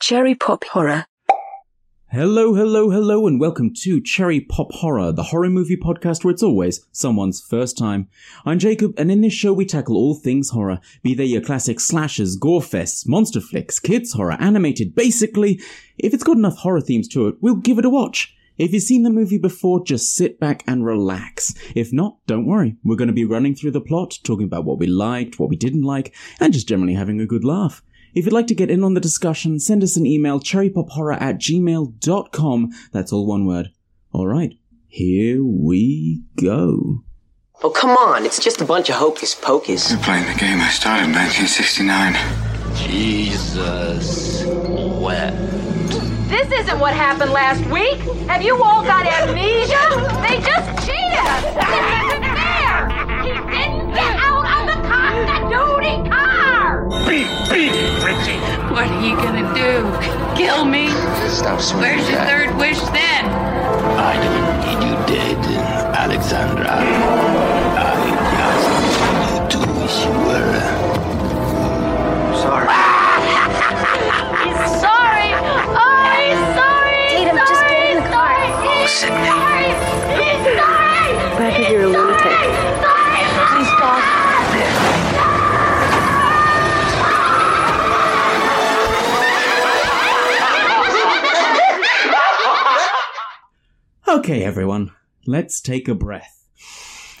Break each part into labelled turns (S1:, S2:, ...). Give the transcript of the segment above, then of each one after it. S1: Cherry Pop Horror.
S2: Hello, hello, hello, and welcome to Cherry Pop Horror, the horror movie podcast where it's always someone's first time. I'm Jacob, and in this show we tackle all things horror, be they your classic slashers, gore fests, monster flicks, kids horror, animated. Basically, if it's got enough horror themes to it, we'll give it a watch. If you've seen the movie before, just sit back and relax. If not, don't worry. We're going to be running through the plot, talking about what we liked, what we didn't like, and just generally having a good laugh. If you'd like to get in on the discussion, send us an email, cherrypophorror at gmail.com. That's all one word. All right, here we go.
S3: Oh, come on. It's just a bunch of hocus pocus.
S4: You're playing the game I started in 1969.
S5: Jesus wept.
S6: This isn't what happened last week. Have you all got amnesia? They just cheated us. This isn't fair. He didn't get out of the car, the duty car.
S7: What are you gonna do? Kill me?
S4: Stop swinging
S7: Where's your
S4: back.
S7: third wish then?
S5: I don't need you dead, Alexandra. I just need you to wish you were.
S6: He's sorry. Oh, he's sorry.
S8: Tatum,
S6: he's
S8: just
S6: sorry.
S8: get in the car. Rebecca,
S6: he's Sorry. He's sorry. He's sorry. He's
S8: you're a lunatic.
S6: sorry. Sorry. Please, God.
S2: Okay, everyone, let's take a breath.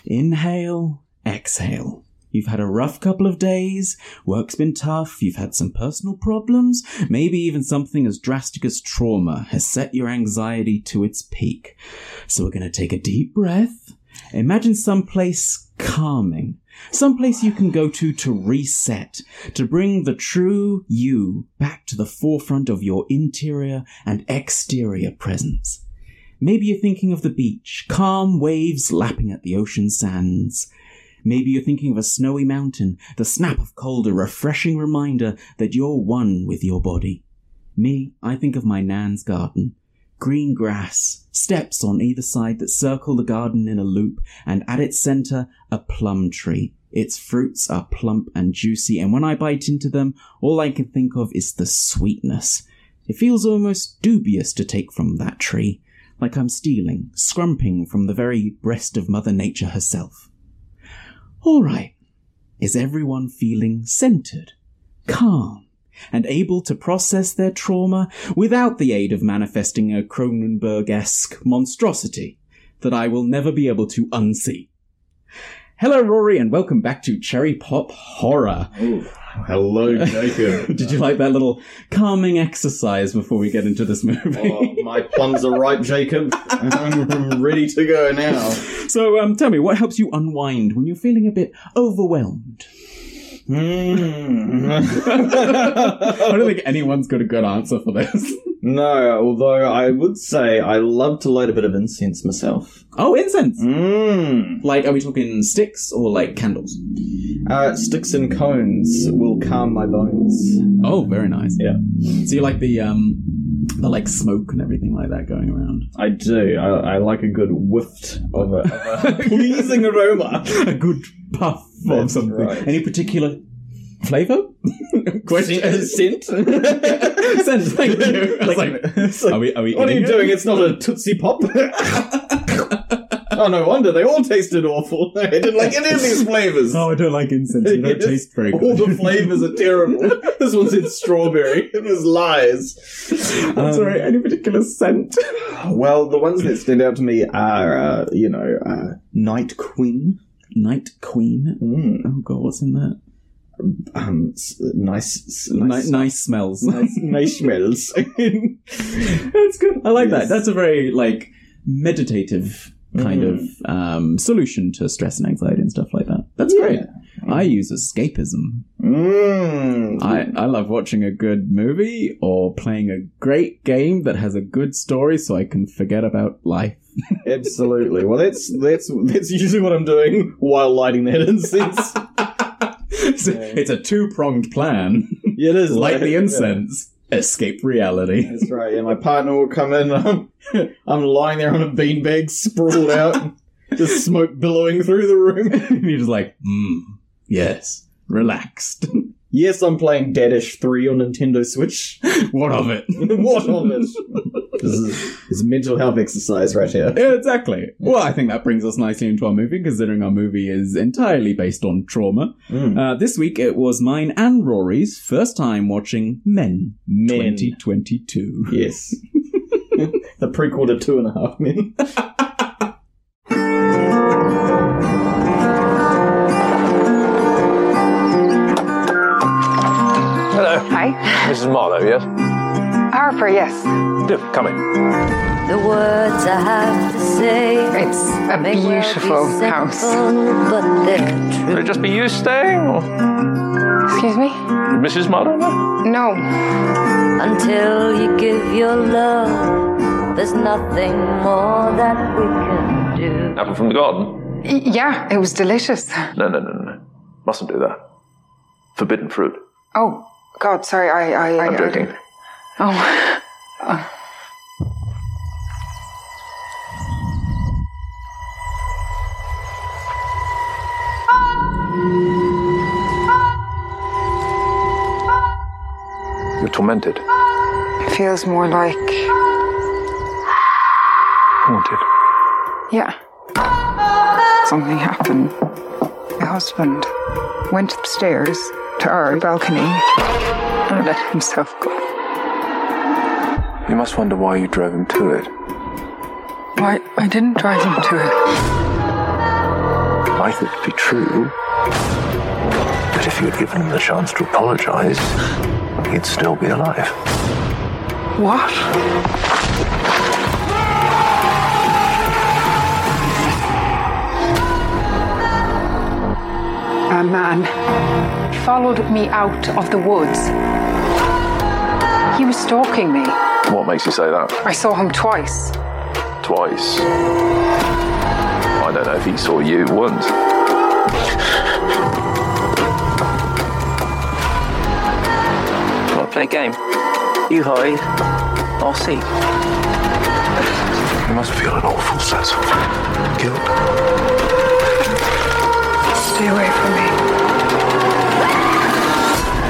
S2: Inhale, exhale. You've had a rough couple of days, work's been tough, you've had some personal problems, maybe even something as drastic as trauma has set your anxiety to its peak. So we're gonna take a deep breath. Imagine someplace calming, someplace you can go to to reset, to bring the true you back to the forefront of your interior and exterior presence. Maybe you're thinking of the beach, calm waves lapping at the ocean sands. Maybe you're thinking of a snowy mountain, the snap of cold, a refreshing reminder that you're one with your body. Me, I think of my nan's garden. Green grass, steps on either side that circle the garden in a loop, and at its center, a plum tree. Its fruits are plump and juicy, and when I bite into them, all I can think of is the sweetness. It feels almost dubious to take from that tree like I'm stealing, scrumping from the very breast of Mother Nature herself. All right. Is everyone feeling centered, calm, and able to process their trauma without the aid of manifesting a Cronenberg-esque monstrosity that I will never be able to unsee? Hello, Rory, and welcome back to Cherry Pop Horror.
S9: Hello, Jacob.
S2: Did you like that little calming exercise before we get into this movie?
S9: Oh, my plums are ripe, Jacob. I'm ready to go now.
S2: So, um, tell me, what helps you unwind when you're feeling a bit overwhelmed?
S9: Hmm.
S2: I don't think anyone's got a good answer for this.
S9: no, although I would say I love to light a bit of incense myself.
S2: Oh, incense!
S9: Mm.
S2: Like, are we talking sticks or like candles?
S9: Uh, sticks and cones will calm my bones.
S2: Oh, very nice.
S9: Yeah.
S2: So you like the um, the like smoke and everything like that going around.
S9: I do. I, I like a good whiff of a, of a pleasing aroma.
S2: a good puff or
S9: That's
S2: something.
S9: right.
S2: Any particular flavor?
S9: Scent? Scent?
S2: Scent, thank you. I was like,
S9: It's like-
S2: are we? Are we?
S9: What are
S2: eating
S9: you
S2: it?
S9: doing? It's not a Tootsie Pop. oh, no wonder they all tasted awful. I didn't like any of these flavors.
S2: Oh, I don't like incense. They don't
S9: Yes.
S2: taste very good.
S9: all the flavors are terrible. this one said strawberry. Um, It was lies.
S2: I'm sorry, any particular scent?
S9: Well, the ones that stand out to me are, uh, you know, uh, Night Queen.
S2: Night Queen.
S9: Mm.
S2: Oh god, what's in that?
S9: Um, s- nice, s-
S2: Nice,
S9: nice,
S2: nice smells.
S9: nice, nice smells.
S2: That's good. I like
S9: Yes.
S2: that. That's a very like meditative kind
S9: Mm-hmm.
S2: of um, solution to stress and anxiety and stuff like that. That's great. I use escapism.
S9: Mm.
S2: I, I love watching a good movie or playing a great game that has a good story so I can forget about life.
S9: Absolutely. Well, that's that's that's usually what I'm doing while lighting that incense.
S2: It's a, it's a two-pronged plan.
S9: Yeah, it is
S2: Light the
S9: Yeah.
S2: incense, escape reality.
S9: That's right. Yeah, my partner will come in. And I'm, I'm lying there on a beanbag, sprawled out, just smoke billowing through the room.
S2: and you're just like, mm, yes, "Hmm, relaxed.
S9: Yes, I'm playing Deadish 3 on Nintendo Switch.
S2: What of it?
S9: what of it? This is, this is mental health exercise right here.
S2: Yeah, exactly. Well, I think that brings us nicely into our movie, considering our movie is entirely based on trauma.
S9: Mm.
S2: Uh, this week it was mine and Rory's first time watching Men,
S9: Men.
S2: 2022.
S9: Yes. the prequel to Two and a Half Men.
S7: Hi.
S4: Mrs. Marlowe, yes?
S7: Harper, yes.
S4: Do, come in.
S1: The words I have to say.
S7: It's a
S1: may well be
S7: beautiful house.
S1: simple, But they're true.
S4: Would it just be you staying, or
S7: Excuse me?
S4: Mrs. Marlowe? No?
S7: No.
S1: Until you give your love, there's nothing more that we can do.
S4: Apple from the garden?
S7: Y- yeah, it was delicious.
S4: No, no, no, no, no. Mustn't do that. Forbidden fruit.
S7: Oh, God, sorry, I. I, I
S4: I'm joking.
S7: Oh.
S4: You're tormented.
S7: It feels more like.
S4: Haunted.
S7: Yeah. Something happened. My husband went upstairs to our balcony and let himself go.
S4: You must wonder why you drove him to it.
S7: I, I didn't drive him to it.
S4: I thought it to be true. But if you had given him the chance to apologize, he'd still be alive.
S7: What? A man followed me out of the woods. He was stalking me.
S4: What makes you say that?
S7: I saw him twice.
S4: Twice. I don't know if he saw you once.
S3: Want to play a game? You hide. I'll see.
S4: You must feel an awful sense of guilt.
S7: Stay away from me.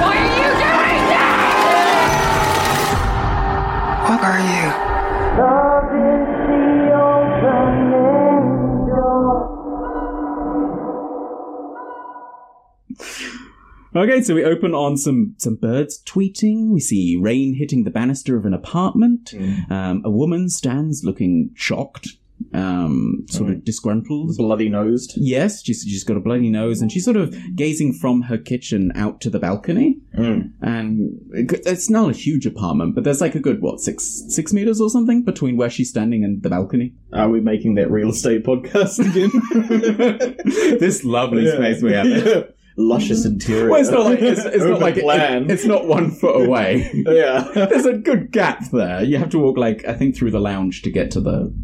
S6: What are you doing now?
S7: What are you?
S2: Okay, so we open on some, some birds tweeting. We see rain hitting the banister of an apartment. Um, a woman stands looking shocked, um, sort of disgruntled.
S9: Bloody nosed.
S2: Yes, she's, she's got a bloody nose, and she's sort of gazing from her kitchen out to the balcony.
S9: Hmm.
S2: And it- it's not a huge apartment, but there's like a good what six six meters or something between where she's standing and the balcony.
S9: Are we making that real estate podcast again?
S2: this lovely
S9: Yeah.
S2: space we have.
S9: Yeah. Luscious interior.
S2: Well, it's not like it's, it's not
S9: Open
S2: like it-
S9: plan.
S2: it's not one foot away.
S9: yeah.
S2: There's a good gap there. You have to walk like I think through the lounge to get to the.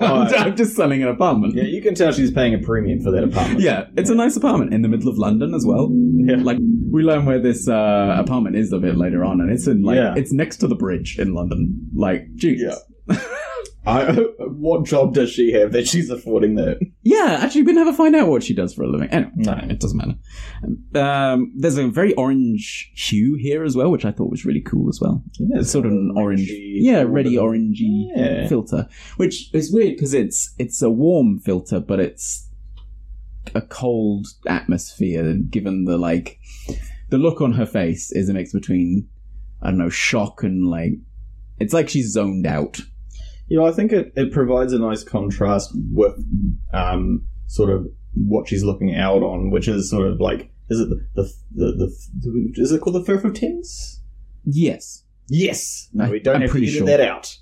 S9: Oh.
S2: I'm just selling an apartment.
S9: Yeah, you can tell she's paying a premium for that apartment.
S2: Yeah, it's a nice apartment in the middle of London as well.
S9: Yeah.
S2: Like we learn where this uh, apartment is a bit later on, and it's in like
S9: Yeah.
S2: it's next to the bridge in London. Like, geez.
S9: Yeah. I, what job does she have that she's affording that?
S2: Yeah, actually, we never find out what she does for a living. Anyway,
S9: No.
S2: it doesn't matter. Um, there's a very orange hue here as well, which I thought was really cool as well.
S9: Yeah,
S2: It's sort of an orange,
S9: orangey
S2: yeah,
S9: sort of-
S2: reddy orangey
S9: Yeah.
S2: filter, which is weird because it's it's a warm filter, but it's a cold atmosphere. Given the like, the look on her face is a mix between I don't know shock and like, it's like she's zoned out.
S9: You know, I think it, it provides a nice contrast with um, sort of what she's looking out on, which is sort of like is it the the, the, the, is it called the Firth of Thames?
S2: Yes,
S9: Yes. No,
S2: I-
S9: we don't
S2: I'm
S9: have to
S2: pretty
S9: edit
S2: sure.
S9: that out.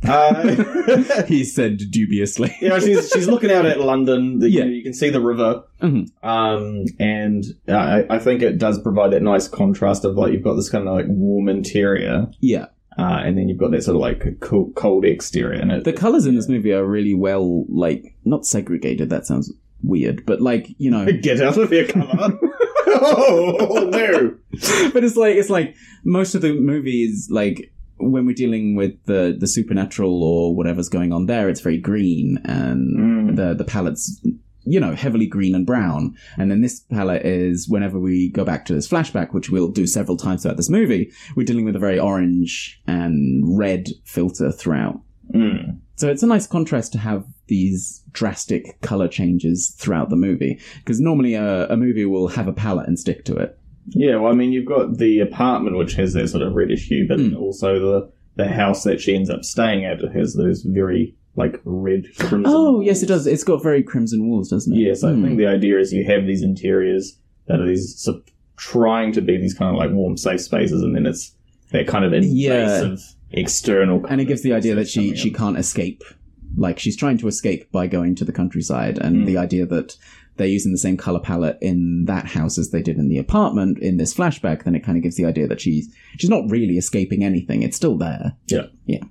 S9: Uh,
S2: he said dubiously.
S9: you know, she's she's looking out at London. The,
S2: Yeah.
S9: you, know, you can see the river,
S2: Mhm.
S9: um, and I, I think it does provide that nice contrast of like you've got this kind of like warm interior,
S2: yeah.
S9: uh, and then you've got that sort of like cool, cold exterior, and it
S2: The colors in this movie are really well, like, not segregated. That sounds weird, but like you know,
S9: Get out of here, colour. oh, no.
S2: but it's like it's like most of the movie is like when we're dealing with the the supernatural or whatever's going on there, it's very green and
S9: Mm.
S2: the the palette's you know, heavily green and brown. And then this palette is whenever we go back to this flashback, which we'll do several times throughout this movie, we're dealing with a very orange and red filter throughout.
S9: Mm.
S2: So it's a nice contrast to have these drastic color changes throughout the movie, because normally a, a movie will have a palette and stick to it.
S9: Yeah, well, I mean, you've got the apartment, which has that sort of reddish hue, but
S2: Mm.
S9: also the the house that she ends up staying at has those very like red crimson.
S2: Oh, yes, it does. It's got very crimson walls, doesn't it?
S9: Yes, I
S2: Hmm.
S9: think the idea is you have these interiors that are these sup- trying to be these kind of like warm, safe spaces, and then it's that kind of invasive external.
S2: and it gives the idea that she she can't escape like she's trying to escape by going to the countryside and the idea that they're using the same color palette in that house as they did in the apartment in this flashback then it kind of gives the idea that she's she's not really escaping anything it's still there
S9: Yeah.
S2: yeah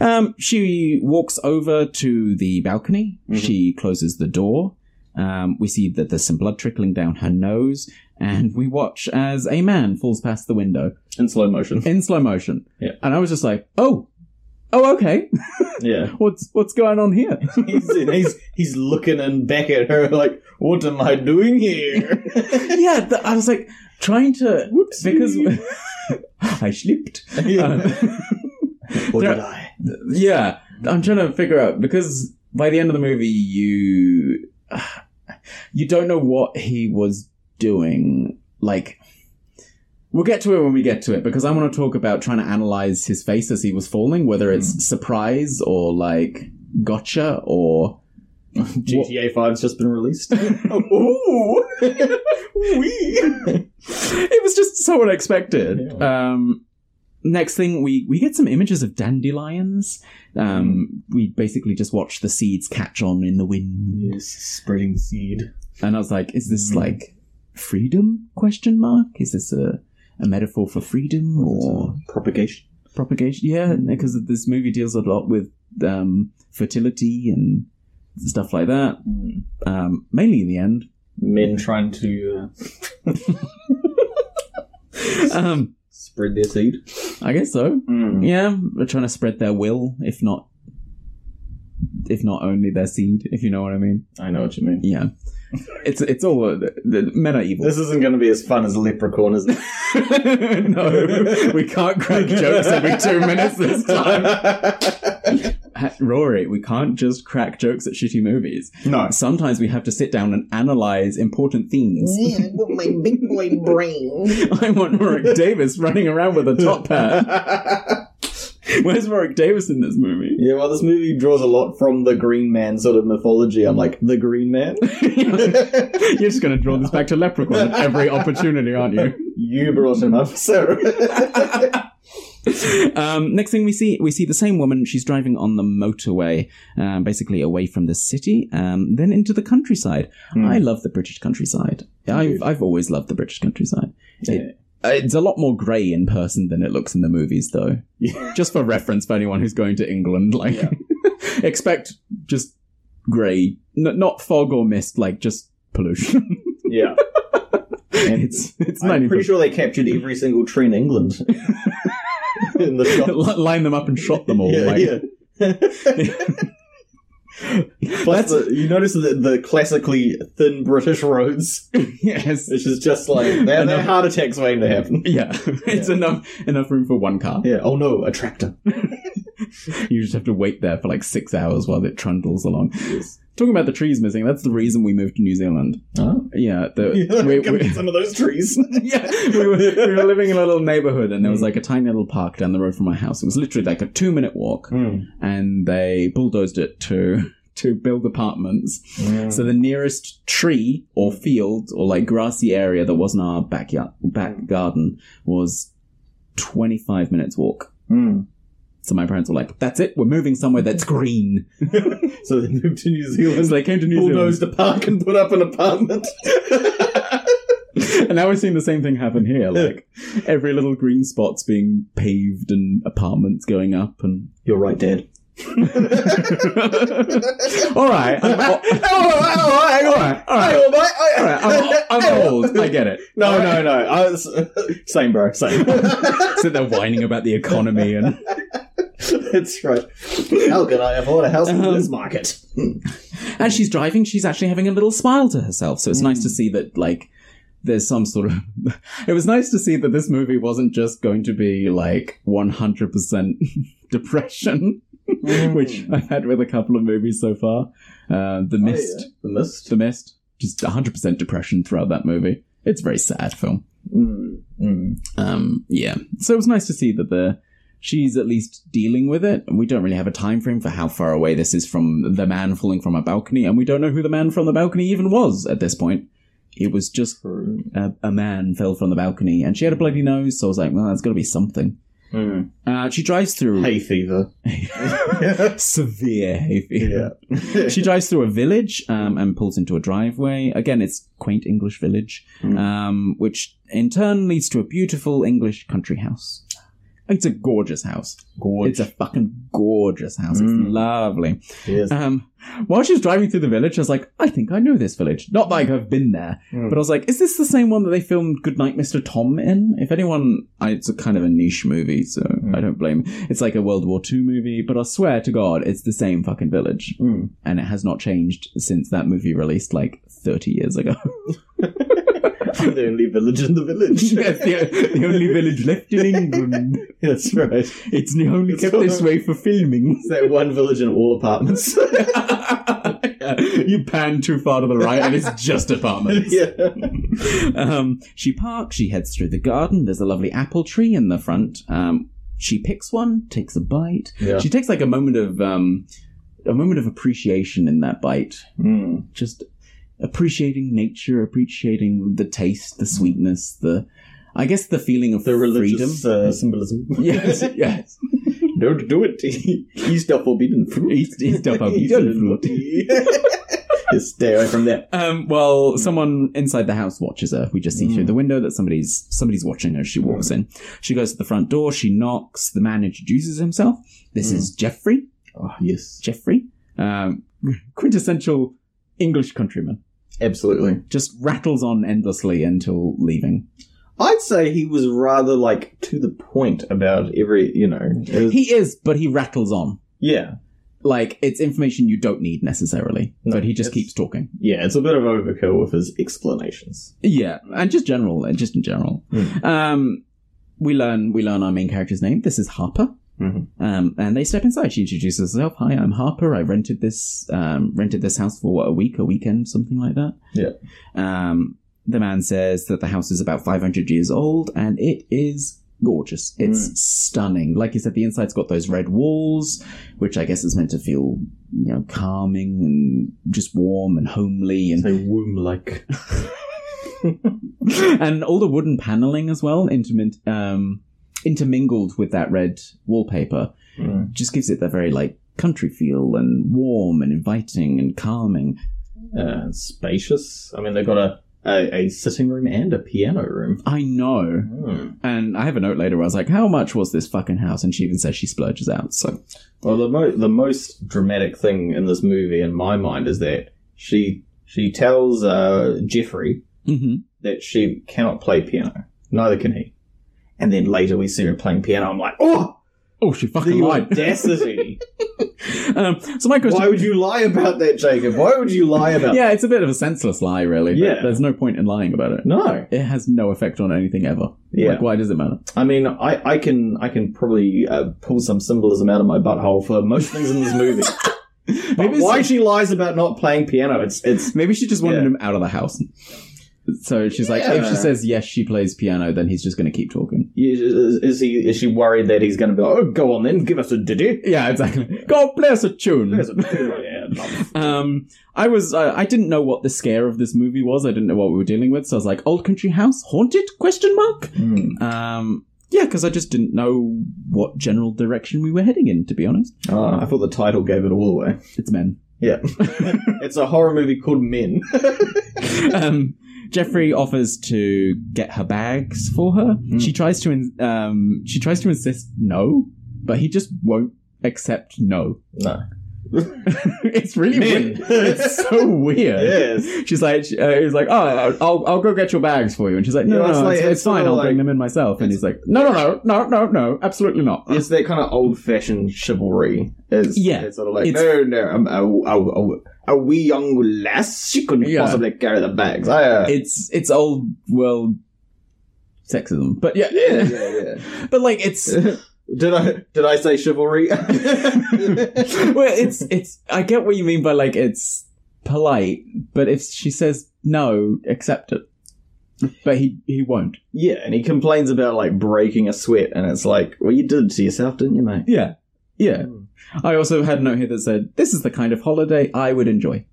S2: um, she walks over to the balcony she closes the door um, we see that there's some blood trickling down her nose and we watch as a man falls past the window
S9: in slow motion
S2: in slow motion
S9: Yeah.
S2: and i was just like oh oh okay
S9: Yeah,
S2: what's what's going on here?
S9: he's, he's he's looking and back at her like, "What am I doing here?"
S2: yeah, th- I was like trying to because I slipped.
S9: Yeah.
S2: Or did
S9: I?
S2: Yeah, I'm trying to figure out because by the end of the movie, you you don't know what he was doing. Like, we'll get to it when we get to it because I want to talk about trying to analyze his face as he was falling, whether
S9: Hmm.
S2: it's surprise or like gotcha or
S9: GTA Five's just been released.
S2: Ooh. it was just so unexpected. Um, next thing, we, we get some images of dandelions. Um, we basically just watch the seeds catch on in the wind.
S9: yes, spreading the seed.
S2: And I was like, is this like freedom? Question mark. Is this a, a metaphor for freedom or
S9: propagation?
S2: Propagation. Yeah, because this movie deals a lot with um, fertility and stuff like that. Um, mainly in the end.
S9: Hmm. Men trying to uh,
S2: Um,
S9: spread their seed.
S2: I guess so.
S9: Mm.
S2: Yeah, they're trying to spread their will, if not, if not only their seed, if you know what I mean.
S9: I know what you mean.
S2: Yeah, it's it's all uh, the, the men are evil.
S9: This isn't going to be as fun as Leprechaun, is it?
S2: no, we can't crack jokes every two minutes this time. Ha- Rory, we can't just crack jokes at shitty movies.
S9: no.
S2: Sometimes we have to sit down and analyze important themes.
S5: Yeah, I got my big boy brain.
S2: I want Warwick Davis running around with a top hat. Where's Warwick Davis in this movie?
S9: Yeah, well, this movie draws a lot from the Green Man sort of mythology. I'm like, the Green Man?
S2: You're just going to draw this back to Leprechaun at every opportunity, aren't you?
S9: you brought him up, sir.
S2: Um, next thing we see, we see the same woman. She's driving on the motorway, um, basically away from the city, um, then into the countryside. I love the British countryside. I've, I've always loved the British countryside. It, It's a lot more grey in person than it looks in the movies, though. Just for reference for anyone who's going to England, like expect just grey, n- not fog or mist, like just pollution.
S9: yeah. And
S2: it's it's
S9: I'm
S2: 90
S9: pretty sure they captured every single tree in England. in the shop.
S2: Li- line them up and shot them all.
S9: Yeah,
S2: like,
S9: yeah. Plus, the, you notice the, the classically thin British roads,
S2: yes,
S9: which is just like they're, they're heart attacks waiting to happen.
S2: yeah. it's enough enough room for one car.
S9: Yeah. Oh no, a tractor.
S2: You just have to wait there for like six hours while it trundles along. Talking about the trees missing, that's the reason we moved to New Zealand.
S9: Oh.
S2: Yeah, the,
S9: Yeah,
S2: we,
S9: give me
S2: we,
S9: some of those trees.
S2: yeah, we were, we were living in a little neighborhood, and there
S9: Mm.
S2: was like a tiny little park down the road from my house. It was literally like a two minute walk, and they bulldozed it to to build apartments.
S9: Mm.
S2: So the nearest tree or field or like grassy area that wasn't our backyard back garden was twenty five minutes walk.
S9: Mm.
S2: So my parents were like, "That's it, we're moving somewhere that's green."
S9: So they moved to New
S2: So
S9: Zealand.
S2: they came to New Zealand,
S9: Bulldozed a park and put up an apartment.
S2: and now we're seeing the same thing happen here. Like every little green spot's being paved and apartments going up, and
S9: You're right, Dad.
S2: Oh, all right, I'm, oh, all right, all right. All right, I'm, I'm old. I get it.
S9: No, no, no. I was, same, bro. Same.
S2: Sit there whining about the economy and
S9: Um, That's right. How can I afford a house in this market?
S2: As she's driving, she's actually having a little smile to herself. So it's nice to see that, like, there's some sort of. it was nice to see that this movie wasn't just going to be, like, 100% depression, which I've had with a couple of movies so far. Uh, the Mist.
S9: Oh, The Mist.
S2: The Mist. Just 100% depression throughout that movie. It's a very sad film.
S9: Mm,
S2: Um, yeah. So it was nice to see that the she's at least dealing with it. We don't really have a time frame for how far away this is from the man falling from a balcony, and we don't know who the man from the balcony even was at this point. It was just a, a man fell from the balcony, and she had a bloody nose. So I was like, well, that's got to be something.
S9: Hmm.
S2: Uh, she drives through
S9: hay fever,
S2: severe hay fever. she drives through a village um, and pulls into a driveway. Again, it's quaint English village, um, which in turn leads to a beautiful English country house. It's a gorgeous house. Gorgeous. It's a fucking gorgeous house. It's lovely.
S9: Uh,
S2: Um, while she was driving through the village, I was like, I think I know this village. Not like I've been there, but I was like, is this the same one that they filmed Goodnight Mr. Tom in? If anyone, I, it's a kind of a niche movie, so I don't blame. It's like a World War II movie, but I swear to God, it's the same fucking village.
S9: mm.
S2: And it has not changed since that movie released like 30 years ago.
S9: I'm the only village in the village.
S2: Yes, the, the only village left in England.
S9: That's right.
S2: It's the only
S9: It's
S2: kept
S9: all-
S2: this way for filming.
S9: It's that one village in all apartments.
S2: you pan too far to the right and it's just apartments.
S9: yeah.
S2: Um, she parks, she heads through the garden. There's a lovely apple tree in the front. Um, she picks one, takes a bite.
S9: Yeah.
S2: She takes like a moment of um, a moment of appreciation in that bite.
S9: Hmm.
S2: Just appreciating nature, appreciating the taste, the sweetness, the I guess the feeling of
S9: The religious
S2: freedom.
S9: uh, symbolism.
S2: yes, yes.
S9: Don't do it. East of forbidden fruit.
S2: East, east of forbidden fruit.
S9: Just stay away from there.
S2: Um, well, someone inside the house watches her. We just see through
S9: Mm.
S2: the window that somebody's somebody's watching her. as She walks in. She goes to the front door. She knocks. The man introduces himself. This
S9: Mm.
S2: is Jeffrey.
S9: Oh, yes.
S2: Jeffrey, um, quintessential English countryman,
S9: Absolutely.
S2: just rattles on endlessly until leaving.
S9: I'd say he was rather like to the point about every, you know. it was-
S2: He is, but he rattles on.
S9: yeah.
S2: Like it's information you don't need necessarily,
S9: No,
S2: but he just
S9: it's-
S2: keeps talking.
S9: Yeah, it's a bit of overkill with his explanations.
S2: Yeah, and just general, and just in general. Um, we learn we learn our main character's name. This is Harper.
S9: Mhm.
S2: Um, and they step inside. She introduces herself. Hi, I'm Harper. I rented this um, rented this house for what a week, a weekend, something like that.
S9: Yeah.
S2: Um, the man says that the house is about 500 years old, and it is gorgeous. It's stunning. Like you said, the inside's got those red walls, which I guess is meant to feel you know calming and just warm and homely. And
S9: Say womb like.
S2: and all the wooden paneling as well, intermin- um, intermingled with that red wallpaper,
S9: Mm.
S2: just gives it that very like country feel and warm and inviting and calming.
S9: Uh, spacious. I mean, they've got a, a, a sitting room and a piano room. Hmm.
S2: I know, and I have a note later where I was like, "How much was this fucking house?" And she even says she splurges out. So
S9: Well, the, mo- the most dramatic thing in this movie, in my mind, is that she she tells uh, Jeffrey
S2: Mhm.
S9: that she cannot play piano. Neither can he. And then later we see her playing piano. I'm like, oh,
S2: oh, she fucking
S9: the
S2: lied.
S9: audacity!
S2: um, so my question.
S9: Why would you lie about that, Jacob? Why would you lie about?
S2: yeah, it's a bit of a senseless lie, really. but
S9: Yeah.
S2: There's no point in lying about it.
S9: that? No.
S2: It has no effect on anything ever.
S9: Yeah.
S2: Like, why does it matter?
S9: I mean, I, I can I can probably uh, pull some symbolism out of my butthole for most things in this movie. But
S2: Maybe it's-
S9: why she lies about not playing piano? It's it's
S2: Maybe she just wanted
S9: Yeah.
S2: him out of the house. So she's like, if she
S9: Yeah.
S2: says yes, she plays piano, then he's just going to keep talking.
S9: is, is he is she worried that he's going to be like, oh, go on then, give us a ditty.
S2: Yeah, exactly. God bless a tune.
S9: There's a yeah, love.
S2: Um, I was, uh, I didn't know what the scare of this movie was. I didn't know what we were dealing with. So I was like, old country house haunted? Question mark.
S9: Hmm.
S2: Um, yeah, because I just didn't know what general direction we were heading in. To be honest,
S9: Ah, I thought the title gave it all away.
S2: it's men.
S9: Yeah, it's a horror movie called Men.
S2: um, Jeffrey offers to get her bags for her.
S9: Hmm.
S2: She tries to in- um, she tries to insist no, but he just won't accept no.
S9: no,
S2: it's really
S10: Men.
S2: weird. It's so weird.
S9: Yes.
S2: She's like, she- uh, he's like, oh, I'll, I'll go get your bags for you. And she's like, no,
S9: Yeah,
S2: no,
S9: it's
S2: no,
S9: like-
S2: it's,
S9: it's
S2: it's fine.
S9: sorta
S2: I'll bring
S9: like-
S2: them in myself. And he's like, no, no, no, no, no, no, absolutely not.
S9: It's that kind of old fashioned chivalry. It's,
S2: Yeah.
S9: It's sort of like,
S2: It's-
S9: no, no, um, a, a, a, a wee young lass, she couldn't
S2: Yeah.
S9: possibly carry the bags. I, uh,
S2: It's it's old world sexism, but yeah,
S9: yeah, yeah,
S2: but like it's
S9: did I did I say chivalry?
S2: well, it's it's. I get what you mean by like it's polite, but if she says no, accept it. But he he won't.
S9: yeah, and he complains about like breaking a sweat, and it's like, well, you did it to yourself, didn't you, mate?
S2: Yeah, yeah.
S9: Hmm.
S2: I also had a note here that said this is the kind of holiday I would enjoy.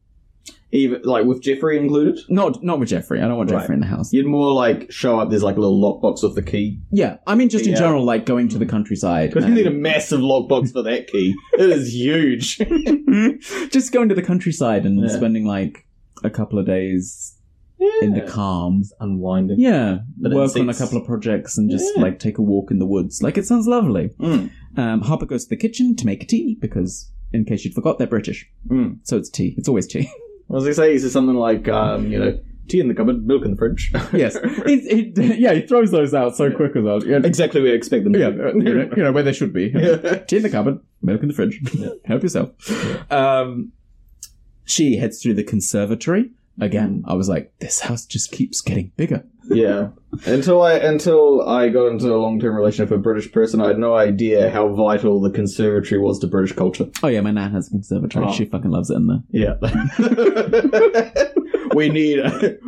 S9: Even like with Jeffrey included.
S2: Not not with Jeffrey. I don't want Jeffrey
S9: Right.
S2: in the house.
S9: You'd more like show up. There's like a little lockbox with the key.
S2: Yeah, I mean just in
S9: Yeah.
S2: general, like going to the countryside.
S9: Because
S2: and-
S9: you need a massive lockbox for that key. It is huge.
S2: just going to the countryside and
S9: Yeah.
S2: spending like a couple of days in the calm.
S9: Unwinding.
S2: Yeah,
S9: But
S2: work on a
S9: insects.
S2: couple of projects and just
S9: Yeah.
S2: like take a walk in the woods. Like it sounds lovely.
S9: Mm.
S2: Um, Harper goes to the kitchen to make tea because, in case you'd forgot, they're British,
S9: Mm.
S2: so it's tea. It's always tea.
S9: What was I say? He says something like, um, you know, tea in the cupboard, milk in the fridge.
S2: yes, It- it- yeah, he throws those out so quick as well. Yeah,
S9: exactly where you expect them to
S2: yeah,
S9: be.
S2: uh, you know, you know, where they should be. Tea in the cupboard, milk in the fridge. Help yourself. Um, she heads through the conservatory again. I was like, this house just keeps getting bigger.
S9: yeah. Until I until I got into a long term relationship with a British person, I had no idea how vital the conservatory was to British culture.
S2: Oh yeah, my nan has a conservatory.
S9: Oh.
S2: She fucking loves it in there.
S9: Yeah. we need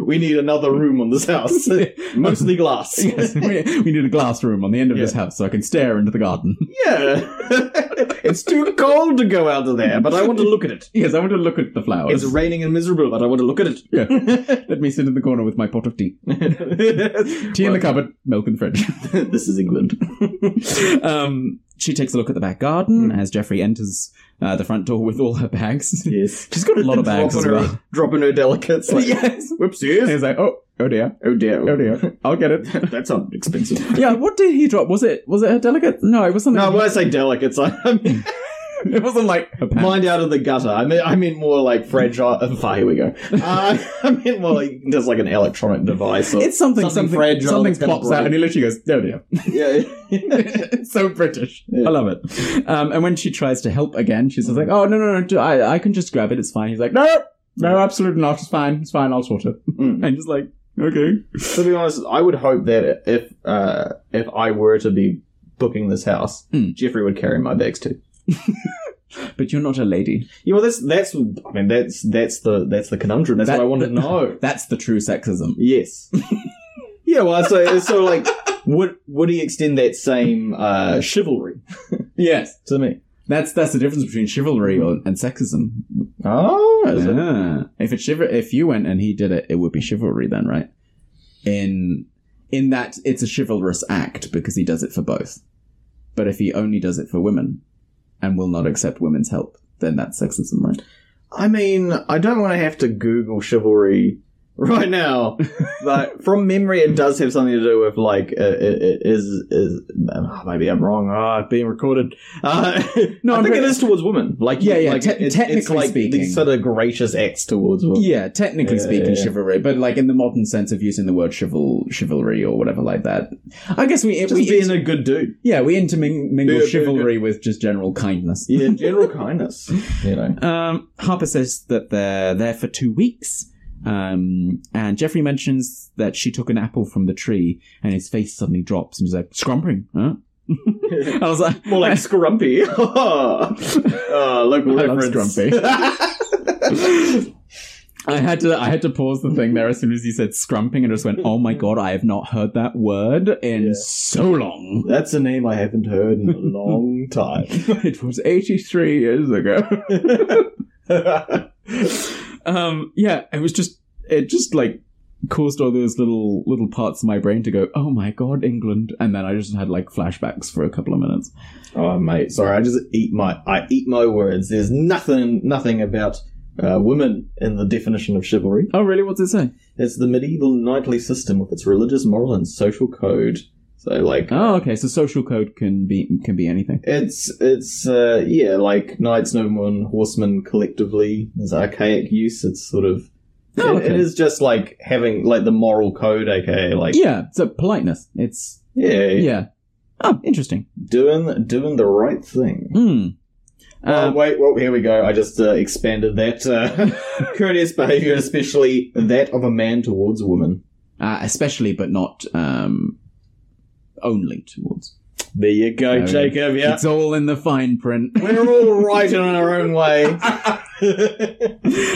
S9: we need another room on this house, mostly glass.
S2: Yes, we, we need a glass room on the end of this
S9: Yeah.
S2: house so I can stare into the garden.
S9: Yeah. it's too cold to go out of there, but I want to look at it.
S2: yes, I want to look at the flowers.
S9: It's raining and miserable, but I want to look at it.
S2: yeah. Let me sit in the corner with my pot of tea. Tea in the cupboard, milk in the fridge.
S9: this is England.
S2: um, she takes a look at the back garden
S9: Hmm.
S2: as Jeffrey enters uh, the front door with all her bags.
S9: Yes.
S2: She's got a lot of bags as
S9: dropping,
S2: well.
S9: her, dropping her delicates. Like,
S2: yes.
S9: Whoopsies.
S2: He's like, oh, oh dear,
S9: Oh dear.
S2: oh dear, I'll get it.
S9: That's not expensive.
S2: Yeah, what did he drop? Was it was it her delegate? No, it was something.
S9: No, when I say delicates, I I mean
S2: it wasn't like her pants.
S9: mind out of the gutter. I mean, I mean more like fragile. Oh, here we go. Uh, I mean more like just like an electronic device. Or
S2: It's something, something, something,
S9: fragile.
S2: something
S9: that's gonna
S2: pops out, and he
S9: break.
S2: literally goes, "Oh dear."
S9: Yeah.
S2: it's so British.
S9: Yeah.
S2: I love it. Um, and when she tries to help again, she's just like, "Oh no, no, no! do- I, I can just grab it. It's fine." He's like, "No, no, absolutely not. It's fine. It's fine. I'll sort it."
S9: Mm.
S2: And just like, okay,
S9: to be honest, I would hope that if uh, if I were to be booking this house,
S2: Mm.
S9: Jeffrey would carry my bags too.
S2: but you're not a lady.
S9: Yeah, well, that's that's. I mean, that's that's the that's the conundrum. That's
S2: That-
S9: what I want to know.
S2: That's the true sexism.
S9: Yes. yeah. Well, so so like, would would he extend that same uh, chivalry
S2: Yes,
S9: to me?
S2: that's that's the difference between chivalry or, and sexism.
S9: Oh, is it?
S2: Ah. If it chival- if you went and he did it, it would be chivalry then, right? In in that it's a chivalrous act because he does it for both. But if he only does it for women and will not accept women's help, then that's sexism, right?
S9: I mean, I don't want to have to Google chivalry right now, but from memory, it does have something to do with like uh, it, it is is uh, maybe I'm wrong. Ah, being recorded. Uh,
S2: No,
S9: no, I
S2: I'm
S9: think it
S2: pretty-
S9: is towards women. Like
S2: Yeah, yeah,
S9: Like,
S2: te- technically
S9: like
S2: speaking.
S9: these sort of gracious acts towards women.
S2: Yeah, technically
S9: Yeah,
S2: speaking,
S9: yeah, yeah.
S2: chivalry, but like in the modern sense of using the word chival- chivalry or whatever like that. I guess we,
S9: just
S2: we
S9: being a good dude.
S2: yeah, we intermingle
S9: Yeah, yeah,
S2: chivalry with just general kindness.
S9: Yeah, general kindness. You know.
S2: Um, Harper says that they're there for two weeks. Um, and Jeffrey mentions that she took an apple from the tree and his face suddenly drops and he's like, scrumping, huh? I was like,
S9: Oh, More like scrumpy. oh, local
S2: I love
S9: reference. scrumpy.
S2: I had to, I had to pause the thing there as soon as he said scrumping and I just went, oh my god, I have not heard that word in
S9: Yeah.
S2: so long.
S9: That's a name I haven't heard in a long time.
S2: it was 83 years ago. um, yeah, it was just it just like caused all those little little parts of my brain to go, oh my god, England, and then I just had like flashbacks for a couple of minutes.
S9: Oh mate, sorry, I just eat my I eat my words. There's nothing nothing about uh, women in the definition of chivalry.
S2: Oh really? What's it say?
S9: It's the medieval knightly system with its religious, moral, and social code. So like,
S2: oh, okay. So social code can be can be anything.
S9: It's it's uh, yeah, like knights, noblemen, horsemen collectively is archaic use. It's sort of
S2: Oh,
S9: it- it
S2: okay.
S9: is just like having like the moral code. Okay, like
S2: yeah, so politeness. It's
S9: yeah,
S2: yeah. Oh, interesting.
S9: doing doing the right thing.
S2: Hmm. Um,
S9: Oh wait, well here we go. I just uh, expanded that uh, courteous behavior, especially that of a man towards a woman.
S2: Uh, especially, but not um, only towards.
S9: There you go,
S2: So
S9: Jacob. Yeah,
S2: It's all in the fine print.
S9: Um, we're all right in our own way.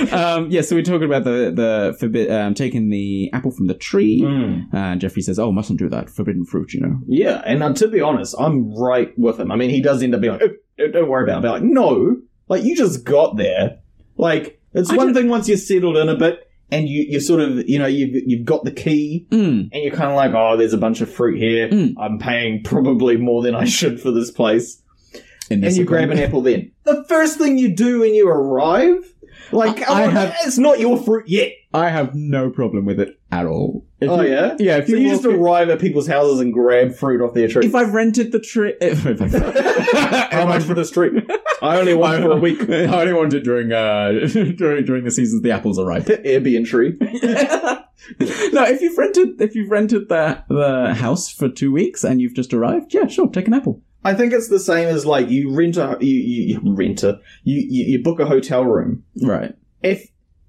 S2: um, yeah, so we're talking about the the forbid, um, taking the apple from the tree,
S9: Mm.
S2: and Jeffrey says, "Oh, mustn't do that. Forbidden fruit, you know."
S9: Yeah, and uh, to be honest, I'm right with him. I mean, he does end up being like, "Oh, don't- don't worry about it. But like, no, like you just got there. Like it's
S2: I
S9: one
S2: don't-
S9: thing once you're settled in a bit, and you you sort of you know you've you've got the key,
S2: Mm.
S9: and you're kind of like, oh, there's a bunch of fruit here.
S2: Mm.
S9: I'm paying probably more than I should for this place,
S2: In
S9: and
S2: this
S9: you grab an apple. Then the first thing you do when you arrive, like come
S2: I
S9: on,
S2: have-
S9: it's not your fruit yet.
S2: I have no problem with it at all. If
S9: oh
S2: you-
S9: yeah,
S2: yeah. If
S9: so
S2: you,
S9: you
S2: walk
S9: just
S2: in-
S9: arrive at people's houses and grab fruit off their tree.
S2: if I've rented the tree, if, if I've,
S9: How much for this tree? I only want it for a week.
S2: I only want it during uh during during the seasons the apples are ripe.
S9: Airbnb tree.
S2: no, if you've rented if you've rented the the house for two weeks and you've just arrived, yeah, sure, take an apple.
S9: I think it's the same as like you rent a you you, you rent a you, you you book a hotel room.
S2: Right.
S9: If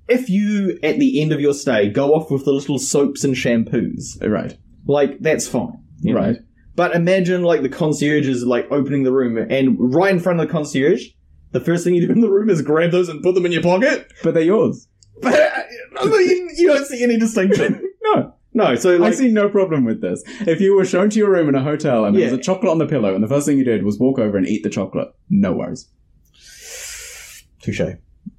S9: if you at the end of your stay go off with the little soaps and shampoos,
S2: Right.
S9: like that's fine, you know?
S2: Right.
S9: But imagine like the concierge is like opening the room, and right in front of the concierge, the first thing you do in the room is grab those and put them in your pocket.
S2: But they're yours.
S9: But uh, you, you don't see any distinction.
S2: No.
S9: No, so like
S2: I see no problem with this. If you were shown to your room in a hotel and there
S9: Yeah.
S2: was a chocolate on the pillow and the first thing you did was walk over and eat the chocolate, no worries.
S9: touche.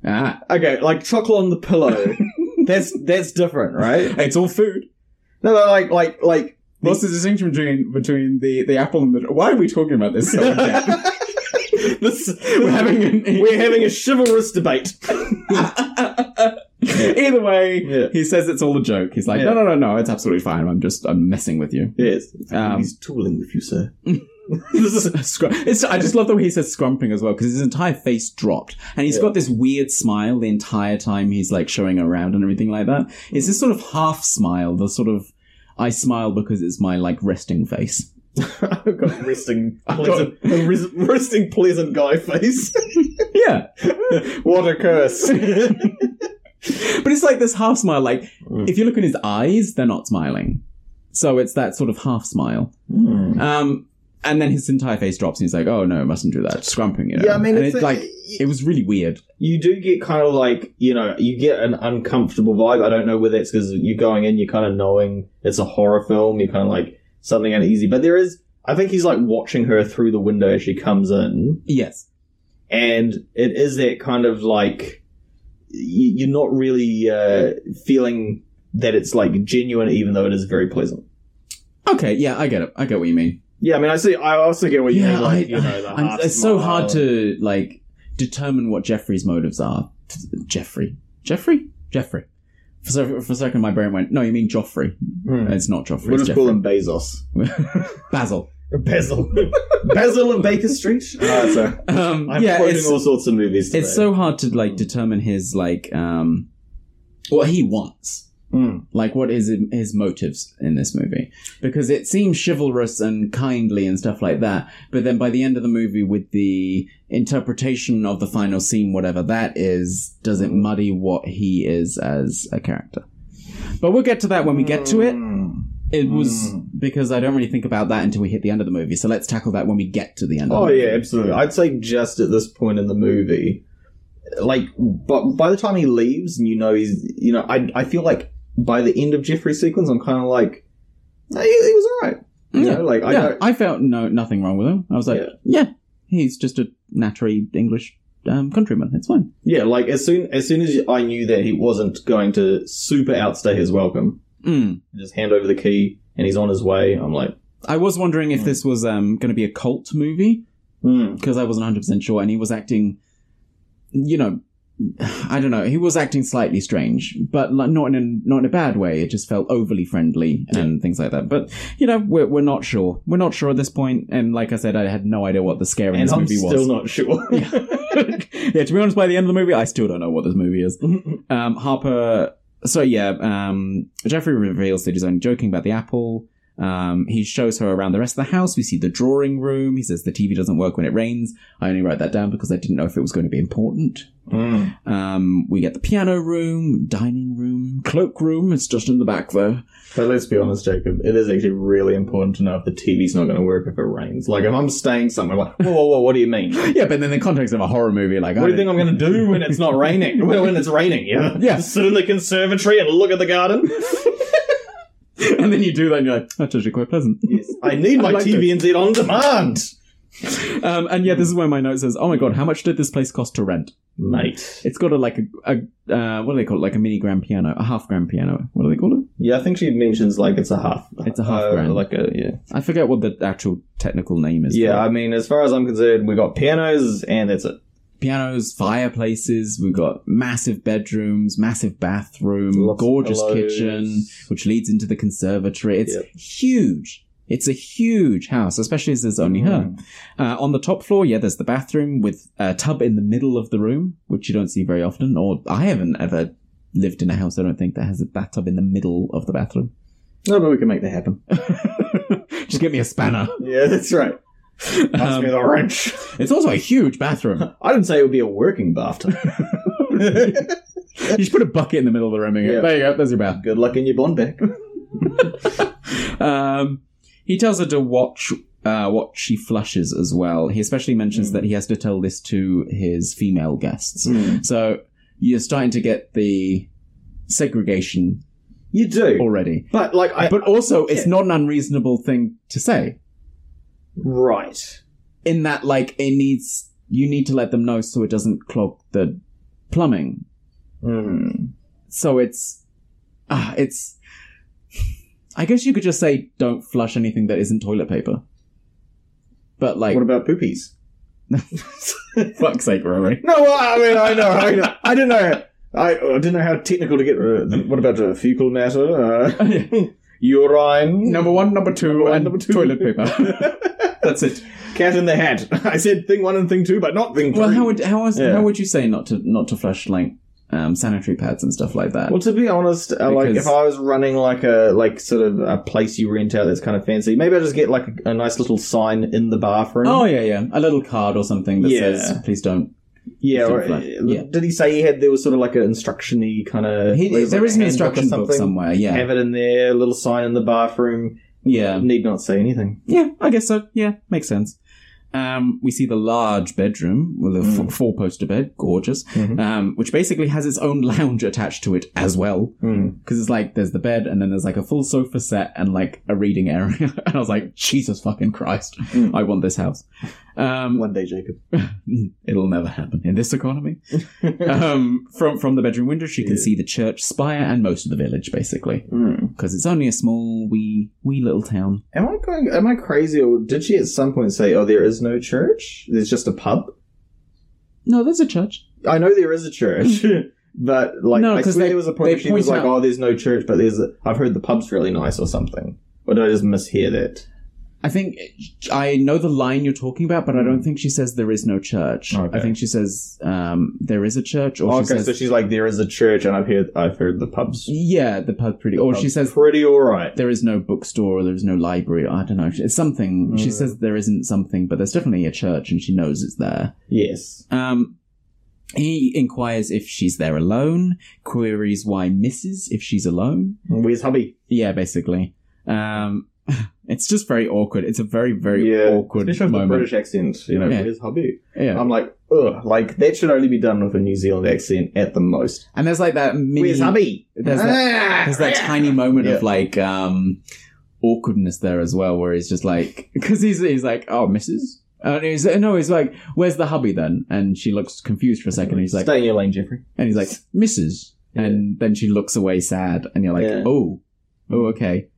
S2: Ah.
S9: Okay, like chocolate on the pillow. that's that's different, right?
S2: It's all food.
S9: No, but like like like
S2: What's the distinction between between the, the apple and the why are we talking about this so in depth?
S9: this,
S2: We're having an
S9: we're having a chivalrous debate.
S2: Either way,
S9: Yeah.
S2: he says it's all a joke. He's like,
S9: Yeah.
S2: no, no, no, no, it's absolutely fine. I'm just, I'm messing with you.
S9: Yes,
S2: Um,
S9: he's tooling with you, sir.
S2: Scrum- it's, I just love the way he says scrumping as well because his entire face dropped and he's
S9: Yeah.
S2: got this weird smile the entire time he's like showing around and everything like that. It's this sort of half smile, the sort of I smile because it's my like resting face.
S9: I've got resting,
S2: I've
S9: pleasant, a res- resting pleasant guy face.
S2: Yeah,
S9: what a curse!
S2: Hmm. but it's like this half smile. Like
S9: Mm.
S2: if you look in his eyes, they're not smiling, so it's that sort of half smile. Um, and then his entire face drops and he's like, "Oh no, mustn't do that." Scrumping, you know.
S9: Yeah, I mean,
S2: and
S9: it's
S2: it's
S9: a-
S2: like it was really weird.
S9: you do get kind of like you know you get an uncomfortable vibe. I don't know whether it's because you're going in, you're kind of knowing it's a horror film. You're kind of like something uneasy, but there is. I think he's like watching her through the window as she comes in,
S2: Yes.
S9: and it is that kind of like y- you're not really uh, feeling that it's like genuine, even though it is very pleasant.
S2: Okay. Yeah, I get it. I get what you mean.
S9: Yeah, I mean, I see. I also get what you mean. Like, you know, the
S2: I'm-
S9: half
S2: it's so
S9: smile
S2: hard
S9: and-
S2: to like determine what Jeffrey's motives are. Jeffrey, Jeffrey, Jeffrey. For, so- for a second, my brain went, "No, you mean Joffrey?
S9: Hmm.
S2: It's not Joffrey.
S9: We'll
S2: it's
S9: just call him Bezos.
S2: Jeffrey. Basil."
S9: Basil. Basil of Baker Street. Ah, sorry.
S2: Um,
S9: I'm
S2: yeah,
S9: quoting
S2: it's,
S9: all sorts of movies. Today.
S2: it's so hard to
S9: Hmm.
S2: like determine his like um what he wants.
S9: Hmm.
S2: Like, what is his- his motives in this movie? Because it seems chivalrous and kindly and stuff like that, but then by the end of the movie, with the interpretation of the final scene, whatever that is, does
S9: Hmm.
S2: it muddy what he is as a character? But we'll get to that when we get to it.
S9: Hmm. Mm.
S2: It was because I don't really think about that until we hit the end of the movie. So let's tackle that when we get to the end. of
S9: Oh
S2: the movie.
S9: yeah, absolutely. I'd say just at this point in the movie, like, but by the time he leaves, and you know he's, you know, I, I feel like by the end of Jeffrey's sequence, I'm kind of like, "Nah, he, he was alright. You
S2: Yeah.
S9: know, like I
S2: yeah,
S9: don't.
S2: I, felt no nothing wrong with him. I was like,
S9: Yeah.
S2: yeah, he's just a naturally English um, countryman. It's fine.
S9: Yeah, like as soon as soon as I knew that he wasn't going to super outstay his welcome,
S2: Mm.
S9: just hand over the key and he's on his way. I'm like,
S2: I was wondering if this was um, going to be a cult movie
S9: hmm.
S2: because I wasn't 100 percent sure, and he was acting, you know, I don't know. He was acting slightly strange, but like, not in a, not in a bad way. It just felt overly friendly and things like that. But you know, we're, we're not sure. We're not sure at this point. And like I said, I had no idea what the scare in
S9: And
S2: this
S9: I'm
S2: movie was.
S9: still not sure.
S2: yeah, to be honest, by the end of the movie, I still don't know what this movie is. Um, Harper. So yeah, um, Jeffrey reveals that he's only joking about the apple. Um, he shows her around the rest of the house. We see the drawing room. He says the TV doesn't work when it rains. I only wrote that down because I didn't know if it was going to be important.
S9: Hmm.
S2: Um, we get the piano room, dining room, cloak room. It's just in the back there.
S9: But let's be honest, Jacob. It is actually really important to know if the TV's not going to work if it rains. Like, if I'm staying somewhere, like, whoa, whoa, whoa, what do you mean?
S2: Yeah, but then in the context of a horror movie, like,
S9: What do you think I'm going to do when it's not raining? Well, when it's raining, yeah.
S2: Yeah.
S9: Just sit in the conservatory and look at the garden.
S2: and then you do that, and you're like, that's actually quite pleasant.
S9: I need my
S2: I like
S9: TV and Z on demand,
S2: Um, and yeah, this is where my note says, "Oh my god, how much did this place cost to rent?"
S9: mate.
S2: It's got a like a, a uh, what do they call it? Like a mini grand piano, a half grand piano. What do they call it?
S9: Yeah, I think she mentions like it's a half.
S2: It's a half
S9: uh,
S2: grand.
S9: Like a yeah.
S2: I forget what the actual technical name is.
S9: Yeah, I mean, as far as I'm concerned, we got pianos and that's it.
S2: pianos, fireplaces. We've got massive bedrooms, massive bathroom,
S9: Lots of
S2: gorgeous
S9: pillows.
S2: kitchen, which leads into the conservatory. It's
S9: Yep.
S2: huge. It's a huge house, especially as there's only her.
S9: Hmm. Mm.
S2: Uh, on the top floor, yeah, there's the bathroom with a tub in the middle of the room, which you don't see very often. Or I haven't ever lived in a house, I don't think, that has a bathtub in the middle of the bathroom.
S9: No, but we can make that happen.
S2: Just get me a spanner. Um,
S9: Yeah, that's right. Pass me the wrench.
S2: It's also a huge bathroom.
S9: I didn't say it would be a working bathtub.
S2: you just put a bucket in the middle of the room and go,
S9: Yeah.
S2: there you go, there's your bath.
S9: Good luck in your bond back.
S2: Um, he tells her to watch uh, what she flushes as well. He especially mentions that he has to tell this to his female guests. So you're starting to get the segregation
S9: You do.
S2: already.
S9: But like I
S2: But also, it's not an unreasonable thing to say.
S9: right.
S2: In that, like, it needs you need to let them know so it doesn't clog the plumbing.
S9: Mm.
S2: So it's ah, it's. I guess you could just say don't flush anything that isn't toilet paper. But like,
S9: What about poopies?
S2: fuck's sake, Rory.
S9: No, I mean I know. I, know. I didn't know. I, I didn't know how technical to get. rid of it. What about uh, fecal matter? Uh, urine.
S2: Number one, number two,
S9: one,
S2: and
S9: number two.
S2: toilet paper. That's it.
S9: Cat in the hat. I said thing one and thing two, but not thing three.
S2: Well, how would how, was,
S9: Yeah.
S2: how would you say not to not to flush like um, sanitary pads and stuff like that?
S9: Well, to be honest, uh, like
S2: Because-
S9: if I was running like a like sort of a place you rent out that's kind of fancy, maybe I just get like a, a nice little sign in the bathroom.
S2: oh yeah, yeah, a little card or something that
S9: Yeah.
S2: says please don't.
S9: yeah.
S2: Sort
S9: Or, uh,
S2: of like- yeah.
S9: Did he say he had there was sort of like an instruction-y kind of?
S2: He, there is an instruction book somewhere. Yeah,
S9: Have it in there. Little sign in the bathroom.
S2: yeah,
S9: Need not say anything.
S2: yeah. I guess so. Yeah, makes sense. Um, we see the large bedroom with a
S9: Mm.
S2: four poster bed, gorgeous,
S9: Mhm.
S2: um, which basically has its own lounge attached to it as well.
S9: Mm.
S2: Because it's like there's the bed and then there's like a full sofa set and like a reading area. and I was like, Jesus fucking Christ,
S9: Mm.
S2: I want this house. Um,
S9: One day, Jacob.
S2: it'll never happen in this economy. um, from from the bedroom window, she can
S9: Yeah.
S2: see the church spire and most of the village, basically,
S9: Mm.
S2: because it's only a small, wee, wee little town.
S9: Am I going? Am I crazy, or did she at some point say, "Oh, there is no church. There's just a pub"?
S2: No, there's a church.
S9: I know there is a church, but
S2: Mm-hmm.
S9: like
S2: No,
S9: I
S2: 'cause
S9: swear
S2: they-
S9: there was a point
S2: they
S9: where she was
S2: point
S9: like,
S2: out-
S9: "Oh, there's no church, but there's." A, I've heard the pub's really nice or something. Or did I just mishear that?
S2: I think I know the line you're talking about, but I don't think she says there is no church.
S9: Hmm. Okay.
S2: I think she says um, there is a church, or
S9: Oh,
S2: she
S9: okay,
S2: says
S9: so she's like, "There is a church," and I've heard I've heard the pub's.
S2: yeah, the pub pretty, or she
S9: pub's
S2: says
S9: pretty all right.
S2: there is no bookstore, or there is no library. I don't know. It's something. She
S9: Mm.
S2: says there isn't something, but there's definitely a church, and she knows it's there.
S9: Yes.
S2: Um, he inquires if she's there alone, queries why Mrs. if she's alone.
S9: Where's hubby?
S2: Yeah, basically. Um, it's just very awkward. It's a very, very awkward
S9: Especially with the
S2: moment.
S9: British Um, accent. You know,
S2: Yeah.
S9: where's hubby?
S2: yeah.
S9: I'm like, ugh, like that should only be done with a New Zealand accent at the most.
S2: and there's like that mini,
S9: Where's hubby? Ah!
S2: there's that- there's that tiny moment
S9: Yeah.
S2: of like, um, awkwardness there as well, where he's just like, cause he's, he's like, oh, Mrs. And he's, no, he's like, where's the hubby then? And she looks confused for a second. And he's like,
S9: Stay in your lane, Jeffrey.
S2: And he's like, Mrs. And then she looks away sad, and you're like,
S9: Yeah.
S2: oh, oh, okay.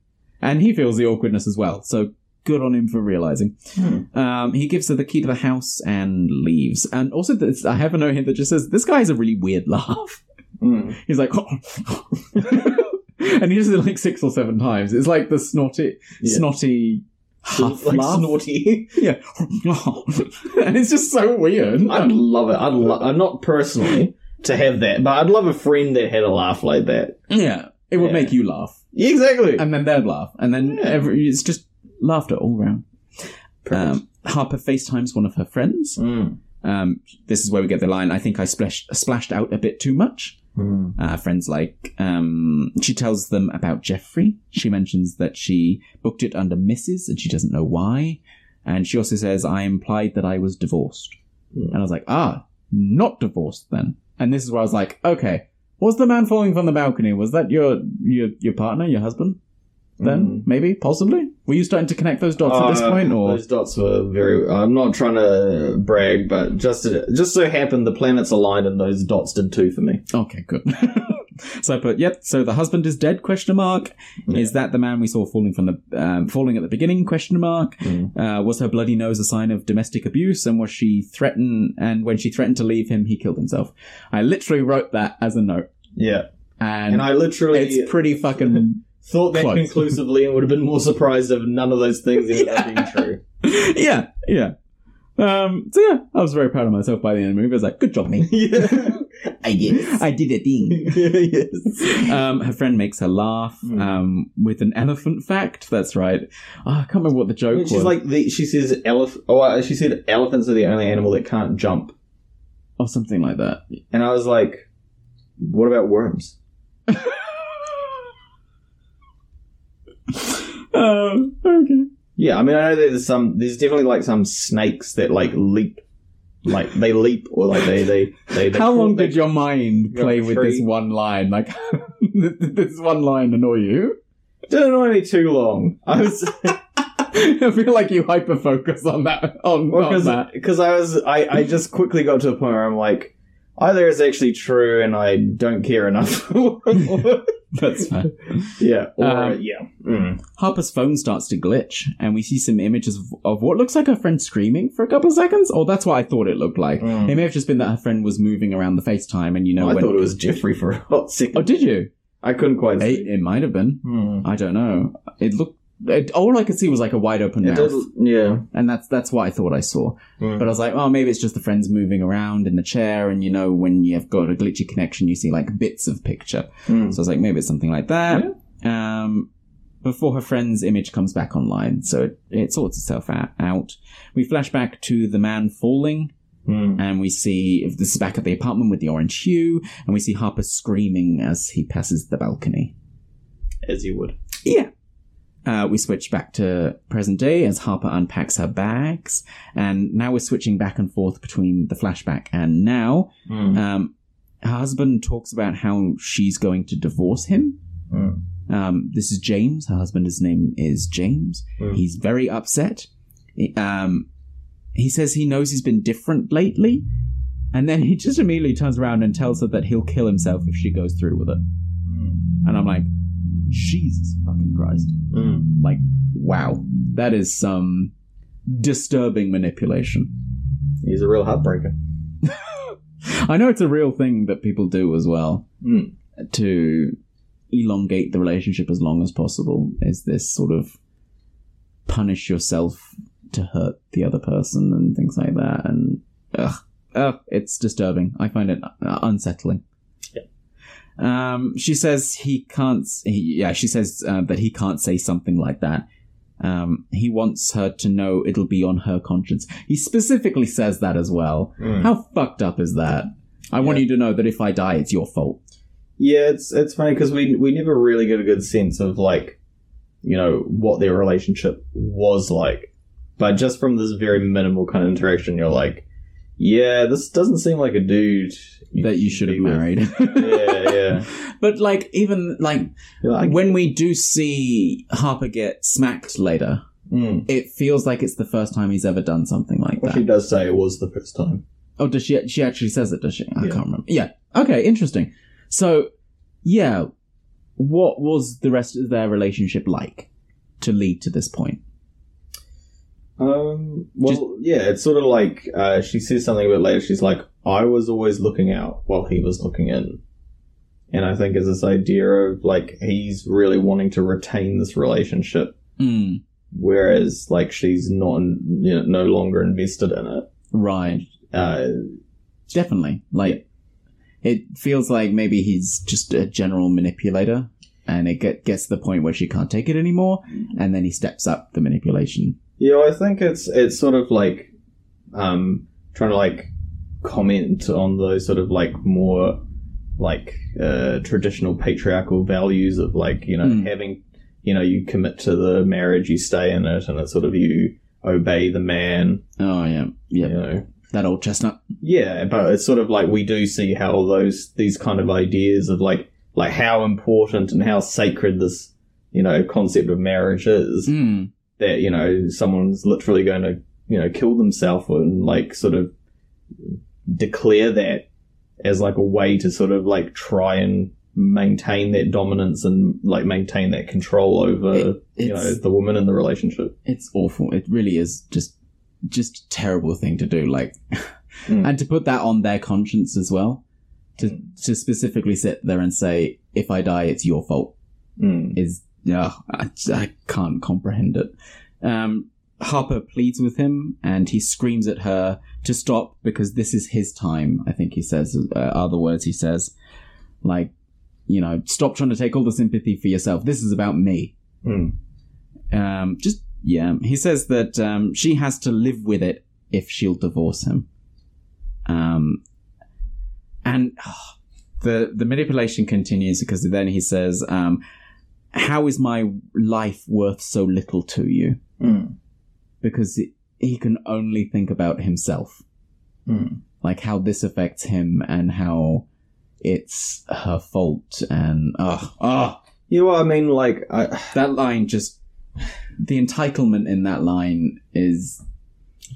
S2: And he feels the awkwardness as well. So good on him for realizing.
S9: Hmm.
S2: Um, he gives her the key to the house and leaves. And also, this, I have a note here that just says, This guy has a really weird laugh.
S9: Mm.
S2: He's like, "Oh." and he does it like six or seven times. It's like the snorty,
S9: Yeah.
S2: snotty huff
S9: like
S2: laugh.
S9: snorty.
S2: yeah. and it's just so weird.
S9: I'd love it. I'd lo- uh, not personally to have that, but I'd love a friend that had a laugh like that.
S2: yeah. It would
S9: Yeah.
S2: make you laugh.
S9: Yeah, exactly.
S2: And then they'd laugh. And then
S9: Yeah.
S2: every, it's just laughter all round. Um, Harper FaceTimes one of her friends.
S9: Mm.
S2: Um, this is where we get the line. I think I splashed, splashed out a bit too much.
S9: Mm.
S2: uh, friends like um, she tells them about jeffrey she mentions that she booked it under mrs and she doesn't know why and she also says i implied that i was divorced and i was like ah not divorced then and this is where i was like okay was the man falling from the balcony was that your your, your partner your husband then
S9: Mm.
S2: maybe possibly were you starting to connect those dots at this
S9: Uh,
S2: point or
S9: those dots were very. I'm not trying to brag, but just just so happened the planets aligned and those dots did too for me.
S2: Okay, good. so I put, yep. So the husband is dead? Question mark. Is that the man we saw falling from the um, falling at the beginning? Question mark. Uh, was her bloody nose a sign of domestic abuse? And was she threatened? And when she threatened to leave him, he killed himself. I literally wrote that as a note,
S9: Yeah,
S2: and,
S9: and, I literally
S2: it's pretty fucking.
S9: thought that
S2: close.
S9: conclusively, and would have been more surprised if none of those things ended up being true.
S2: yeah, yeah. Um, so yeah, I was very proud of myself by the end of the movie. I was like, good job, me.
S9: Yeah.
S11: I guess.
S2: I did a thing.
S9: yes.
S2: um, her friend makes her laugh
S9: Mm.
S2: um, with an elephant fact. That's right. Oh, I can't remember what the joke
S9: She's
S2: was.
S9: like the, she says elephant. Oh, uh, she said elephants are the only animal that can't jump,
S2: or something like that.
S9: and I was like, what about worms?
S2: Um, okay.
S9: Yeah, I mean, I know there's some. There's definitely like some snakes that like leap, like they leap or like they they they. they
S2: How long
S9: they-
S2: did your mind
S9: Yeah,
S2: play with this
S9: three.
S2: one line? Like, did this one line annoy you?
S9: Didn't annoy me too long. I was
S2: I feel like you hyper focus on that. On, on
S9: because
S2: that.
S9: I was I I just quickly got to a point where I'm like, either it's actually true and I don't care enough.
S2: That's fine.
S9: yeah. Or,
S2: Um,
S9: yeah. Mm.
S2: Harper's phone starts to glitch, and we see some images of, of what looks like her friend screaming for a couple of seconds. Or that's what I thought it looked like.
S9: Mm.
S2: It may have just been that her friend was moving around the FaceTime, and you know
S9: I
S2: when.
S9: thought it was Jeffrey for a hot second.
S2: oh, did you? Hmm.
S9: I couldn't quite
S2: It,
S9: see.
S2: it might have been.
S9: Mm.
S2: I don't know. It looked. It, all I could see was like a wide open
S9: It
S2: mouth,
S9: did, yeah.
S2: and that's that's what I thought I saw. But I was like, oh, maybe it's just the friends moving around in the chair, and you know, when you've got a glitchy connection, you see like bits of picture.
S9: Mm.
S2: So I was like, maybe it's something like that. Um, before her friend's image comes back online, so it, it sorts itself out, out. We flash back to the man falling,
S9: Mm.
S2: and we see if this is back at the apartment with the orange hue, and we see Harper screaming as he passes the balcony.
S9: As you would.
S2: Yeah. Uh, we switch back to present day as Harper unpacks her bags, and now we're switching back and forth between the flashback and now.
S9: Mm.
S2: Um, her husband talks about how she's going to divorce him.
S9: Mm.
S2: Um, this is James. Her husband, his name is James.
S9: Mm.
S2: He's very upset. He- um, he says he knows he's been different lately, and then he just immediately turns around and tells her that he'll kill himself if she goes through with it.
S9: Hmm.
S2: And I'm like, Jesus fucking Christ
S9: Mm.
S2: like wow that is some disturbing manipulation
S9: He's a real heartbreaker.
S2: i know it's a real thing that people do as well
S9: Mm.
S2: to elongate the relationship as long as possible is this sort of punish yourself to hurt the other person and things like that and ugh, ugh it's disturbing i find it uh, unsettling um, she says he can't. s- He, yeah, she says uh, that he can't say something like that. Um, he wants her to know it'll be on her conscience. He specifically says that as well.
S9: Mm.
S2: How fucked up is that? I want
S9: Yeah.
S2: you to know that if I die, it's your fault.
S9: Yeah, it's it's funny because we we never really get a good sense of like, you know, what their relationship was like, but just from this very minimal kind of interaction, you're like, yeah, this doesn't seem like a dude
S2: That you should have
S9: be with.
S2: married.
S9: yeah, yeah.
S2: But like, even like
S9: You're like,
S2: when we do see Harper get smacked later,
S9: mm.
S2: it feels like it's the first time he's ever done something like
S9: Well,
S2: that.
S9: she does say it was the first time.
S2: Oh, does she? She actually says it, does she? I
S9: Yeah.
S2: can't remember. Yeah. Okay. Interesting. So, yeah, what was the rest of their relationship like to lead to this point?
S9: Um, well, Just, yeah, it's sort of like uh, she says something a bit later. She's like, "I was always looking out while he was looking in," and I think is this idea of like he's really wanting to retain this relationship, Hmm.
S2: mm.
S9: whereas like she's not you know, no longer invested in it.
S2: Right.
S9: Uh,
S2: Definitely. Like it feels like maybe he's just a general manipulator, and it get, gets to the point where she can't take it anymore, and then he steps up the manipulation.
S9: Yeah, I think it's it's sort of like um, trying to like comment on those sort of like more like uh, traditional patriarchal values of like you know
S2: Mm.
S9: having you know you commit to the marriage, you stay in it, and it's sort of you obey the man.
S2: Oh yeah, yeah.
S9: You know,
S2: That old chestnut.
S9: yeah, but it's sort of like we do see how those these kind of ideas of like like how important and how sacred this you know concept of marriage is
S2: Mm.
S9: that you know someone's literally going to you know kill themselves and like sort of declare that as like a way to sort of like try and maintain that dominance and like maintain that control over
S2: It-
S9: Uh, you know
S2: it's-
S9: the woman in the relationship
S2: It's awful. It really is just just a terrible thing to do. Like,
S9: Mm.
S2: and to put that on their conscience as well. To
S9: Hmm.
S2: to specifically sit there and say, if I die, it's your fault.
S9: Mm.
S2: is yeah, I, I can't comprehend it. Um, Harper pleads with him, and he screams at her to stop because this is his time. I think he says uh, other words. He says, like, you know, stop trying to take all the sympathy for yourself. This is about me.
S9: Mm.
S2: Um, just yeah, he says that um, she has to live with it if she'll divorce him. Um, and ah, the the manipulation continues because then he says, um, "How is my life worth so little to you?"
S9: Mm.
S2: Because he- he can only think about himself,
S9: Mm.
S2: like how this affects him and how it's her fault. And ah, ah,
S9: yeah well i mean like i
S2: that line just the entitlement in that line is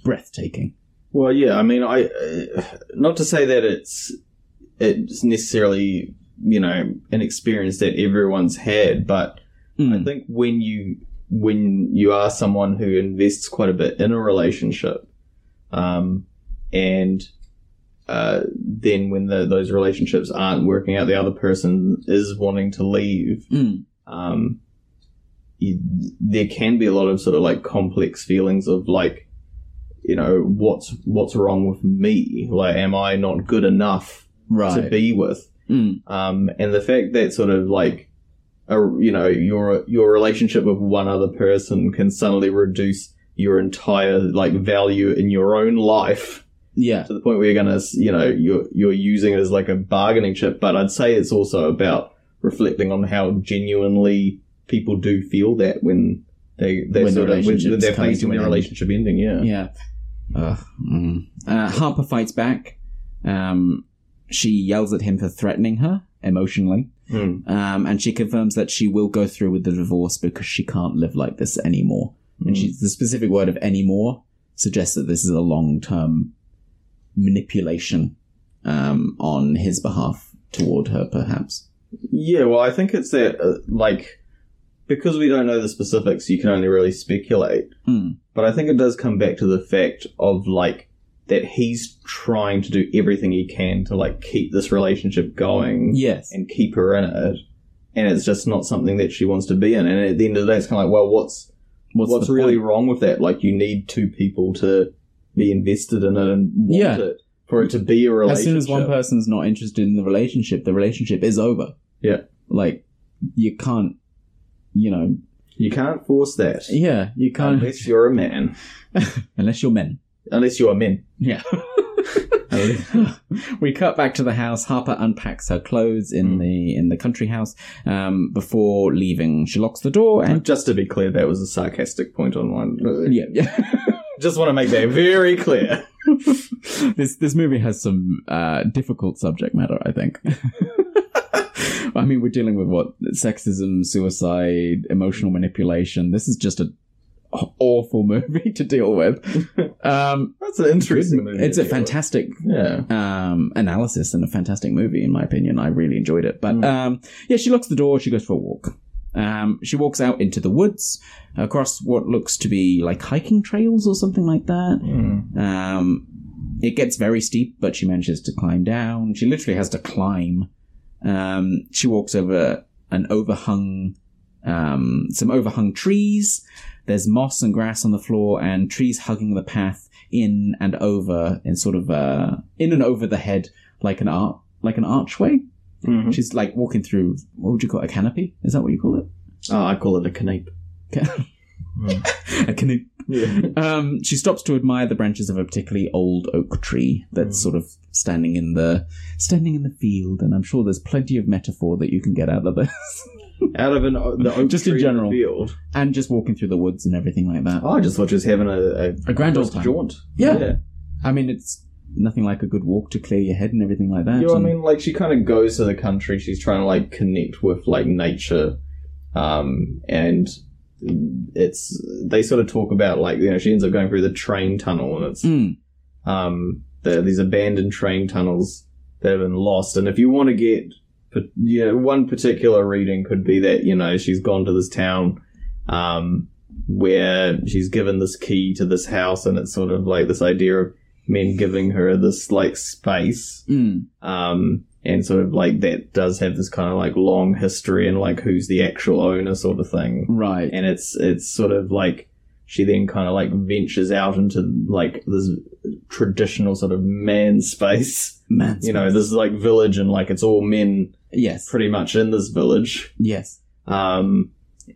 S2: breathtaking
S9: Well, yeah, I mean, I uh, not to say that it's it's necessarily you know an experience that everyone's had, but
S2: Mm.
S9: I think when you when you are someone who invests quite a bit in a relationship, um, and uh, then when the, those relationships aren't working out, the other person is wanting to leave.
S2: Mm.
S9: Um, you, there can be a lot of sort of like complex feelings of like, you know, what's what's wrong with me? Like, am I not good enough to
S2: right
S9: be with?
S2: Mm.
S9: um, and the fact that sort of like a, you know your your relationship with one other person can suddenly reduce your entire like value in your own life
S2: yeah
S9: to the point where you're gonna you know you're you're using it as like a bargaining chip but i'd say it's also about reflecting on how genuinely people do feel that when they they
S2: When the
S9: sort of when
S2: relationship's
S9: they're
S2: coming
S9: facing
S2: to an
S9: their
S2: end.
S9: relationship ending yeah
S2: yeah Ugh. Mm. Uh, harper fights back um, she yells at him for threatening her emotionally
S9: Hmm.
S2: um, and she confirms that she will go through with the divorce because she can't live like this anymore and
S9: Mm.
S2: she, the specific word of anymore suggests that this is a long-term manipulation um, on his behalf toward her perhaps
S9: Yeah, well, I think it's that, uh, like, because we don't know the specifics, you can only really speculate.
S2: Mm.
S9: But I think it does come back to the fact of, like, that he's trying to do everything he can to, like, keep this relationship going
S2: yes
S9: and keep her in it. And it's just not something that she wants to be in. And at the end of the day, it's kind of like, well, what's what's,
S2: the
S9: really
S2: point?
S9: wrong with that? Like, you need two people to be invested in it and want
S2: Yeah.
S9: it for it to be a relationship.
S2: As soon as one person's not interested in the relationship, the relationship is over.
S9: Yeah.
S2: Like, you can't, you know,
S9: you can't force that.
S2: yeah, you can't unless,
S9: Unless you're a man.
S2: you're men.
S9: Unless you're a man.
S2: Yeah. we cut back to the house. Harper unpacks her clothes
S9: Mm.
S2: in the in the country house um, before leaving. She locks the door and
S9: Just to be clear, that was a sarcastic point on one.
S2: yeah, yeah.
S9: Just want to make that very clear.
S2: this this movie has some uh, difficult subject matter, I think. I mean, we're dealing with what sexism, suicide, emotional manipulation. This is just an awful movie to deal with. Um,
S9: That's an interesting movie.
S2: it's a fantastic
S9: Yeah.
S2: um, analysis and a fantastic movie, in my opinion. I really enjoyed it. But um, yeah, she locks the door. She goes for a walk. Um, she walks out into the woods across what looks to be like hiking trails or something like that.
S9: Mm.
S2: Um, it gets very steep, but she manages to climb down. She literally has to climb. Um, she walks over an overhung, um, some overhung trees. There's moss and grass on the floor, and trees hugging the path in and over, in sort of uh, in and over the head, like an art, like an archway.
S9: Mhm.
S2: She's like walking through. What would you call it? A canopy? Is that what you call it?
S9: Oh, I call it a canape.
S2: a canoe. Um, she stops to admire the branches of a particularly old oak tree
S9: Hmm.
S2: that's sort of standing in the standing in the field, and I'm sure there's plenty of metaphor that you can get out of this.
S9: Out of an o- the oak
S2: Just in
S9: tree
S2: general.
S9: field.
S2: and just walking through the woods and everything like that.
S9: Oh, I just thought she was having a a,
S2: A grand old
S9: just
S2: time.
S9: jaunt.
S2: Yeah. I mean, it's nothing like a good walk to clear your head and everything like that.
S9: You know
S2: and-
S9: what I mean? Like she kind of goes to the country. She's trying to like connect with like nature, um, and it's they sort of talk about like you know she ends up going through the train tunnel and it's
S2: Mm.
S9: um the, these abandoned train tunnels that have been lost. And if you want to get but you know, one particular reading could be that you know she's gone to this town um, where she's given this key to this house, and it's sort of like this idea of men giving her this like space,
S2: Mm.
S9: um, and sort of like that does have this kind of like long history and like who's the actual owner sort of thing,
S2: mm. Right.
S9: and it's it's sort of like she then kind of like ventures out into like this traditional sort of man space
S2: Man
S9: you know this is like village and like it's all men
S2: Yes.
S9: pretty much in this village
S2: Yes.
S9: um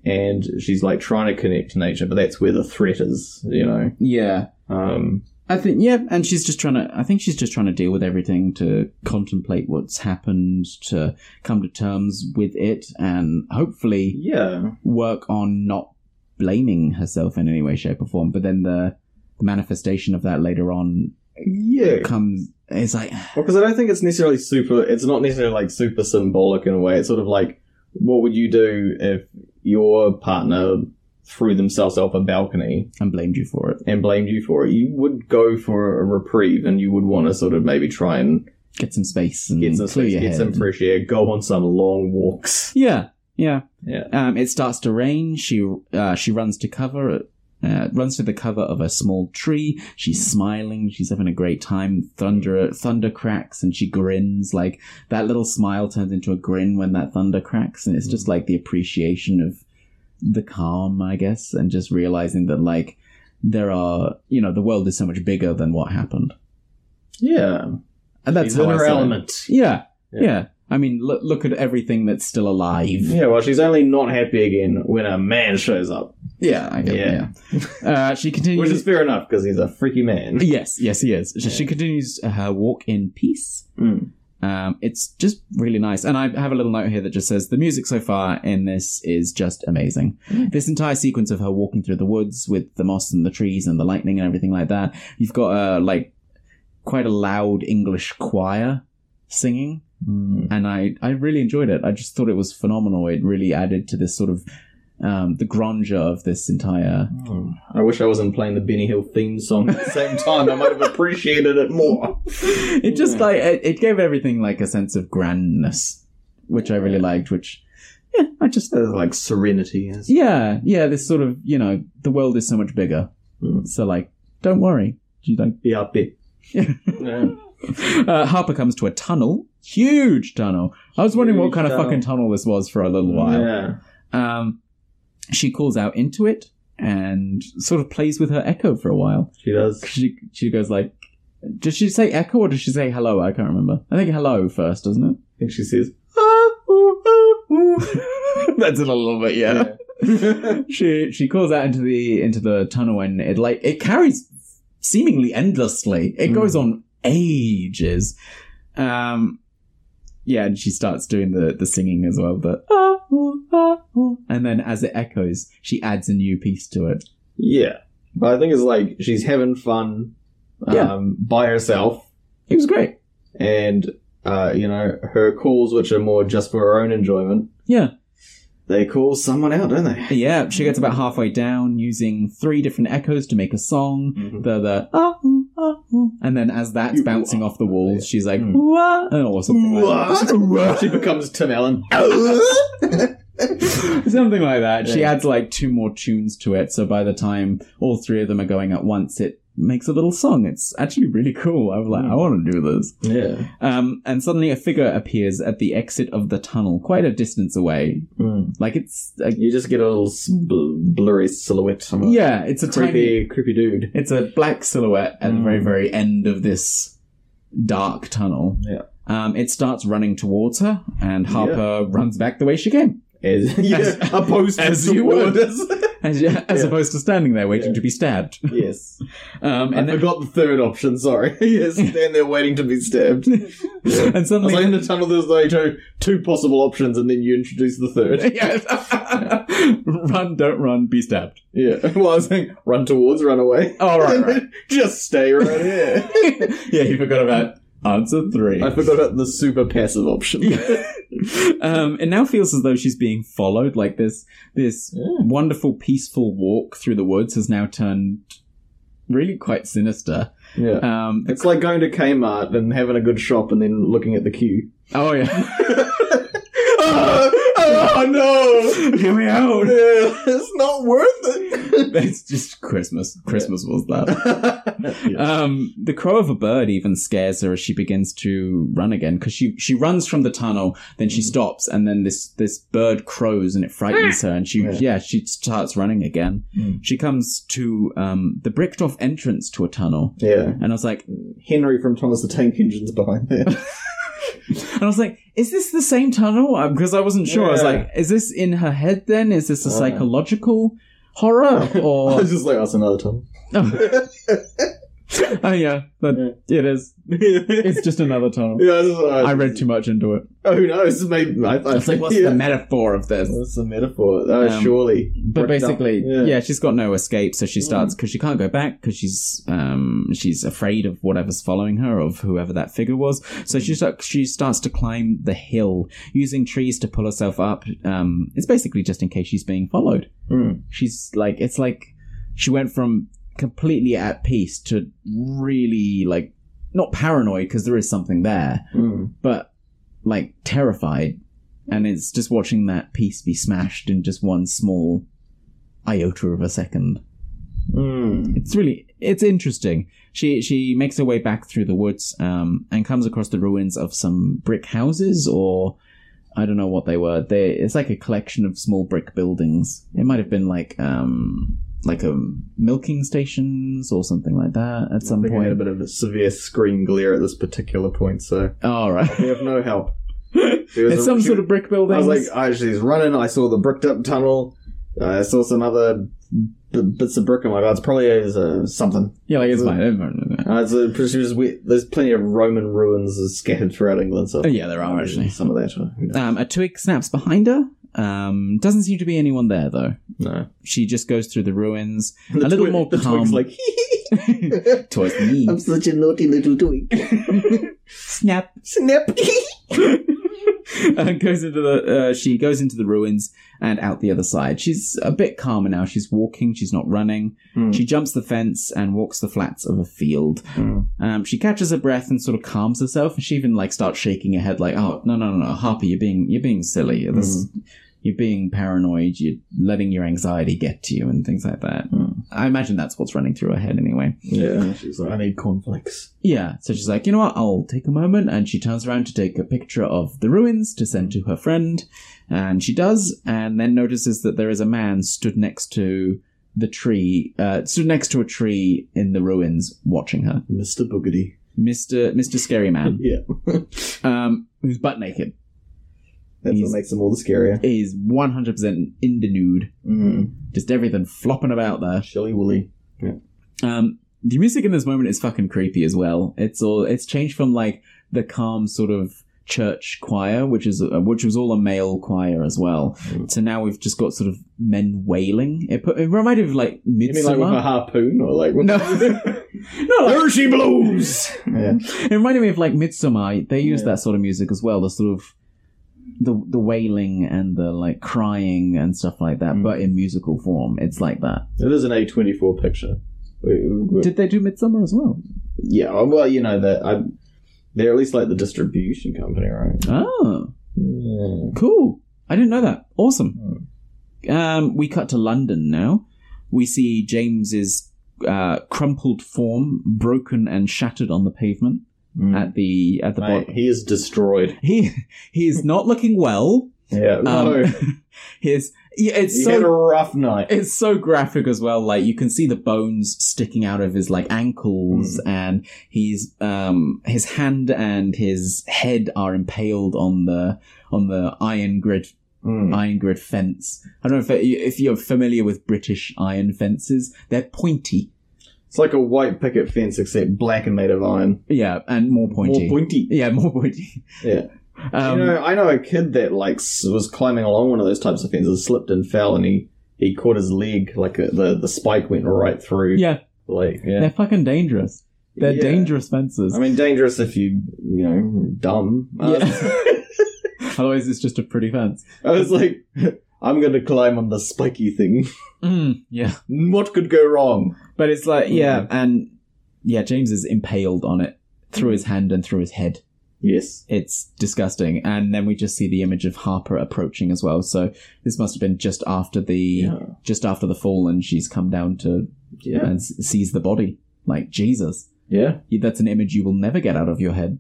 S9: and she's like trying to connect to nature but that's where the threat is you know
S2: Yeah.
S9: um
S2: I think yeah, and she's just trying to. I think she's just trying to deal with everything, to contemplate what's happened, to come to terms with it, and hopefully,
S9: yeah
S2: work on not blaming herself in any way, shape, or form. But then the manifestation of that later on
S9: yeah
S2: comes. It's like
S9: well because i don't think it's necessarily super it's not necessarily like super symbolic in a way it's sort of like what would you do if your partner threw themselves off a balcony
S2: and blamed you for it.
S9: and blamed you for it you would go for a reprieve and you would want to sort of maybe try and
S2: Get some space and
S9: get some,
S2: Mm, clear your
S9: get
S2: head.
S9: some fresh air go on some long walks
S2: yeah, yeah.
S9: yeah
S2: Um, it starts to rain. She uh, she runs to cover. Uh, runs to the cover of a small tree. She's smiling. She's having a great time. Thunder thunder cracks, and she grins. Like that little smile turns into a grin when that thunder cracks, and it's just like the appreciation of the calm, I guess, and just realizing that like there are you know the world is so much bigger than what happened,
S9: yeah
S2: and that's
S9: She's
S2: how
S9: in
S2: I
S9: her
S2: saw it.
S9: element.
S2: Yeah,
S9: Yeah.
S2: yeah, I mean, look look at everything that's still alive.
S9: Yeah, well, she's only not happy again when a man shows up,
S2: Yeah, I get
S9: Yeah.
S2: yeah. yeah. Uh, she
S9: which
S2: continues.
S9: is fair enough because he's a freaky man.
S2: yes, yes, he is. She- She continues her walk in peace.
S9: Mm.
S2: Um, it's just really nice. And I have a little note here that just says the music so far in this is just amazing. This entire sequence of her walking through the woods with the moss and the trees and the lightning and everything like that. You've got uh, like quite a loud English choir singing and I, I really enjoyed it. I just thought it was phenomenal. It really added to this sort of um, the grandeur of this entire.
S9: I wish I wasn't playing the Benny Hill theme song at the same time. I might have appreciated it more.
S2: It just like it, it gave everything like a sense of grandness, which I really liked. Which yeah, I just
S9: There's like serenity. Is.
S2: yeah yeah this sort of you know the world is so much bigger,
S9: Mm.
S2: so like don't worry. You like
S9: Be up there. Yeah.
S2: uh, Harper comes to a tunnel, huge tunnel. I was wondering
S9: Huge
S2: what kind
S9: tunnel.
S2: of fucking tunnel this was for a little while.
S9: Yeah.
S2: Um, she calls out into it and sort of plays with her echo for a while.
S9: She does.
S2: She she goes like, does she say echo or does she say hello? I can't remember. I think hello first, doesn't it?
S9: I think she says,
S2: That's it a little bit, yeah. she she calls out into the into the tunnel and it like it carries seemingly endlessly. It goes on ages. Um yeah, and she starts doing the the "Ah, singing as well, but and then as it echoes, she adds a new piece to it.
S9: yeah. But I think it's like she's having fun um,
S2: Yeah.
S9: by herself.
S2: It was great.
S9: and uh, you know her calls, which are more just for her own enjoyment.
S2: Yeah.
S9: They call someone out, don't they?
S2: Yeah, she gets about halfway down using three different echoes to make a song.
S9: Mhm.
S2: The the ah, ooh, ah, ooh. and then as that's bouncing off the walls, she's like
S9: Mm.
S2: "Wah," or something. Like that.
S9: She becomes Tim Allen.
S2: Something like that. She adds like two more tunes to it, so by the time all three of them are going at once, it makes a little song. It's actually really cool. I was like, I want to do this.
S9: Yeah.
S2: Um, and suddenly a figure appears at the exit of the tunnel, quite a distance away. Like it's a,
S9: You just get a little s- bl- blurry silhouette. somewhere.
S2: yeah, it's a
S9: creepy,
S2: tiny,
S9: creepy dude.
S2: it's a black silhouette at the
S9: Hmm.
S2: very, very end of this dark tunnel.
S9: Yeah.
S2: Um, it starts running towards her, and Harper runs back the way she came.
S9: As, yeah, opposed to
S2: as you
S9: towards
S2: would.
S9: us.
S2: as, as
S9: Yeah.
S2: opposed to standing there waiting to be stabbed.
S9: yes.
S2: Um,
S9: I
S2: and, then,
S9: forgot the third option, sorry. yes, stand there waiting to be stabbed.
S2: and
S9: I was
S2: suddenly,
S9: like, in the tunnel, there's like two, two possible options, and then you introduce the third.
S2: Yes. run, don't run, be stabbed.
S9: Yeah. Well, I was saying, run towards, run away.
S2: Oh, right, right.
S9: Just stay right here.
S2: yeah, you forgot about answer three.
S9: I forgot about the super passive option.
S2: um, it now feels as though she's being followed. Like this, this
S9: Hmm.
S2: wonderful, peaceful walk through the woods has now turned really quite sinister.
S9: Yeah.
S2: Um,
S9: It's like going to Kmart and having a good shop and then looking at the queue.
S2: oh yeah,
S9: Oh, oh, no!
S2: get me out.
S9: Yeah, it's not worth it.
S2: It's just Christmas. Christmas was that.
S9: Yeah.
S2: Um, the crow of a bird even scares her as she begins to run again because she she runs from the tunnel, then
S9: Mm.
S2: she stops, and then this this bird crows and it frightens her, and she yeah,
S9: Yeah.
S2: she starts running again.
S9: Ah! Mm.
S2: She comes to um, the bricked off entrance to a tunnel,
S9: yeah.
S2: and I was like,
S9: Henry from Thomas the Tank Engine's behind there.
S2: and I was like, is this the same tunnel? Because I wasn't sure. I was
S9: Yeah.
S2: like, is this in her head? Then is this a
S9: Uh.
S2: psychological horror
S9: I
S2: or?
S9: was just like, that's another tunnel.
S2: oh yeah, that, it is. It's just another tunnel.
S9: Yeah, that's what
S2: I read too much into it.
S9: Oh, who knows? Maybe I, I
S2: It's like, what's
S9: yeah.
S2: the metaphor of this?
S9: What's the metaphor? Oh,
S2: Um,
S9: surely.
S2: But
S9: Bricked up.
S2: basically, yeah.
S9: yeah. Mm.
S2: she's got no escape, so she starts because she can't go back because she's um she's afraid of whatever's following her, of whoever that figure was. So she start, she starts to climb the hill using trees to pull herself up. Um, it's basically just in case she's being followed.
S9: Mm.
S2: She's like, it's like she went from completely at peace to really like not paranoid because there is something there,
S9: Mm.
S2: but like terrified. And it's just watching that piece be smashed in just one small iota of a second.
S9: Mm.
S2: It's really it's interesting. She she makes her way back through the woods um, and comes across the ruins of some brick houses or I don't know what they were. They it's like a collection of small brick buildings. It might have been like um like a milking stations or something like that at
S9: I
S2: some
S9: think I had a
S2: point.
S9: bit of a severe screen glare at this particular point, so
S2: All right.
S9: we have no help.
S2: It's some sort of brick building.
S9: I was like, I she's running. I saw the bricked up tunnel. Uh, I saw some other b- bits of brick. I'm like, oh, it's probably a, a something.
S2: yeah, like it's fine.
S9: Uh, it's a, it's just we- there's plenty of Roman ruins scattered throughout England. So
S2: Oh, yeah, there are actually.
S9: some of that. uh, Who knows?
S2: Um, a twig snaps behind her. Um, doesn't seem to be anyone there though.
S9: No,
S2: She just goes through the ruins,
S9: The
S2: a little
S9: twig-
S2: more
S9: the
S2: calm.
S9: twig's like
S2: towards me.
S11: I'm such a naughty little twig.
S2: Snap.
S11: Snap.
S2: Uh, goes into the. Uh, she goes into the ruins and out the other side. She's a bit calmer now. She's walking. She's not running.
S9: Hmm.
S2: She jumps the fence and walks the flats of a field. Um, she catches her breath and sort of calms herself. And she even like starts shaking her head, like, "Oh no, no, no, no, Harper, you're being you're being silly. This, You're being paranoid. You're letting your anxiety get to you and things like that." I imagine that's what's running through her head anyway.
S9: yeah. She's like, I need cornflakes.
S2: Yeah, so she's like, you know what, I'll take a moment. And she turns around to take a picture of the ruins to send to her friend. And she does, and then notices that there is a man stood next to the tree, uh, stood next to a tree in the ruins watching her.
S9: Mister Boogedy.
S2: Mr. Mr. Scary Man,
S9: Yeah,
S2: um, who's butt naked.
S9: that's
S2: He's-
S9: what makes them all the scarier.
S2: He's 100% in the nude,
S9: Mm.
S2: just everything flopping about there.
S9: Shilly Willy.
S2: Um, the music in this moment is fucking creepy as well. It's all it's changed from like the calm sort of church choir, which is uh, which was all a male choir as well.
S9: Hmm.
S2: So now we've just got sort of men wailing. It, put, it reminded me of like
S9: You mean like with a
S2: midsummer.
S9: harpoon or like with
S2: No. no, like,
S9: There she blows. Yeah.
S2: it reminded me of like midsummer. They use
S9: Yeah.
S2: that sort of music as well. The sort of the the wailing and the like crying and stuff like that,
S9: Mm.
S2: but in musical form. It's like that.
S9: It is an A24 picture. We- we-
S2: Did they do midsummer as well?
S9: yeah, well, you know that I, they're at least like the distribution company, right?
S2: Oh,
S9: Yeah.
S2: cool. I didn't know that. Awesome. Um, we cut to London now. We see James's uh, crumpled form, broken and shattered on the pavement
S9: Mm.
S2: at the at the
S9: Mate,
S2: bottom.
S9: he is destroyed.
S2: He he is not looking well.
S9: Yeah, no.
S2: Um, his yeah, it's
S9: he
S2: so
S9: had a rough night.
S2: it's so graphic as well. Like you can see the bones sticking out of his like ankles,
S9: Hmm.
S2: and he's um his hand and his head are impaled on the on the iron grid
S9: Hmm.
S2: iron grid fence. I don't know if if you're familiar with British iron fences, they're pointy.
S9: It's like a white picket fence except black and made of iron.
S2: Yeah, and more pointy.
S9: More pointy.
S2: Yeah, more pointy.
S9: Yeah.
S2: Um,
S9: you know, I know a kid that like s- was climbing along one of those types of fences, slipped and fell, and he he caught his leg like uh the the spike went right through.
S2: yeah,
S9: Like yeah.
S2: they're fucking dangerous. They're
S9: Yeah.
S2: dangerous fences.
S9: I mean, dangerous if you you know dumb. Uh,
S2: Otherwise, it's just a pretty fence.
S9: I was like, I'm going to climb on the spiky thing.
S2: Mm, yeah.
S9: what could go wrong?
S2: But it's like, yeah,
S9: Mhm.
S2: and yeah, James is impaled on it through his hand and through his head.
S9: Yes.
S2: It's disgusting. And then we just see the image of Harper approaching as well. So this must have been just after the just after the fall, and she's come down to
S9: Yeah.
S2: and s- sees the body. Like Jesus,
S9: Yeah.
S2: that's an image you will never get out of your head.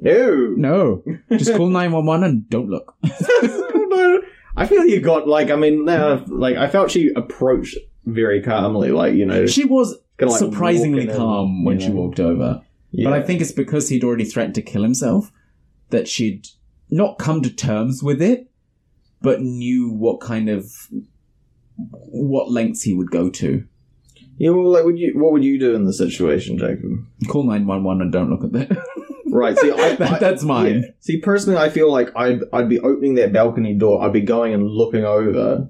S9: No.
S2: No, just call nine one one and don't look.
S9: I feel you got like I mean, uh, like I felt she approached very calmly, like you know,
S2: She was
S9: Kinda like
S2: surprisingly
S9: walking over,
S2: calm when
S9: you
S2: she
S9: know.
S2: walked over.
S9: Yeah.
S2: But I think it's because he'd already threatened to kill himself that she'd not come to terms with it, but knew what kind of what lengths he would go to.
S9: yeah. Well, like, would you? What would you do in the situation, Jacob?
S2: Call nine one one and don't look at that.
S9: Right. See, I,
S2: That-
S9: I-
S2: that's mine.
S9: yeah. See, personally, I feel like I'd I'd be opening that balcony door. I'd be going and looking over,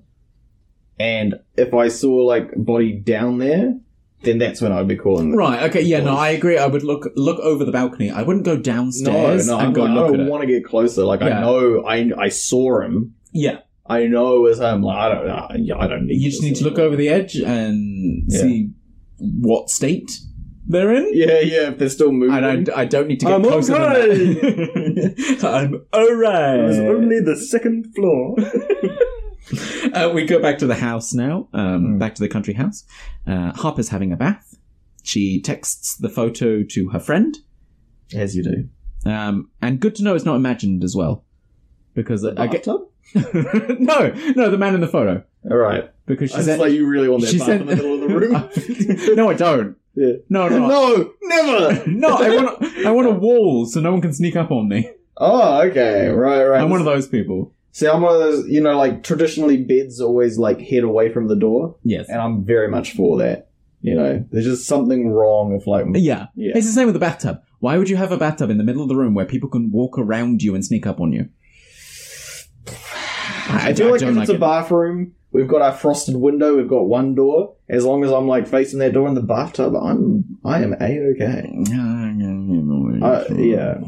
S9: and if I saw like a body down there, then that's when I'd be calling. the-
S2: right? Okay. Yeah. No, I agree. I would look look over the balcony. I wouldn't go downstairs
S9: No, no,
S2: and
S9: I'm
S2: go
S9: like,
S2: look
S9: I
S2: at
S9: don't
S2: it.
S9: want to get closer. Like
S2: Yeah.
S9: I know, I I saw him.
S2: yeah.
S9: I know it was him. Like I don't, I, I don't need.
S2: You just need to look over the edge and
S9: Yeah.
S2: see what state they're in.
S9: Yeah, yeah. If they're still moving,
S2: And I, I don't need to get
S9: I'm
S2: closer than that.
S9: alright.
S2: I'm alright.
S9: the second floor.
S2: Uh, we go back to the house now, um,
S9: Mm.
S2: back to the country house. Uh, Harper's having a bath. She texts the photo to her friend.
S9: As you do.
S2: Um, and good to know it's not imagined as well. Because I get.
S9: Bathtub?
S2: no, no, the man in the photo.
S9: All right.
S2: Because
S9: I
S2: she
S9: was
S2: said.
S9: like, you really want that
S2: she
S9: bath
S2: said-
S9: in the middle of the room?
S2: no, I don't.
S9: Yeah.
S2: No, no.
S9: no, never.
S2: No, I want I want a wall so no one can sneak up on me.
S9: Oh, okay. Right, right.
S2: I'm one of those people.
S9: See, I'm one of those. You know, like traditionally, beds always like head away from the door,
S2: Yes.
S9: and I'm very much for that. You know, there's just something wrong if like
S2: Yeah.
S9: Yeah.
S2: It's the same with the bathtub. Why would you have a bathtub in the middle of the room where people can walk around you and sneak up on you?
S9: I feel like if it's a
S2: it.
S9: bathroom, we've got our frosted window, we've got one door. As long as I'm like facing that door in the bathtub, I'm I am a okay. Uh, yeah,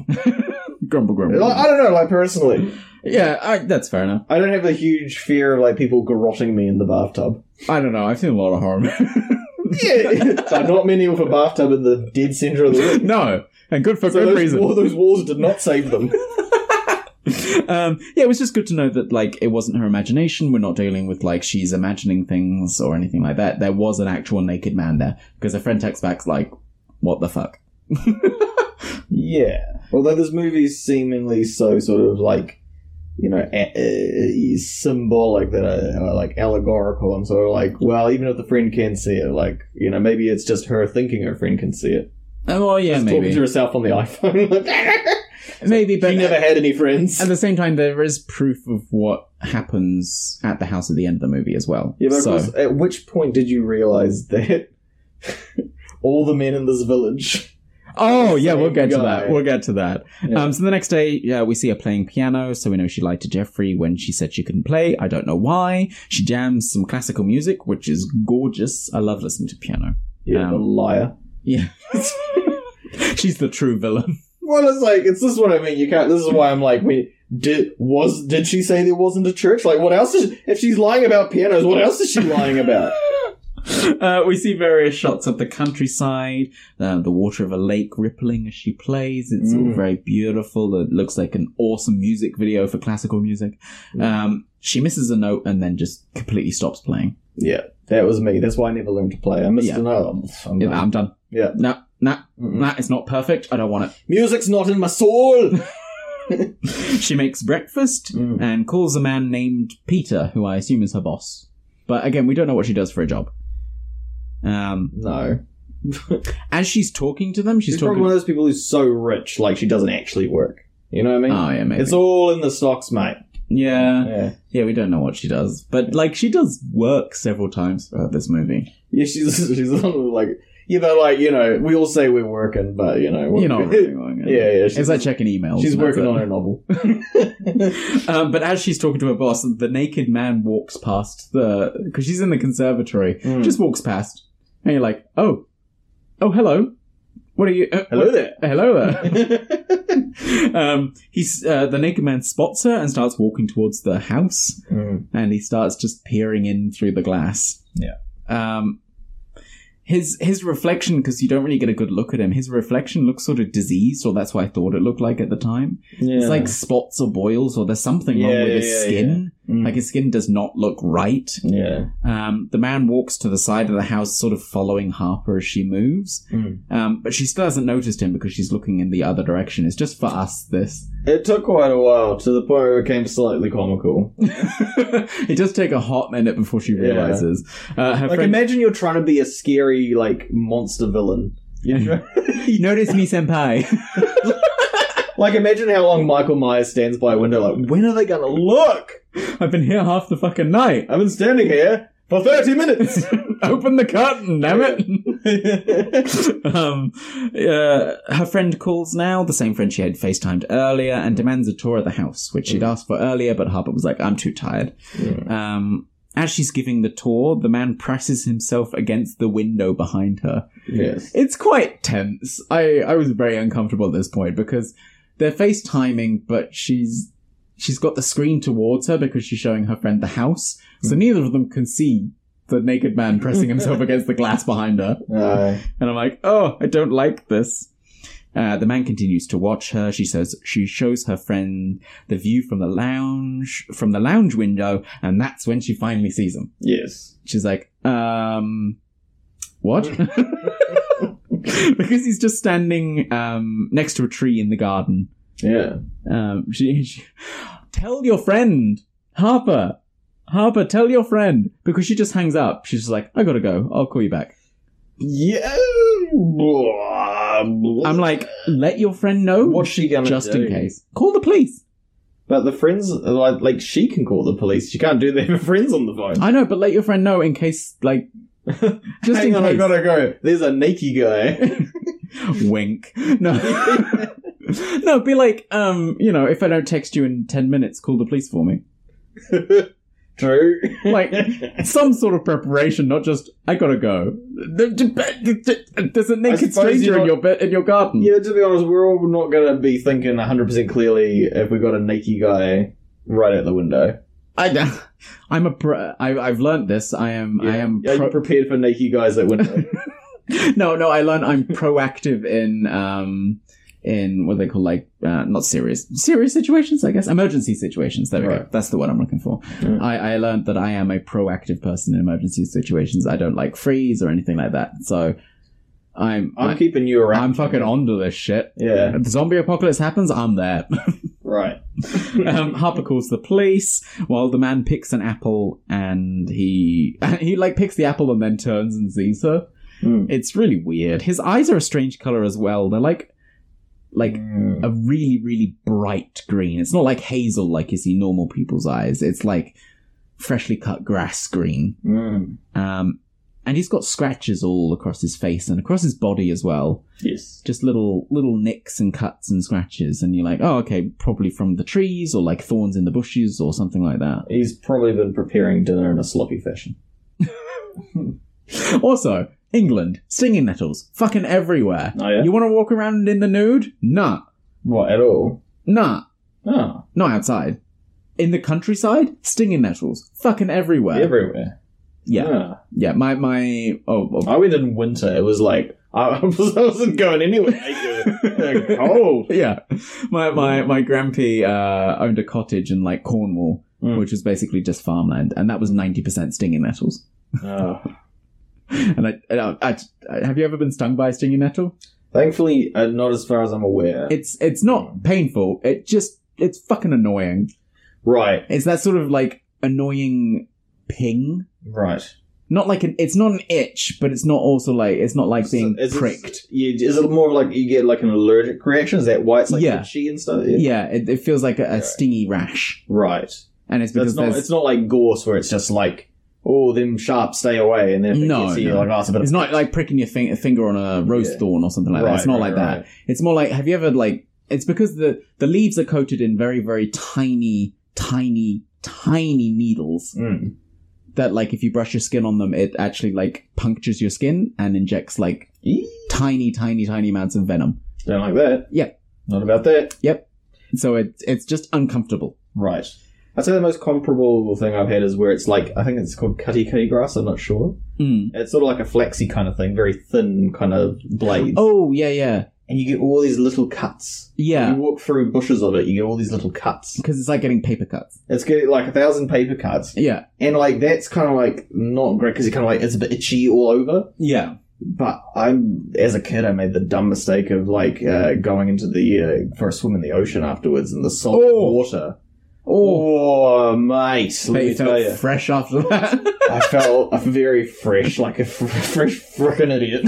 S2: grumble, grumble.
S9: like, I don't know. Like personally,
S2: yeah, I, that's fair enough.
S9: I don't have a huge fear of like people garrotting me in the bathtub.
S2: I don't know. I've seen a lot of horror. movies.
S9: Yeah, so not many with a bathtub in the dead center of the room.
S2: no, and good for
S9: So
S2: good
S9: those,
S2: reason.
S9: wa- those walls did not save them.
S2: um, yeah, it was just good to know that like it wasn't her imagination. We're not dealing with like she's imagining things or anything like that. There was an actual naked man there because her friend texts back like, "What the fuck."
S9: Yeah. Although this movie's seemingly so sort of like, you know, a- uh, symbolic that I, uh, like allegorical. I'm sort of like, well, even if the friend can see it, like, you know, maybe it's just her thinking her friend can see it.
S2: Oh, well, yeah,
S9: She's Talking
S2: maybe,
S9: to herself on the iPhone.
S2: maybe, but
S9: she never had any friends.
S2: At the same time, there is proof of what happens at the house at the end of the movie as well.
S9: Yeah, but of
S2: so,
S9: course, at which point did you realize that all the men in this village?
S2: oh yeah, we'll
S9: Same
S2: get to
S9: guy.
S2: that. We'll get to that.
S9: Yeah.
S2: Um, so the next day, yeah, we see her playing piano. So we know she lied to Jeffrey when she said she couldn't play. I don't know why. She jams some classical music, which is gorgeous. I love listening to piano.
S9: Yeah, the
S2: Um,
S9: liar.
S2: Yeah, she's the true villain.
S9: Well, it's like it's this is what I mean. You can't. This is why I'm like, wait, did was did she say there wasn't a church? Like, what else is if she's lying about pianos? What else is she lying about?
S2: Uh, we see various shots of the countryside, uh, the water of a lake rippling as she plays. It's all
S12: Mm.
S2: very beautiful. It looks like an awesome music video for classical music.
S9: Mm.
S2: Um, she misses a note and then just completely stops playing.
S9: Yeah, that was me. That's why I never learned to play. I missed
S2: Yeah.
S9: an arm. I'm
S2: Yeah,
S9: done.
S2: I'm done.
S9: Yeah.
S2: No, no,
S9: Mm.
S2: no, it's not perfect. I don't want it.
S9: Music's not in my soul.
S2: she makes breakfast
S9: Mm.
S2: and calls a man named Peter, who I assume is her boss. But again, we don't know what she does for a job. Um,
S9: no.
S2: As she's talking to them, she's,
S9: She's,
S2: talking.
S9: probably one of those people who's so rich, like she doesn't actually work. You know what I mean?
S2: Oh, yeah, maybe.
S9: It's all in the stocks, mate.
S2: Yeah.
S9: Yeah.
S2: Yeah, we don't know what she does. But, like, she does work several times throughout this movie.
S9: Yeah, she's she's on the, like you know, like you know, we all say we're working, but you know, we're,
S2: You know, really long,
S9: yeah, yeah.
S2: It's like checking emails.
S9: she's
S2: and that's
S9: working
S2: it.
S9: on her novel.
S2: Um, but as she's talking to her boss, the naked man walks past the because she's in the conservatory.
S9: Hmm.
S2: Just walks past, and you're like, "Oh, oh, hello, what are you? uh,
S9: Hello
S2: what-
S9: there."
S2: hello there." um, he's uh, the naked man spots her and starts walking towards the house,
S9: Mm.
S2: and he starts just peering in through the glass.
S9: Yeah.
S2: Um, his his reflection because you don't really get a good look at him. His reflection looks sort of diseased, or that's what I thought it looked like at the time.
S9: Yeah.
S2: It's like spots or boils, or there's something
S9: Yeah,
S2: wrong with
S9: yeah,
S2: his
S9: yeah,
S2: skin.
S9: Mm.
S2: Like his skin does not look right.
S9: Yeah.
S2: Um, the man walks to the side of the house, sort of following Harper as she moves.
S9: Mm.
S2: Um, but she still hasn't noticed him because she's looking in the other direction. It's just for us. This
S9: It took quite a while to the point where it became slightly comical.
S2: it does take a hot minute before she
S9: Yeah.
S2: realizes. Uh, her
S9: like
S2: friend-
S9: imagine you're trying to be a scary like monster villain.
S2: Yeah. Notice me, senpai.
S9: Like imagine how long Michael Myers stands by a window. Like when are they gonna look?
S2: I've been here half the fucking night.
S9: I've been standing here for thirty minutes.
S2: Open the curtain, damn it! um, uh, her friend calls now, the same friend she had FaceTimed earlier, and demands a tour of the house, which she'd asked for earlier, but Harper was like, I'm too tired. Um, as she's giving the tour, the man presses himself against the window behind her.
S9: yes.
S2: It's quite tense. I, I was very uncomfortable at this point because they're FaceTiming, but she's she's got the screen towards her because she's showing her friend the house. So neither of them can see the naked man pressing himself against the glass behind her.
S9: Uh,
S2: And I'm like, oh, I don't like this. Uh, the man continues to watch her. She says she shows her friend the view from the lounge from the lounge window, and that's when she finally sees him.
S9: yes.
S2: She's like, um, what? because he's just standing um, next to a tree in the garden.
S9: Yeah.
S2: Um, she, she, tell your friend, Harper. Harper, tell your friend because she just hangs up. She's just like, I gotta go. I'll call you back.
S9: Yeah.
S2: I'm like, let your friend know.
S9: What's she gonna
S2: just
S9: do?
S2: in case. Call the police.
S9: But the friends, like, like she can call the police. She can't do that with friends on the phone.
S2: I know, but let your friend know in case, like, just
S9: Hang
S2: in
S9: on,
S2: case.
S9: I gotta go. There's a naked guy.
S2: Wink. No. no, be like, um, you know, if I don't text you in 10 minutes, call the police for me.
S9: True.
S2: Like, some sort of preparation, not just, I gotta go. There's a naked
S9: suppose
S2: stranger
S9: you're
S2: in
S9: not-
S2: your be- in your garden.
S9: yeah, to be honest, we're all not gonna be thinking 100% clearly if we got a naked guy right out the window.
S2: I, I'm a pro- I, I've learned this. I am, I am
S9: Are you
S2: pro-
S9: prepared for naked guys at window?
S2: no, no, I learned I'm proactive in um in what they call like uh, not serious serious situations, I guess emergency situations. There we go.
S9: Right.
S2: That's the word I'm looking for. I, I learned that I am a proactive person in emergency situations. I don't like freeze or anything like that. So I'm
S9: I'm
S2: I-
S9: keeping you around.
S2: I'm fucking onto this shit.
S9: yeah.
S2: If the zombie apocalypse happens, I'm there.
S9: Right.
S2: um, Harper calls the police while the man picks an apple and he he like picks the apple and then turns and sees her.
S9: Mm.
S2: It's really weird. His eyes are a strange color as well. They're like like
S9: Mm.
S2: a really really bright green. It's not like hazel like you see normal people's eyes. It's like freshly cut grass green.
S9: Mm.
S2: Um, and he's got scratches all across his face and across his body as well
S9: Yes.
S2: just little little nicks and cuts and scratches and you're like oh okay probably from the trees or like thorns in the bushes or something like that
S9: He's probably been preparing dinner in a sloppy fashion.
S2: also england stinging nettles fucking everywhere
S9: Oh, yeah?
S2: you want to walk around in the nude nah
S9: What, at all?
S2: nah
S9: Oh,
S2: not outside in the countryside stinging nettles fucking everywhere
S9: everywhere.
S2: Yeah. yeah, My my oh, oh,
S9: I went in winter. It was like I, was, I wasn't going anywhere.
S2: oh yeah. My my my grandpa uh, owned a cottage in like Cornwall,
S9: Mm.
S2: which was basically just farmland, and that was ninety percent stinging nettles.
S9: Oh.
S2: And I, and I, I, I- have you ever been stung by a stinging nettle?
S9: Thankfully, uh, not as far as I'm aware.
S2: It's it's not painful. It just it's fucking annoying.
S9: Right,
S2: It's that sort of like annoying ping.
S9: right.
S2: Not like an it's not an itch, but it's not also like it's not like being
S9: Is it-
S2: pricked.
S9: you- Is it more like you get like an allergic reaction? Is that why it's like
S2: Yeah.
S9: itchy and stuff?
S2: Yeah, it, it feels like a, a stingy rash,
S9: Right.
S2: and it's
S9: That's
S2: because
S9: not,
S2: there's
S9: it's not like gorse where it's just like, oh, them sharp, stay away. And then if it
S2: no,
S9: gets you,
S2: no.
S9: you're like, oh, it's a bit
S2: it's
S9: of-
S2: not like pricking your fing- finger on a rose
S9: Yeah.
S2: thorn or something like that. It's
S9: Right,
S2: not
S9: right,
S2: like that.
S9: right.
S2: It's more like have you ever like? It's because the the leaves are coated in very very tiny tiny tiny needles
S9: Mm.
S2: that like if you brush your skin on them, it actually like punctures your skin and injects like tiny tiny tiny amounts of venom.
S9: Don't like that.
S2: Yeah.
S9: Not about that.
S2: Yep. So it's it's just uncomfortable.
S9: Right. I'd say the most comparable thing I've had is where it's like, I think it's called cutty cutty grass, I'm not sure.
S2: Mm.
S9: It's sort of like a flaxy kind of thing, very thin kind of blades.
S2: Oh yeah yeah
S9: And you get all these little cuts.
S2: yeah.
S9: You walk through bushes of it, you get all these little cuts.
S2: Because it's like getting paper cuts.
S9: It's getting like a thousand paper cuts.
S2: Yeah
S9: And like, that's kind of like not great because you kind of like, it's a bit itchy all over.
S2: yeah.
S9: But I'm as a kid, I made the dumb mistake of like uh, going into the uh, for a swim in the ocean afterwards in the salt
S2: Oh.
S9: water.
S2: Oh.
S9: Oh, mate!
S2: Bet
S9: let me
S2: you
S9: tell
S2: felt
S9: you,
S2: fresh after that.
S9: I felt very fresh, like a fr- fresh frickin' idiot.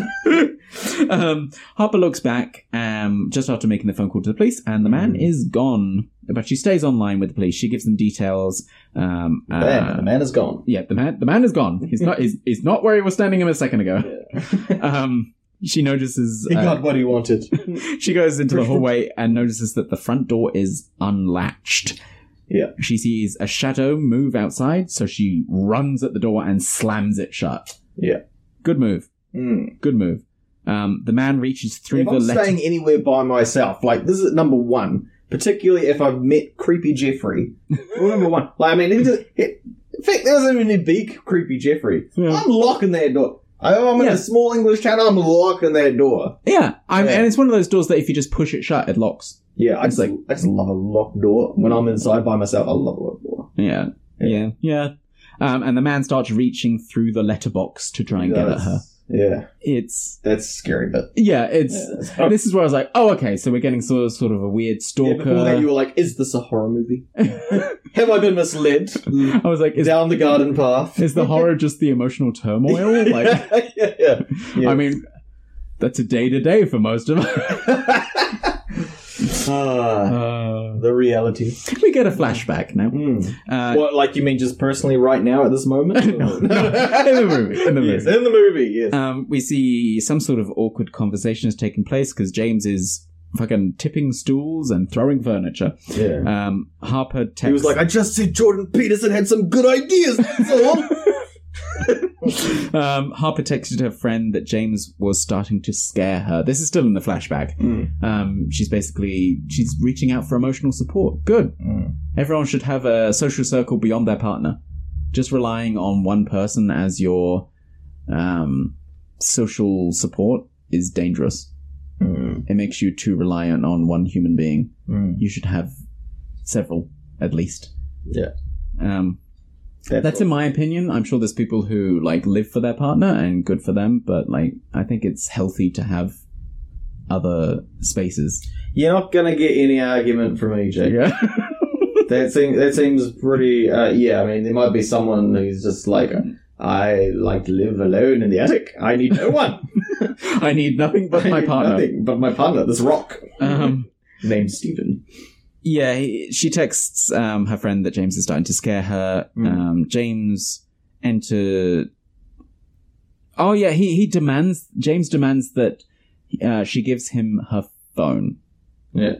S2: um, Harper looks back um, just after making the phone call to the police, and the man is gone. But she stays online with the police. She gives them details. Um, uh,
S9: Man, the man is gone.
S2: yeah, the man. The man is gone. He's not. He's, he's not where he was standing him a second ago. um, she notices.
S9: He
S2: uh,
S9: got what he wanted.
S2: she goes into the hallway and notices that the front door is unlatched.
S9: Yeah.
S2: She sees a shadow move outside, so she runs at the door and slams it shut.
S9: Yeah.
S2: Good move.
S9: Mm.
S2: Good move. Um, the man reaches through
S9: If
S2: the
S9: I'm
S2: letter.
S9: staying anywhere by myself, like this is number one. Particularly if I've met creepy Jeffrey. Rule number one. Like I mean, it, just- it, in fact, there doesn't even need to be creepy Jeffrey.
S2: Yeah.
S9: I'm locking that door. I, I'm in
S2: Yeah.
S9: a small English town. I'm locking that door.
S2: yeah, I'm,
S9: Yeah.
S2: and it's one of those doors that if you just push it shut, it locks.
S9: Yeah, I just
S2: It's
S9: like I just love a locked door. When I'm inside by myself, I love a locked door.
S2: Yeah, yeah, yeah. Um, and the man starts reaching through the letterbox to try and get at
S9: That's-
S2: her.
S9: Yeah,
S2: It's
S9: that's a scary bit.
S2: yeah, it's
S9: Yeah, that's horrible.
S2: this is where I was like, oh, okay, so we're getting sort of, sort of a weird
S9: Yeah,
S2: stalker.
S9: before that, you were like, "Is this a horror movie? Have I been misled
S2: I was like, is,
S9: down the garden path?"
S2: is the horror just the emotional turmoil? Like,
S9: yeah, yeah. yeah.
S2: I mean, that's a day to day for most of us.
S9: Ah,
S2: Uh,
S9: the reality.
S2: we get a flashback now.
S9: Mm.
S2: Uh,
S9: what, like you mean just personally right now at this moment?
S2: No, no. In the movie, in the
S9: Yes,
S2: movie.
S9: in the movie, yes.
S2: Um, we see some sort of awkward conversation is taking place because James is fucking tipping stools and throwing furniture.
S9: yeah.
S2: Um, Harper texts.
S9: He was like, I just said Jordan Peterson had some good ideas, that's all.
S2: um, Harper texted her friend that James was starting to scare her. This is still in the flashback.
S9: Hmm.
S2: Um, she's basically she's reaching out for emotional support. Good.
S9: Hmm.
S2: Everyone should have a social circle beyond their partner. Just relying on one person as your um, social support is dangerous.
S9: Hmm.
S2: It makes you too reliant on one human being. You should have several, at least.
S9: Yeah.
S2: Um, that's in my opinion. I'm sure there's people who like live for their partner and good for them, but like I think it's healthy to have other spaces.
S9: You're not gonna get any argument from me, Jake.
S2: Yeah.
S9: That seems that seems pretty. Uh, yeah, I mean, there might be someone who's just like, I like to live alone in the attic. I need no one
S2: I need nothing but
S9: I
S2: my
S9: need
S2: partner.
S9: nothing but my partner, this rock
S2: Um,
S9: named Stephen.
S2: yeah, he- she texts um, her friend that James is starting to scare her.
S9: Mm.
S2: Um, James enter. Oh yeah, he he demands James demands that uh, she gives him her phone.
S9: Yeah.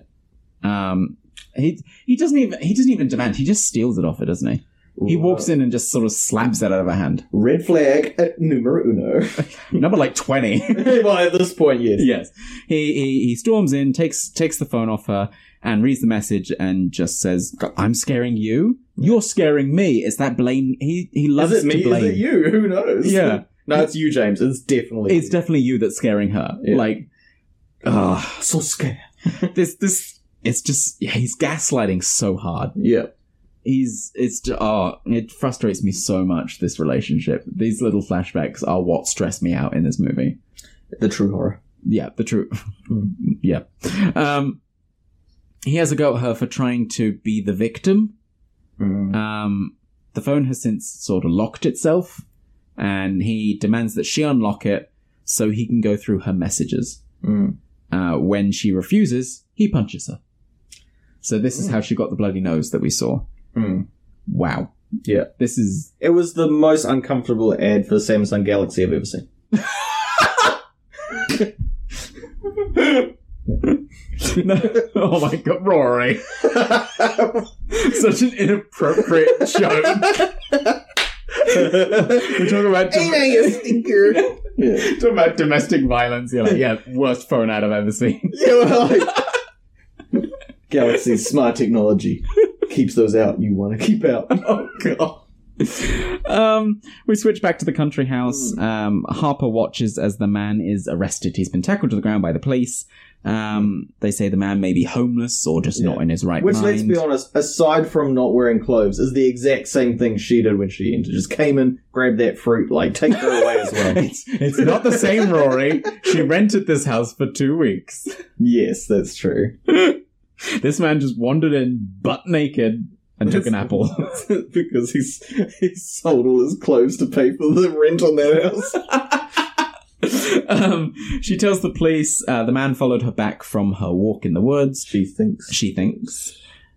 S2: Um, he he doesn't even he doesn't even demand. He just steals it off her, doesn't he? He walks in and just sort of slaps it out of her hand.
S9: uh, Red flag at numero uno.
S2: Number like twenty.
S9: well, at this point, yes.
S2: yes. He, he he storms in, takes takes the phone off her, and reads the message and just says, "I'm scaring you. You're scaring me." It's that blame. He he loves
S9: Is it
S2: to
S9: me?
S2: blame.
S9: Is it you? Who knows?
S2: Yeah.
S9: no, it's you, James. It's definitely
S2: It's definitely you that's scaring her.
S9: Yeah.
S2: Like, ah,
S9: so scared.
S2: this this it's just yeah, he's gaslighting so hard.
S9: Yeah.
S2: He's it's ju- oh it frustrates me so much this relationship. These little flashbacks are what stress me out in this movie.
S9: The true horror.
S2: Yeah, the true. yeah. Um, he has a go at her for trying to be the victim. Um, the phone has since sort of locked itself, and he demands that she unlock it so he can go through her messages.
S9: Mm.
S2: Uh, when she refuses, he punches her. So this
S9: Hmm.
S2: is how she got the bloody nose that we saw.
S9: Mm.
S2: Wow.
S9: Yeah.
S2: This is
S9: It was the most uncomfortable ad for the Samsung Galaxy I've ever seen.
S2: No. oh my god, Rory. Such an inappropriate joke. We're talking about, dom-
S11: you stinker?
S9: yeah.
S2: talking about domestic violence. You're like, yeah, worst phone ad I've ever seen.
S9: yeah well, like- Galaxy's smart technology keeps those out you want to keep out.
S2: Oh god. um, we switch back to the country house.
S9: Hmm.
S2: Um, Harper watches as the man is arrested. He's been tackled to the ground by the police. Um, they say the man may be homeless or just not
S9: Yeah.
S2: in his right
S9: Which,
S2: mind.
S9: let's be honest, aside from not wearing clothes, is the exact same thing she did when she entered. Just came in, grabbed that fruit, like, take her away as well.
S2: it's, it's not the same, Rory. She rented this house for two weeks.
S9: yes, that's true.
S2: This man just wandered in butt naked and took an apple.
S9: because he's he sold all his clothes to pay for the rent on that house.
S2: um, she tells the police uh, the man followed her back from her walk in the woods.
S9: She thinks.
S2: she thinks.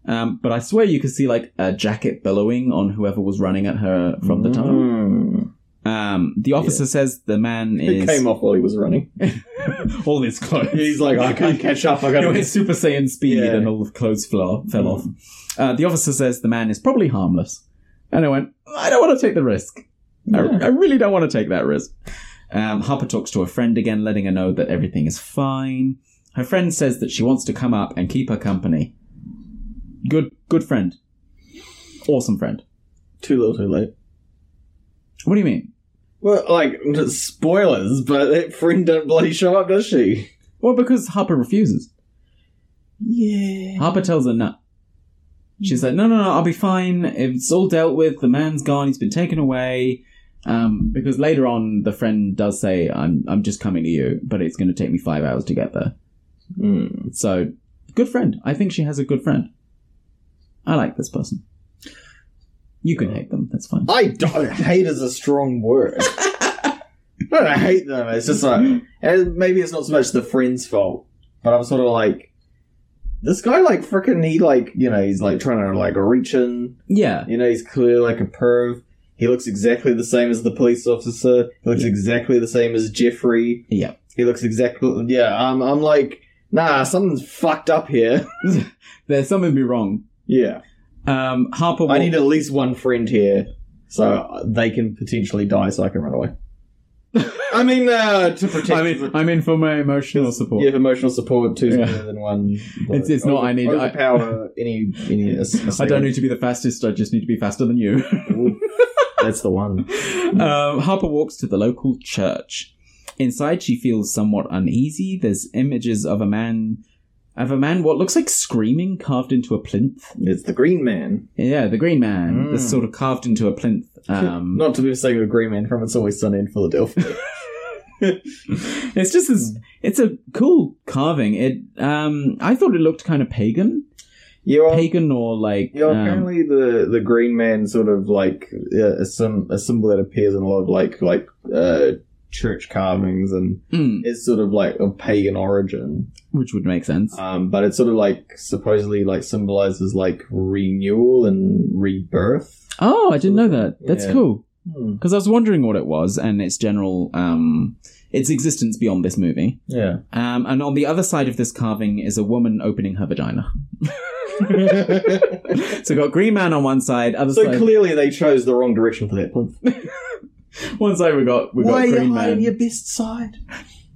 S2: Um, but I swear you could see like a jacket billowing on whoever was running at her from the tunnel.
S9: Mm.
S2: Um, the officer says the man
S9: It
S2: is
S9: came off while he was running.
S2: all his clothes.
S9: He's like, "Oh, I can't catch up. I
S2: He
S9: gotta.
S2: went Super Saiyan speed
S9: Yeah. Mm.
S2: and all the clothes fell off. Fell off. Uh, the officer says the man is probably harmless, and I went, I don't want to take the risk.
S9: Yeah.
S2: I, I really don't want to take that risk. Um, Harper talks to a friend again, letting her know that everything is fine. Her friend says that she wants to come up and keep her company. Good, good friend. Awesome friend.
S9: Too little, too late.
S2: What do you mean?
S9: Well, like spoilers, but that friend don't bloody show up, does she?
S2: Well, because Harper refuses.
S9: Yeah.
S2: Harper tells her no. She's like, no, no, no, I'll be fine. It's all dealt with. The man's gone. He's been taken away. Um, because later on, the friend does say, "I'm, I'm just coming to you, but it's going to take me five hours to get there."
S9: Mm.
S2: So, good friend. I think she has a good friend. I like this person. You can hate them. That's fine.
S9: I don't hate is a strong word. I don't hate them. It's just like and maybe it's not so much the friend's fault, but I'm sort of like this guy. Like freaking, he like you know he's like trying to like reach in.
S2: Yeah,
S9: You know he's clearly like a perv. He looks exactly the same as the police officer. He looks exactly the same as Jeffrey.
S2: Yeah.
S9: He looks exactly. Yeah. I'm. I'm like nah. Something's fucked up here.
S2: there's something be wrong.
S9: yeah.
S2: Um, Harper.
S9: I
S2: wa-
S9: need at least one friend here, so they can potentially die, so I can run away. I mean, uh, to protect.
S2: I'm in, I'm in for my emotional support.
S9: you have emotional support. Two's
S2: Yeah.
S9: better than one.
S2: It's- it's not, I need- I-
S9: overpower any any.
S2: I don't need to be the fastest. I just need to be faster than you.
S9: That's the one.
S2: Um, Harper walks to the local church. Inside, she feels somewhat uneasy. There's images of a man, of a man, what looks like screaming, carved into a plinth.
S9: It's the Green Man.
S2: Yeah, the Green Man.
S9: Mm.
S2: That's sort of carved into a plinth. Um,
S9: Not to be mistaken with Green Man from It's Always Sunny in Philadelphia.
S2: it's just this. It's a cool carving. It. Um, I thought it looked kind of pagan,
S9: you are.
S2: pagan or like.
S9: Yeah,
S2: um,
S9: apparently the, the Green Man sort of like uh, a, sim- a symbol that appears in a lot of like like uh, church carvings and
S2: mm,
S9: It's sort of like a pagan origin,
S2: which would make sense.
S9: um, but it sort of like supposedly like symbolizes like renewal and rebirth.
S2: oh, I didn't know that. That's
S9: Yeah.
S2: cool.
S9: Hmm.
S2: Because I was wondering what it was and its general, um, its existence beyond this movie.
S9: Yeah,
S2: Um, and on the other side of this carving is a woman opening her vagina. so got Green Man on one side, other
S9: so
S2: side.
S9: clearly they chose the wrong direction for that plinth.
S2: one side we got we got Green Man.
S9: best side?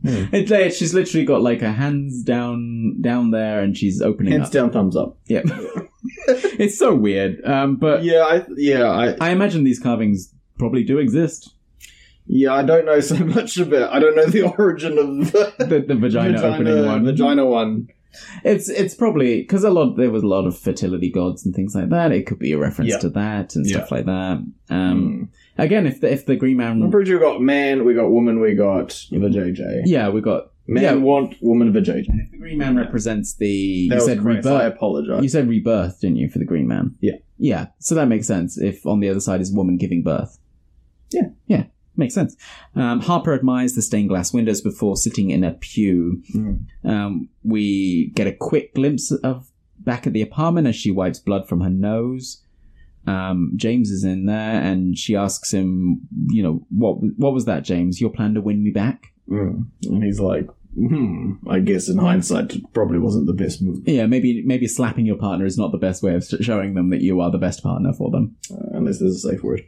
S2: It's like she's literally got like her hands down down there, and she's opening
S9: Hands
S2: up.
S9: down, thumbs up.
S2: Yeah, it's so weird. Um, but
S9: Yeah, I yeah I
S2: I imagine these carvings probably do exist.
S9: yeah I don't know so much about. I don't know the origin of the
S2: The, the vagina, opening one.
S9: Vagina one.
S2: It's it's probably because a lot there was a lot of fertility gods and things like that. It could be a reference
S9: Yeah.
S2: to that and stuff like that. Um,
S9: Hmm.
S2: Again, if the, if the Green
S9: I'm
S2: Man,
S9: pretty sure we got man, we got woman, we got vajayjay.
S2: yeah, we got
S9: Man
S2: yeah,
S9: want woman vajayjay.
S2: the Green Man represents the. you
S9: That was
S2: said
S9: Chris, I
S2: rebirth.
S9: apologize.
S2: You said rebirth, didn't you, for the Green Man?
S9: Yeah.
S2: Yeah. So that makes sense if on the other side is woman giving birth.
S9: Yeah.
S2: Yeah. Makes sense. Um, Harper admires the stained glass windows before sitting in a pew.
S9: Mm.
S2: Um, we get a quick glimpse of back at the apartment as she wipes blood from her nose. Um, James is in there and she asks him, you know, what what was that, James? Your plan to win me back?
S9: Mm. And he's like, hmm, I guess in hindsight, it probably wasn't the best move.
S2: Yeah, maybe maybe slapping your partner is not the best way of s- showing them that you are the best partner for them.
S9: Uh, unless there's a safe word.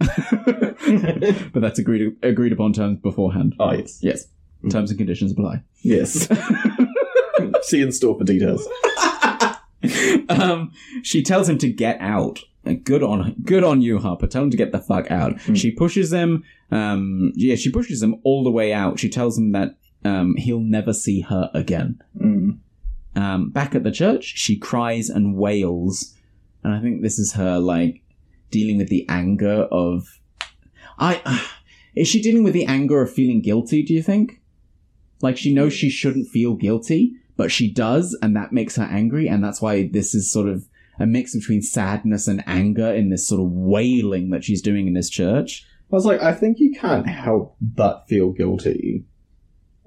S2: but that's agreed agreed upon terms beforehand.
S9: Oh, yes.
S2: Yes. Terms and conditions apply.
S9: Yes. See in store for details.
S2: um, she tells him to get out. And Good on good on you, Harper. Tell him to get the fuck out. She pushes him. Um, yeah, she pushes him all the way out. She tells him that um, he'll never see her again.
S9: Mm.
S2: Um, back at the church, she cries and wails, and I think this is her like dealing with the anger of. I is she dealing with the anger of feeling guilty? Do you think? Like she knows she shouldn't feel guilty, but she does, and that makes her angry, and that's why this is sort of a mix between sadness and anger in this sort of wailing that she's doing in this church.
S9: I was like, I think you can't help but feel guilty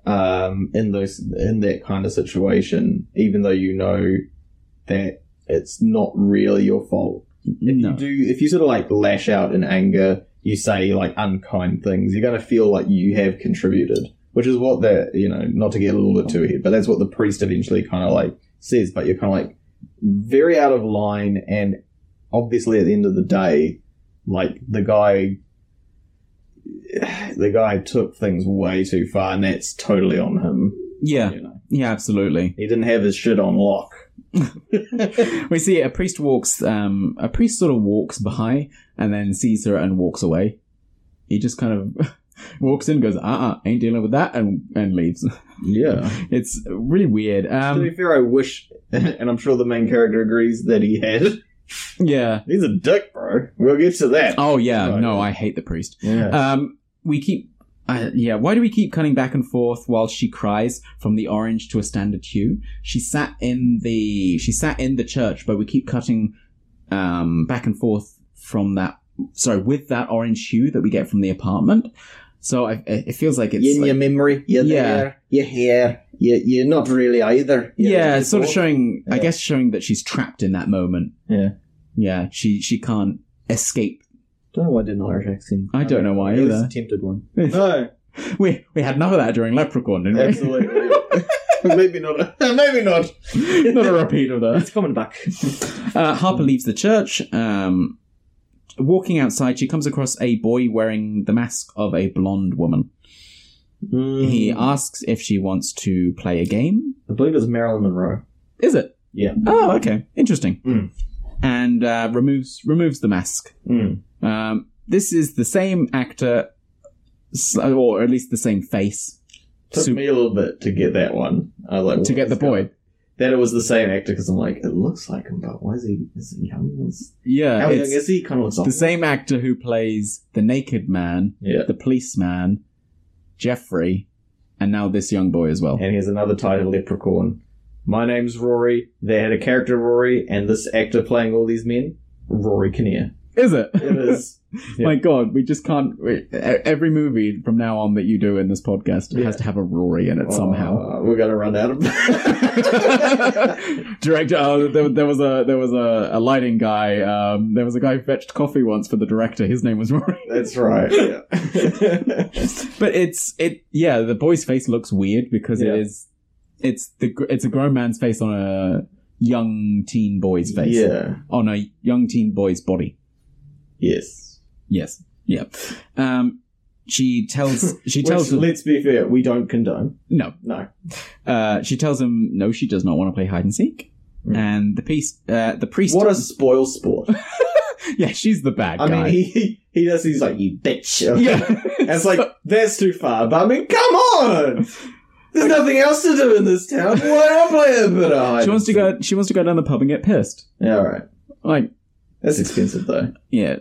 S9: um, in those in that kind of situation, even though you know that it's not really your fault. If
S2: No.
S9: you do, if you sort of like lash out in anger, you say like unkind things, you're going to feel like you have contributed, which is what the you know not to get a little bit too ahead, but that's what the priest eventually kind of like says. But you're kind of like very out of line, and obviously at the end of the day, like the guy the guy took things way too far, and that's totally on him.
S2: Yeah,
S9: You know,
S2: yeah, absolutely.
S9: he didn't have his shit on lock.
S2: we see a priest walks um a priest sort of walks by and then sees her and walks away he just kind of walks in goes uh-uh ain't dealing with that and and leaves
S9: Yeah.
S2: it's really weird
S9: to
S2: um
S9: be fair, I wish, and I'm sure the main character agrees that he had.
S2: yeah
S9: He's a dick, bro. We'll get to that.
S2: oh yeah
S9: Right.
S2: no i hate the priest
S9: Yeah.
S2: um we keep uh, yeah, why do we keep cutting back and forth while she cries from the orange to a standard hue? She sat in the she sat in the church, but we keep cutting um, back and forth from that. Sorry, with that orange hue that we get from the apartment. So I, it it feels like it's
S9: in
S2: like-
S9: your memory, you're
S2: Yeah.
S9: there, you're here, you're, you're not really either. You're
S2: yeah,
S9: just
S2: sort of
S9: off.
S2: showing. I
S9: Yeah.
S2: guess showing that she's trapped in that moment.
S9: Yeah.
S2: yeah. She she can't escape.
S9: Don't know why I did an Irish accent.
S2: I don't know why
S9: It was
S2: either.
S9: a tempted one. No,
S2: We we had none of that during Leprechaun, didn't we?
S9: absolutely. maybe not. Maybe not.
S2: Not a repeat of that.
S9: It's coming back.
S2: Uh, Harper leaves the church. Um, walking outside, she comes across a boy wearing the mask of a blonde woman.
S9: Mm.
S2: He
S9: Hmm.
S2: uh, asks if she wants to play a game.
S9: I believe it's Marilyn Monroe.
S2: Is it?
S9: Yeah.
S2: Oh, okay. Interesting.
S9: Mm.
S2: And uh, removes removes the mask.
S9: Mm.
S2: Um, this is the same actor, s- or at least the same face,
S9: Took
S2: Sup-
S9: me a little bit to get that one. I was like
S2: to get the
S9: what's going-
S2: boy.
S9: That it was the same actor because I'm like, it looks like him, but why is he? Is he young? Is-
S2: Yeah,
S9: How young
S2: Uh, it's
S9: is he? Kind of looks
S2: the
S9: old.
S2: same actor who plays the naked man,
S9: Yeah,
S2: the policeman, Jeffrey, and now this young boy as well.
S9: and here's another title, Leprechaun. My name's Rory. They had a character Rory, and this actor playing all these men, Rory Kinnear.
S2: Is it?
S9: It is. Yeah.
S2: My God, we just can't. We, e- every movie from now on that you do in this podcast
S9: Yeah.
S2: has to have a Rory in it somehow.
S9: Uh, we're gonna run out of.
S2: director, oh, there, there was a there was a, a lighting guy. Um, there was a guy who fetched coffee once for the director. His name was Rory.
S9: That's right. Yeah.
S2: but it's it yeah. The boy's face looks weird because
S9: Yeah.
S2: it is it's the gr- it's a grown man's face on a young teen boy's face
S9: yeah.
S2: on a young teen boy's body.
S9: Yes.
S2: Yes. Yeah. Um, she tells she
S9: Which,
S2: tells him
S9: let's be fair, we don't condone.
S2: no
S9: No.
S2: uh, she tells him no she does not want to play hide and seek and the piece uh, the priest
S9: Hmm. What a spoil sport.
S2: yeah she's the bad
S9: I
S2: guy
S9: mean, he, he he does. He's like, you bitch.
S2: yeah
S9: And it's like that's too far. But I mean, come on. There's nothing else to do in this town. Why not play a bit of hide?
S2: she wants to go she wants to go down the pub and get pissed
S9: Yeah, all right.
S2: like
S9: That's expensive though.
S2: yeah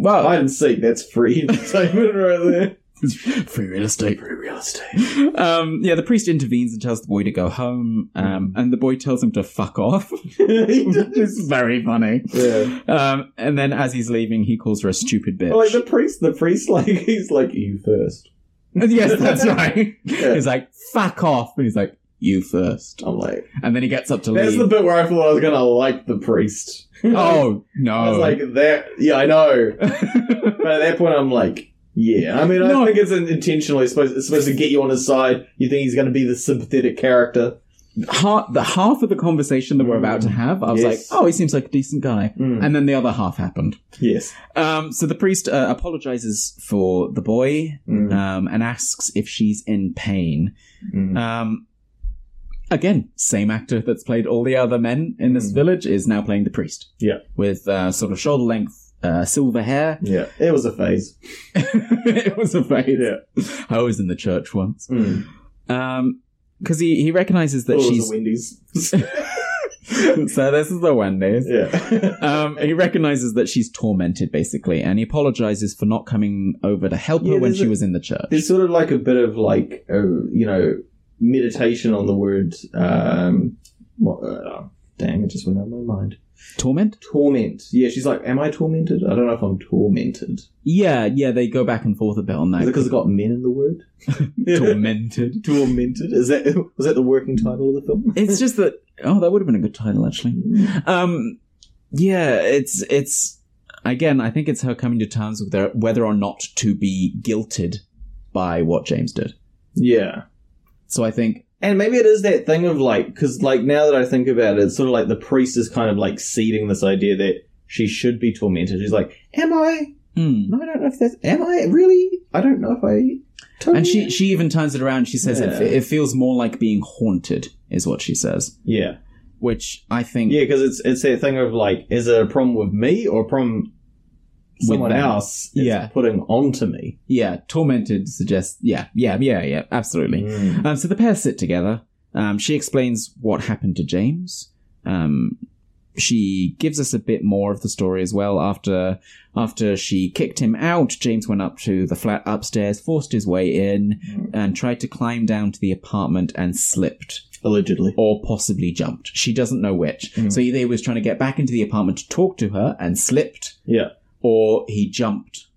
S2: well
S9: Oh, Hide and seek. That's free entertainment right there.
S2: free real estate
S9: Free real estate.
S2: um, yeah, the priest intervenes and tells the boy to go home, um,
S9: Hmm.
S2: and the boy tells him to fuck off. it's very funny.
S9: Yeah.
S2: Um, and then as he's leaving, he calls her a stupid bitch.
S9: Like the priest. The priest. Like he's like you first.
S2: yes, that's right.
S9: Yeah.
S2: He's like, fuck off. And he's like, you first.
S9: I'm like.
S2: And then he gets up to
S9: That's
S2: leave.
S9: the bit where I thought I was gonna like the priest.
S2: oh,
S9: I
S2: no.
S9: was like that. Yeah, I know. but at that point, I'm like, yeah. I mean, I
S2: No.
S9: think it's an- intentionally supposed it's supposed to get you on his side. You think he's going to be the sympathetic character.
S2: half, the half of the conversation that we're about to have, I was
S9: Yes.
S2: like, oh, he seems like a decent guy.
S9: Mm.
S2: And then the other half happened.
S9: Yes.
S2: Um, so the priest uh, apologizes for the boy
S9: Mm.
S2: um, and asks if she's in pain.
S9: Mm.
S2: Um, again, same actor that's played all the other men in this
S9: Mm.
S2: village is now playing the priest.
S9: Yeah.
S2: With uh, sort of shoulder length uh, silver hair.
S9: Yeah, it was a phase.
S2: it was a phase.
S9: Yeah.
S2: I was in the church once.
S9: Mm.
S2: Um, because he, he recognizes that
S9: Thought Oh, it was
S2: she's.
S9: a Wendy's.
S2: so this is the Wendy's.
S9: yeah.
S2: Um, he recognizes that she's tormented, basically, and he apologizes for not coming over to help
S9: Yeah,
S2: her when
S9: there's
S2: she
S9: a-
S2: was in the church.
S9: There's sort of like a bit of like a, you know meditation on the word. Um, what? Uh, dang, it just went out of my mind.
S2: Torment?
S9: Torment. Yeah, she's like, am I tormented? I don't know if I'm tormented.
S2: Yeah, yeah, they go back and forth a bit on that.
S9: Is it because it got men in the word?
S2: tormented?
S9: Tormented. Is that was that the working title of the film?
S2: it's just that. Oh, that would have been a good title, actually. Um, yeah, it's it's again. I think it's her coming to terms with her, whether or not to be guilted by what James did.
S9: Yeah,
S2: So I think
S9: and maybe it is that thing of like because like now that I think about it, it's sort of like the priest is kind of like seeding this idea that she should be tormented. She's like, "Am I?
S2: hmm.
S9: No, I don't know if that's. Am I really? I don't know if I." Totally
S2: And she she even turns it around. She says it,
S9: Yeah.
S2: it feels more like being haunted, is what she says.
S9: yeah,
S2: Which I think
S9: yeah, because it's it's that thing of like, is it a problem with me or a problem
S2: With
S9: someone
S2: them.
S9: else is
S2: Yeah.
S9: putting onto me?
S2: yeah, tormented suggests yeah, yeah, yeah, yeah, absolutely. Um, so the pair sit together. Um, she explains what happened to James. Um, she gives us a bit more of the story as well. After after she kicked him out, James went up to the flat upstairs, forced his way in, and tried to climb down to the apartment and slipped
S9: Allegedly,
S2: or possibly jumped. She doesn't know which. So either he was trying to get back into the apartment to talk to her and slipped,
S9: yeah,
S2: or he jumped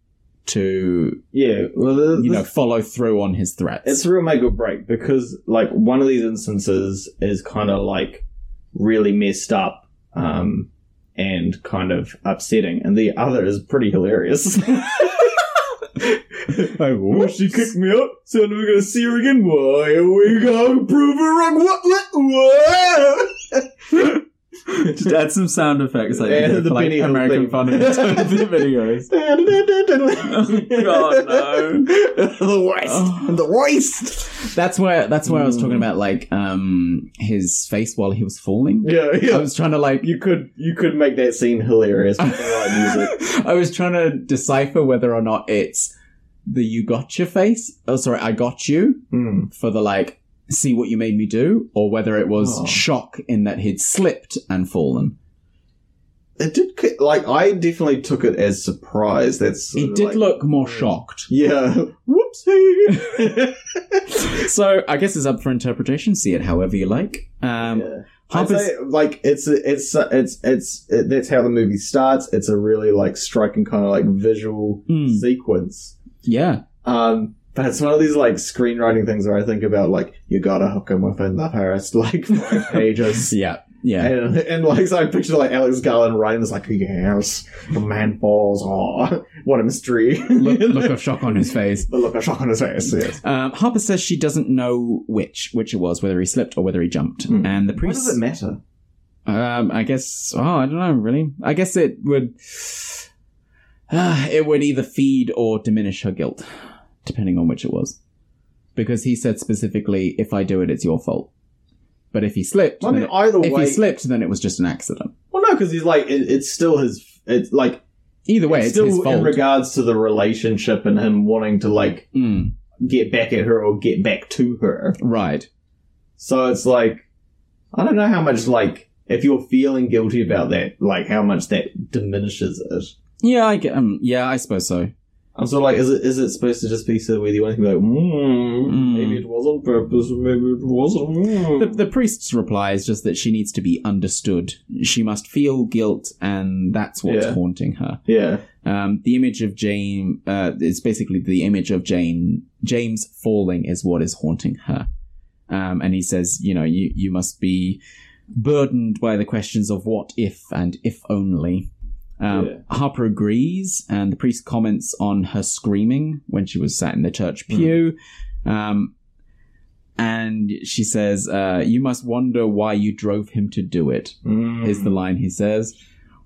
S2: to
S9: yeah. Well,
S2: you
S9: this-
S2: know follow through on his threats.
S9: it's a real make or break because like one of these instances is kind of like really messed up um, and kind of upsetting, and the other is pretty hilarious. oh, she kicked me out, so I'm never gonna see her again. Why are we gonna prove her wrong? What? What? what?
S2: Just add some sound effects like,
S9: Yeah,
S2: you did
S9: the
S2: for, like
S9: Benny Hill
S2: American
S9: thing.
S2: Funimation videos. Oh, God, no.
S9: the worst.
S2: Oh.
S9: The worst.
S2: That's why. That's why I was
S9: Mm.
S2: talking about like um his face while he was falling.
S9: Yeah,
S2: I
S9: yeah.
S2: was trying to like.
S9: You could you could make that scene hilarious with the right music.
S2: I was trying to decipher whether or not it's the "you got your face." Oh, sorry, I got you
S9: Mm.
S2: for the like see what you made me do, or whether it was
S9: Oh.
S2: shock in that he'd slipped and fallen.
S9: It did ki- like I definitely took it as surprise. That's
S2: He
S9: sort of
S2: did
S9: like-
S2: look more shocked.
S9: Yeah. Whoopsie.
S2: so I guess it's up for interpretation. See it however you like. Um,
S9: yeah. I'd
S2: Harper's-
S9: say, like it's it's it's it's it, that's how the movie starts. It's a really like striking kind of like visual
S2: Mm.
S9: sequence.
S2: yeah.
S9: Um, but it's one of these like screenwriting things where I think about like you gotta hook him up in the first like five pages.
S2: Yeah, yeah.
S9: And, and like so I picture like Alex Garland writing this like yes the man falls oh what a mystery
S2: Look, look of shock on his face.
S9: the look of shock on his face yes
S2: Um, Harper says she doesn't know which which it was, whether he slipped or whether he jumped.
S9: Hmm.
S2: And the
S9: Why
S2: priest,
S9: does it matter?
S2: um, I guess. Oh, I don't know. Really, I guess it would. Uh, it would either feed or diminish her guilt. depending on which it was. Because he said specifically, if I do it, it's your fault. But if he slipped,
S9: I mean,
S2: then it-
S9: either
S2: if
S9: way-
S2: he slipped, then it was just an accident.
S9: Well, no, because he's like, it, it's still his. It's like
S2: either way, it's
S9: still
S2: his
S9: in
S2: fault.
S9: regards to the relationship and him wanting to like get back at her or get back to her.
S2: Hmm, Right.
S9: So it's like, I don't know how much like if you're feeling guilty about that, like how much that diminishes it.
S2: Yeah, I get. Um, yeah, I suppose so.
S9: I'm sort of like, is it is it supposed to just be so where you want to be like, mm, maybe it was on purpose, maybe it wasn't. mm."
S2: Hmm. The, the priest's reply is just that she needs to be understood. She must feel guilt, and that's what's
S9: Yeah.
S2: haunting her.
S9: yeah.
S2: Um, the image of Jane uh, it's basically the image of Jane James falling is what is haunting her. Um, and he says, you know, you you must be burdened by the questions of what if and if only. Um,
S9: Yeah.
S2: Harper agrees, and the priest comments on her screaming when she was sat in the church
S9: Hmm.
S2: pew. Um, and she says, uh, "You must wonder why you drove him to do it." Is the line he says?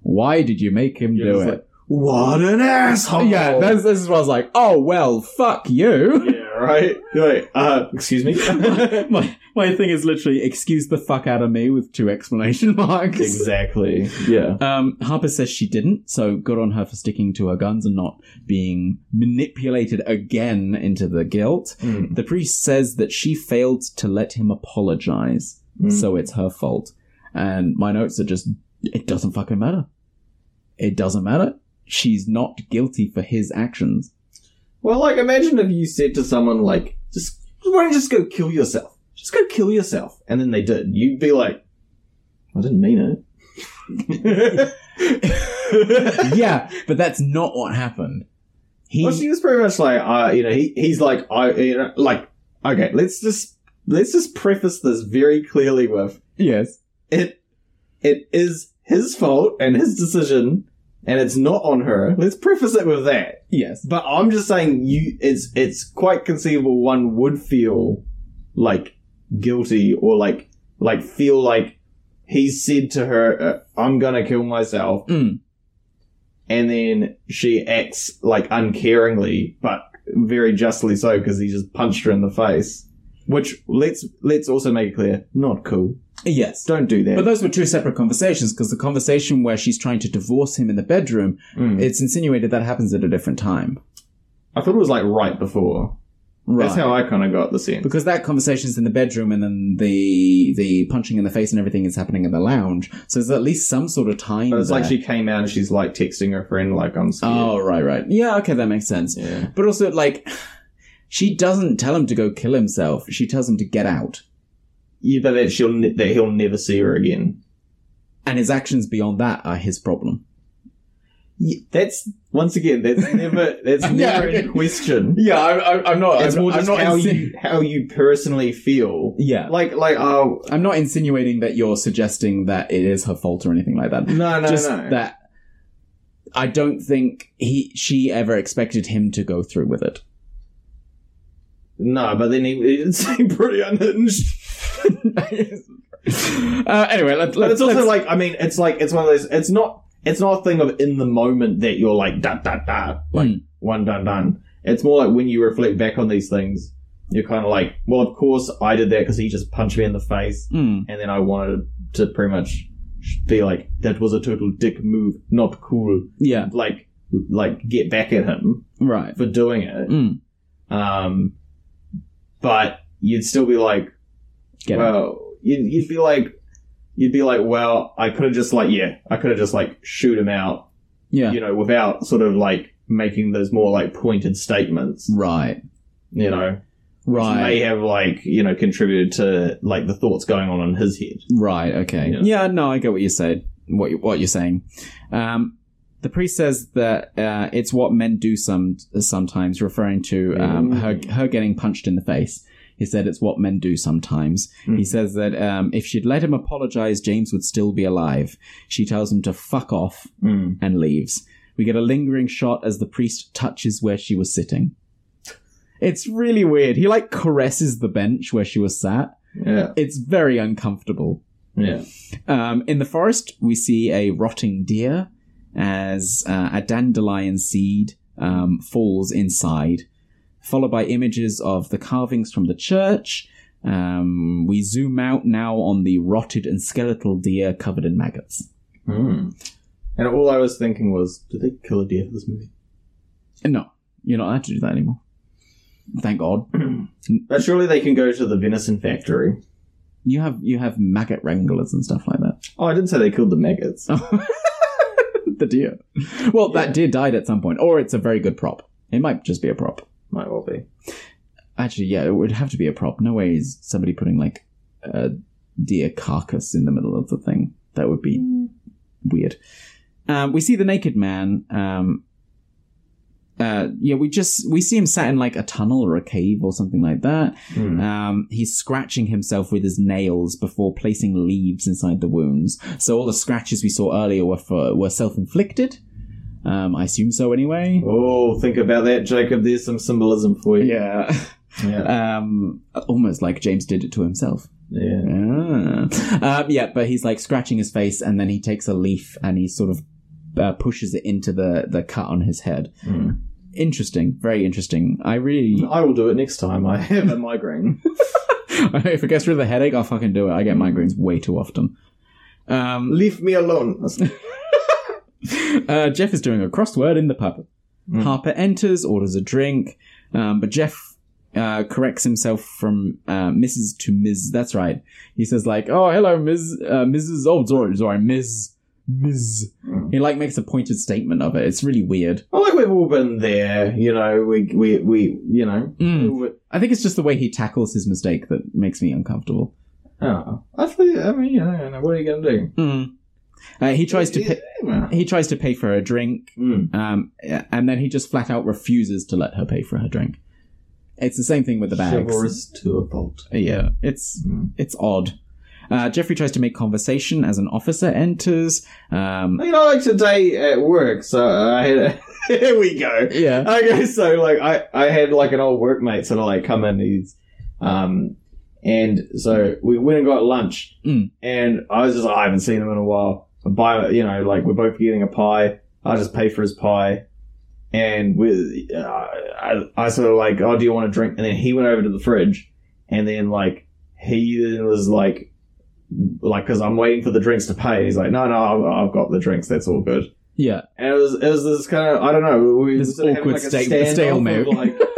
S2: Why did you make him do
S9: just
S2: it?
S9: Hmm. like, What an asshole!
S2: Yeah, that's, this is what I was like, oh, well, fuck you.
S9: yeah, right. You're like, uh, excuse me.
S2: my, my thing is literally, excuse the fuck out of me with two exclamation marks.
S9: exactly. Yeah.
S2: Um, Harper says she didn't, so good on her for sticking to her guns and not being manipulated again into the guilt.
S9: Hmm.
S2: The priest says that she failed to let him apologize,
S9: Hmm.
S2: so it's her fault. And my notes are just, it doesn't fucking matter. It doesn't matter. She's not guilty for his actions.
S9: Well, like, imagine if you said to someone, like, just, why don't you just go kill yourself? Just go kill yourself. And then they did. You'd be like, I didn't mean it.
S2: yeah, but that's not what happened. He,
S9: well, she was pretty much like, uh, you know, he, he's like, I, you know, like, okay, let's just, let's just preface this very clearly with,
S2: yes,
S9: it, it is his fault and his decision, and it's not on her. Let's preface it with that.
S2: yes,
S9: But I'm just saying, you it's it's quite conceivable one would feel like guilty or like like feel like he said to her, uh, "I'm gonna kill myself,"
S2: Mm.
S9: and then she acts like uncaringly, but very justly so because he just punched her in the face. Which let's let's also make it clear, not cool.
S2: yes.
S9: Don't do that.
S2: But those were two separate conversations because the conversation where she's trying to divorce him in the bedroom,
S9: Mm.
S2: it's insinuated that happens at a different time.
S9: I thought it was like right before.
S2: Right.
S9: That's how I kind of got the sense.
S2: because that conversation's in the bedroom and then the the punching in the face and everything is happening in the lounge. So there's at least some sort of time.
S9: But it's like
S2: there.
S9: she came out and she's like texting her friend, like I'm scared.
S2: Oh, right, right. Yeah, okay, that makes sense.
S9: Yeah.
S2: But also, like, she doesn't tell him to go kill himself. She tells him to get out.
S9: either that she'll ne- that he'll never see her again.
S2: And his actions beyond that are his problem.
S9: That's once again that's never that's never
S2: Yeah.
S9: in question.
S2: Yeah, I, I, I'm not.
S9: It's more just how you how you personally feel.
S2: Yeah.
S9: Like like oh
S2: I'm not insinuating that you're suggesting that it is her fault or anything like that.
S9: no no
S2: Just
S9: no
S2: that I don't think he she ever expected him to go through with it.
S9: no. But then he, he did seem pretty unhinged.
S2: uh, anyway, let,
S9: But
S2: let,
S9: it's also like I mean it's like it's one of those it's not it's not a thing of in the moment that you're like da da da like one done done. It's more like when you reflect back on these things, you're kind of like, well, of course I did that because he just punched me in the face.
S2: Hmm,
S9: and then I wanted to pretty much be like, that was a total dick move, not cool.
S2: yeah,
S9: Like, like get back at him
S2: right.
S9: for doing it.
S2: Mm.
S9: Um, but you'd still be like,
S2: Get it.
S9: well, you'd, you'd be like, you'd be like, well, I could have just like, yeah, I could have just like shoot him out,
S2: Yeah,
S9: you know, without sort of like making those more like pointed statements,
S2: right,
S9: you know, which may
S2: right,
S9: have like, you know, contributed to like the thoughts going on in his head.
S2: right. Okay.
S9: Yeah.
S2: Yeah. no, I get what you said. What you, what you're saying. Um, the priest says that uh, it's what men do some sometimes, referring to um, her her getting punched in the face. He said it's what men do sometimes. He says that um, if she'd let him apologize, James would still be alive. She tells him to fuck off
S9: Mm.
S2: and leaves. We get a lingering shot as the priest touches where she was sitting. It's really weird. He like caresses the bench where she was sat.
S9: Yeah.
S2: It's very uncomfortable.
S9: Yeah.
S2: Um, in the forest, we see a rotting deer as uh, a dandelion seed um, falls inside. followed by images of the carvings from the church. Um, we zoom out now on the rotted and skeletal deer covered in maggots.
S9: Hmm. And all I was thinking was, did they kill a deer for this movie?
S2: Uh, No, you're not allowed to do that anymore. Thank God.
S9: but surely they can go to the venison factory.
S2: You have you have maggot wranglers and stuff like that.
S9: Oh, I didn't say they killed the maggots.
S2: the deer. Well, yeah. that deer died at some point, or it's a very good prop. It might just be a prop.
S9: Might well be.
S2: Actually, yeah, it would have to be a prop. No way is somebody putting like a deer carcass in the middle of the thing. That would be mm. weird. Um, we see the naked man. Um, uh, yeah, we just we see him sat in like a tunnel or a cave or something like that.
S9: Hmm.
S2: Mm. Um, he's scratching himself with his nails before placing leaves inside the wounds. So all the scratches we saw earlier were for, were self inflicted. Um, I assume so anyway.
S9: Oh, think about that, Jacob. There's some symbolism for you. Uh,
S2: Yeah. yeah. Um, almost like James did it to himself.
S9: Yeah.
S2: Yeah. um, yeah, but he's like scratching his face and then he takes a leaf and he sort of uh, pushes it into the, the cut on his head.
S9: Mm.
S2: Interesting. Very interesting. I really.
S9: I will do it next time. I have a migraine.
S2: if it gets rid of the headache, I'll fucking do it. I get migraines way too often. Um,
S9: Leave me alone.
S2: Uh, Jeff is doing a crossword in the pub. Mm. Harper enters, orders a drink, um, but Jeff uh, corrects himself from uh, Mrs. to Ms. That's right. He says like, "Oh, hello, Ms. Mrs. Oh, sorry, sorry, Ms. Ms." Mm. He like makes a pointed statement of it. It's really weird.
S9: Well, like we've all been there, you know. We we we you know.
S2: Mm. I think it's just the way he tackles his mistake that makes me uncomfortable.
S9: Oh, I feel. I mean, you know, what are you gonna
S2: do? Uh, he tries to pay, he tries to pay for her drink,
S9: mm.
S2: um, and then he just flat out refuses to let her pay for her drink. It's the same thing with the bags.
S9: Chivalrous to a fault. Hmm.
S2: Yeah, it's mm. it's odd. Uh, Jeffrey tries to make conversation as an officer enters. Um,
S9: you know, like today at work, so I had a, here we go.
S2: Yeah.
S9: Okay, so like I I had like an old workmate sort of like come in. He's um, and so we went and got lunch,
S2: mm.
S9: and I was just like, I haven't seen him in a while. I buy, you know, like we're both getting a pie. I just pay for his pie, and with uh, I, I sort of like, oh, do you want a drink? And then he went over to the fridge, and then like he then was like, like because I'm waiting for the drinks to pay. He's like, no, no, I've, I've got the drinks. That's all good.
S2: Yeah,
S9: and it was it was this kind of I don't know. We
S2: this awkward having, like, sta- stalemate.
S9: Of, like, it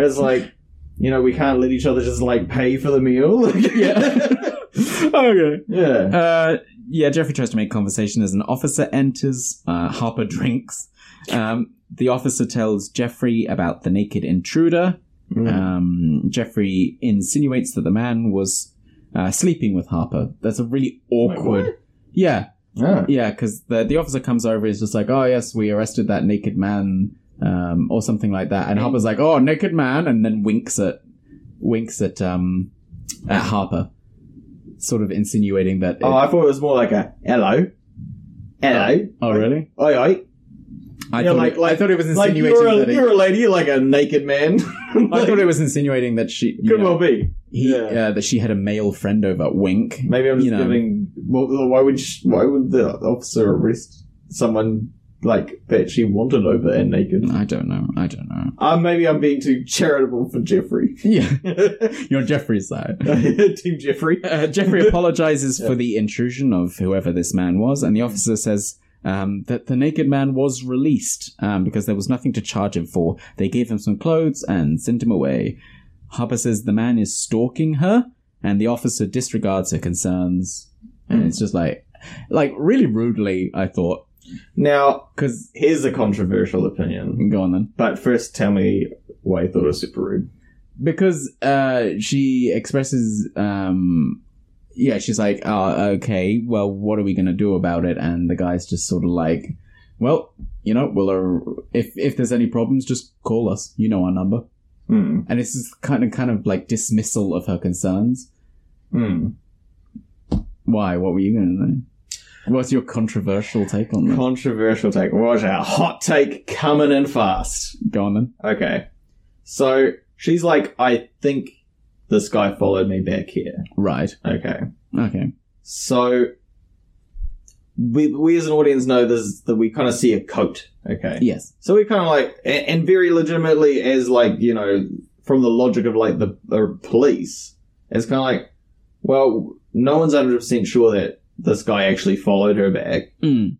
S9: was like you know, we can't let each other just like pay for the meal.
S2: yeah. okay.
S9: Yeah.
S2: Uh, yeah. Jeffrey tries to make conversation as an officer enters. Uh, Harper drinks. Um, the officer tells Jeffrey about the naked intruder.
S9: Mm.
S2: Um, Jeffrey insinuates that the man was uh, sleeping with Harper. That's a really awkward. Wait, yeah.
S9: Oh.
S2: Yeah, because the the officer comes over. He's just like, "Oh yes, we arrested that naked man." Um, or something like that. And Harper's like, "Oh, naked man," and then winks at winks at um, at Harper, sort of insinuating that. It...
S9: oh, I thought it was more like a hello, hello.
S2: Oh, oh really?
S9: Oi, oi.
S2: I, yeah, thought like, it, like, I thought it was insinuating like
S9: you're a,
S2: that it,
S9: you're a lady, you're like a naked man.
S2: I thought it was insinuating that she
S9: could know, well be
S2: he, yeah. uh, that she had a male friend over. Wink.
S9: Maybe I'm just you giving. Well, why would she, why would the officer arrest someone like that she wanted over and naked.
S2: I don't know. I don't know.
S9: Uh, maybe I'm being too charitable for Jeffrey.
S2: yeah, you're Jeffrey's side.
S9: Team Jeffrey.
S2: Uh, Jeffrey apologizes yeah. for the intrusion of whoever this man was, and the officer says. Um, that the naked man was released um, because there was nothing to charge him for. They gave him some clothes and sent him away. Harper says the man is stalking her, and the officer disregards her concerns. And mm. it's just like, like really rudely, I thought.
S9: Now, because here's a controversial opinion.
S2: Go on then.
S9: But first, tell me why you thought it was super rude.
S2: Because uh, she expresses, um, yeah, she's like, oh, okay, well, what are we going to do about it? And the guy's just sort of like, well, you know, we'll, uh, if, if there's any problems, just call us. You know our number.
S9: Mm.
S2: And this is kind of, kind of like dismissal of her concerns.
S9: Mm.
S2: Why? What were you going to do? What's your controversial take on that?
S9: Controversial take. Watch out. Hot take coming in fast.
S2: Go on then.
S9: Okay. So she's like, I think this guy followed me back here.
S2: Right.
S9: Okay.
S2: Okay.
S9: So we, we as an audience know this that we kind of see a coat. Okay.
S2: Yes.
S9: So we kind of like, and, and very legitimately, as like you know, from the logic of like the, the police, it's kind of like, well, no one's hundred percent sure that this guy actually followed her back.
S2: Mm.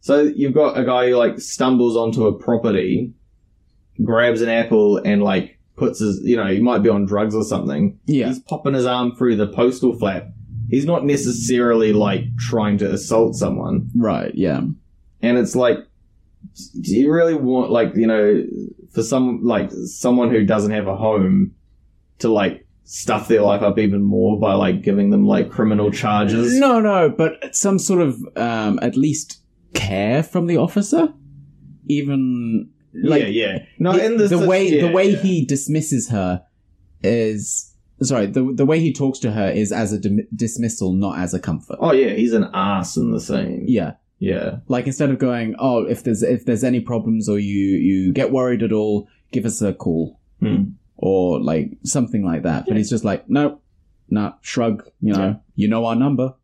S9: So you've got a guy who like stumbles onto a property, grabs an apple, and like puts his, you know, he might be on drugs or something.
S2: Yeah.
S9: He's popping his arm through the postal flap. He's not necessarily like trying to assault someone.
S2: Right. Yeah.
S9: And it's like, do you really want like you know, for some like someone who doesn't have a home, to like stuff their life up even more by like giving them like criminal charges?
S2: No, no, but some sort of um, at least care from the officer, even like
S9: yeah, yeah. No,
S2: it-
S9: in this,
S2: the way
S9: yeah,
S2: the way
S9: yeah.
S2: he dismisses her is sorry the the way he talks to her is as a dim- dismissal, not as a comfort.
S9: Oh yeah, he's an ass in the scene.
S2: Yeah,
S9: Yeah.
S2: like instead of going, oh, if there's if there's any problems or you you get worried at all, give us a call
S9: Hmm.
S2: or like something like that. But he's just like, nope, nah, shrug. You know, you know our number.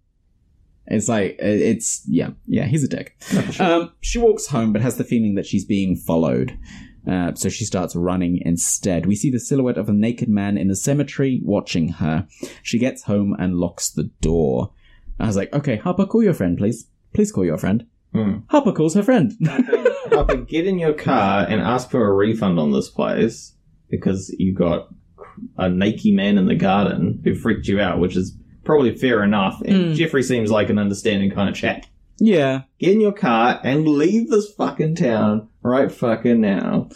S2: It's like it- it's yeah, yeah. He's a dick. Um, she walks home, but has the feeling that she's being followed. Uh, so she starts running instead. We see the silhouette of a naked man in the cemetery watching her. She gets home and locks the door. I was like, okay, Harper, call your friend, please. Please call your friend.
S9: Hmm.
S2: Harper calls her friend.
S9: Papa, get in your car and ask for a refund on this place because you got a naked man in the garden who freaked you out, which is probably fair enough. And
S2: Mm.
S9: Jeffrey seems like an understanding kind of chap.
S2: yeah.
S9: Get in your car and leave this fucking town right fucking now.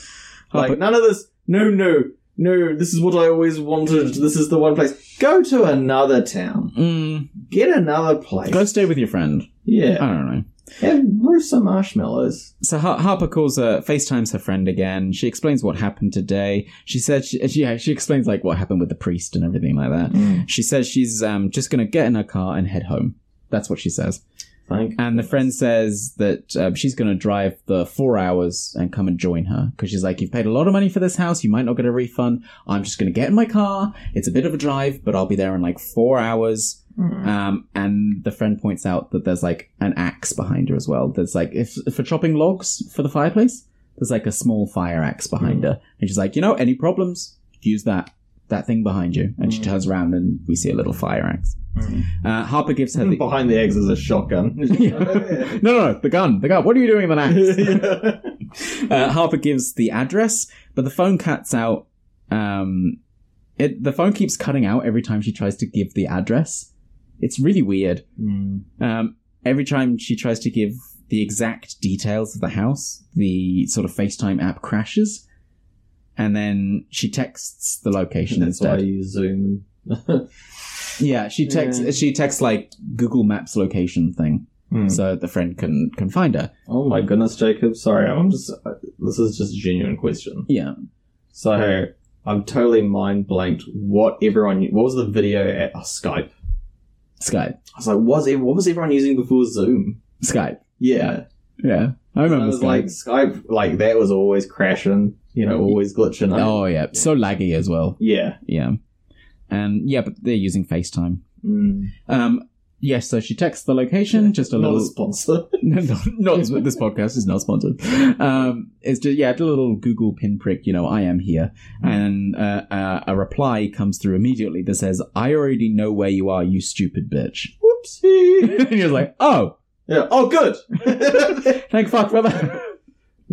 S2: Papa-
S9: Like, none of this. No, no, no. This is what I always wanted. This is the one place. Go to another town.
S2: Mm,
S9: Get another place.
S2: go stay with your friend. I
S9: yeah.
S2: don't know.
S9: Have brew some marshmallows.
S2: So Har- Harper calls her, FaceTimes her friend again. She explains what happened today. She said, she, yeah, she explains like what happened with the priest and everything like that.
S9: Mm.
S2: She says she's um, just going to get in her car and head home. That's what she says.
S9: Thank
S2: And the friend says that um, she's going to drive the four hours and come and join her because she's like, You've paid a lot of money for this house. You might not get a refund. I'm just going to get in my car. It's a bit of a drive, but I'll be there in like four hours. Um, and the friend points out that there's like an axe behind her as well. There's like, if for chopping logs for the fireplace, there's like a small fire axe behind her. And she's like, You know, any problems? Use that. That thing behind you, and she turns around, and we see a little fire axe. Uh, Harper gives her the
S9: Hmm. Behind the eggs is a shotgun.
S2: no, no, no, the gun, the gun. What are you doing with an
S9: Yeah.
S2: axe? uh, Harper gives the address, but the phone cuts out. Um, it the phone keeps cutting out every time she tries to give the address. It's really weird. Um, every time she tries to give the exact details of the house, the sort of FaceTime app crashes, and then she texts the location
S9: That's why
S2: instead.
S9: you zoom. in.
S2: Yeah, she texts.
S9: Yeah.
S2: She texts like Google Maps location thing,
S9: Hmm.
S2: so the friend can can find her.
S9: oh my goodness, Jacob. Sorry, I'm just. This is just a genuine question.
S2: Yeah.
S9: So I'm totally mind blanked. What everyone? What was the video at oh, Skype?
S2: Skype.
S9: I was like, was it? What was everyone using before Zoom?
S2: Skype.
S9: Yeah,
S2: Yeah. I
S9: And
S2: remember
S9: I was
S2: Skype.
S9: like Skype. Like that was always crashing. You know, always glitching.
S2: oh, yeah. So laggy as well.
S9: Yeah.
S2: Yeah. And yeah, but they're using FaceTime.
S9: Mm.
S2: Um, yes, so she texts the location, just a
S9: Not
S2: little.
S9: sponsor.
S2: No, not, not this podcast is not sponsored. Um, it's just yeah, a little Google pinprick. You know, I am here, and uh, uh, a reply comes through immediately that says, "I already know where you are, you stupid bitch."
S9: Whoopsie.
S2: and you're like, "Oh,
S9: yeah. Oh, good.
S2: thank fuck for that."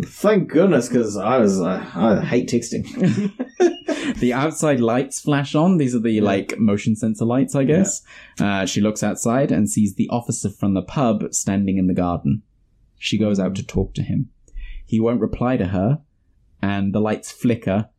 S9: Thank goodness, because I was uh, I hate texting.
S2: the outside lights flash on. These are the like motion sensor lights, I guess. Uh, she looks outside and sees the officer from the pub standing in the garden. She goes out to talk to him. He won't reply to her, and the lights flicker.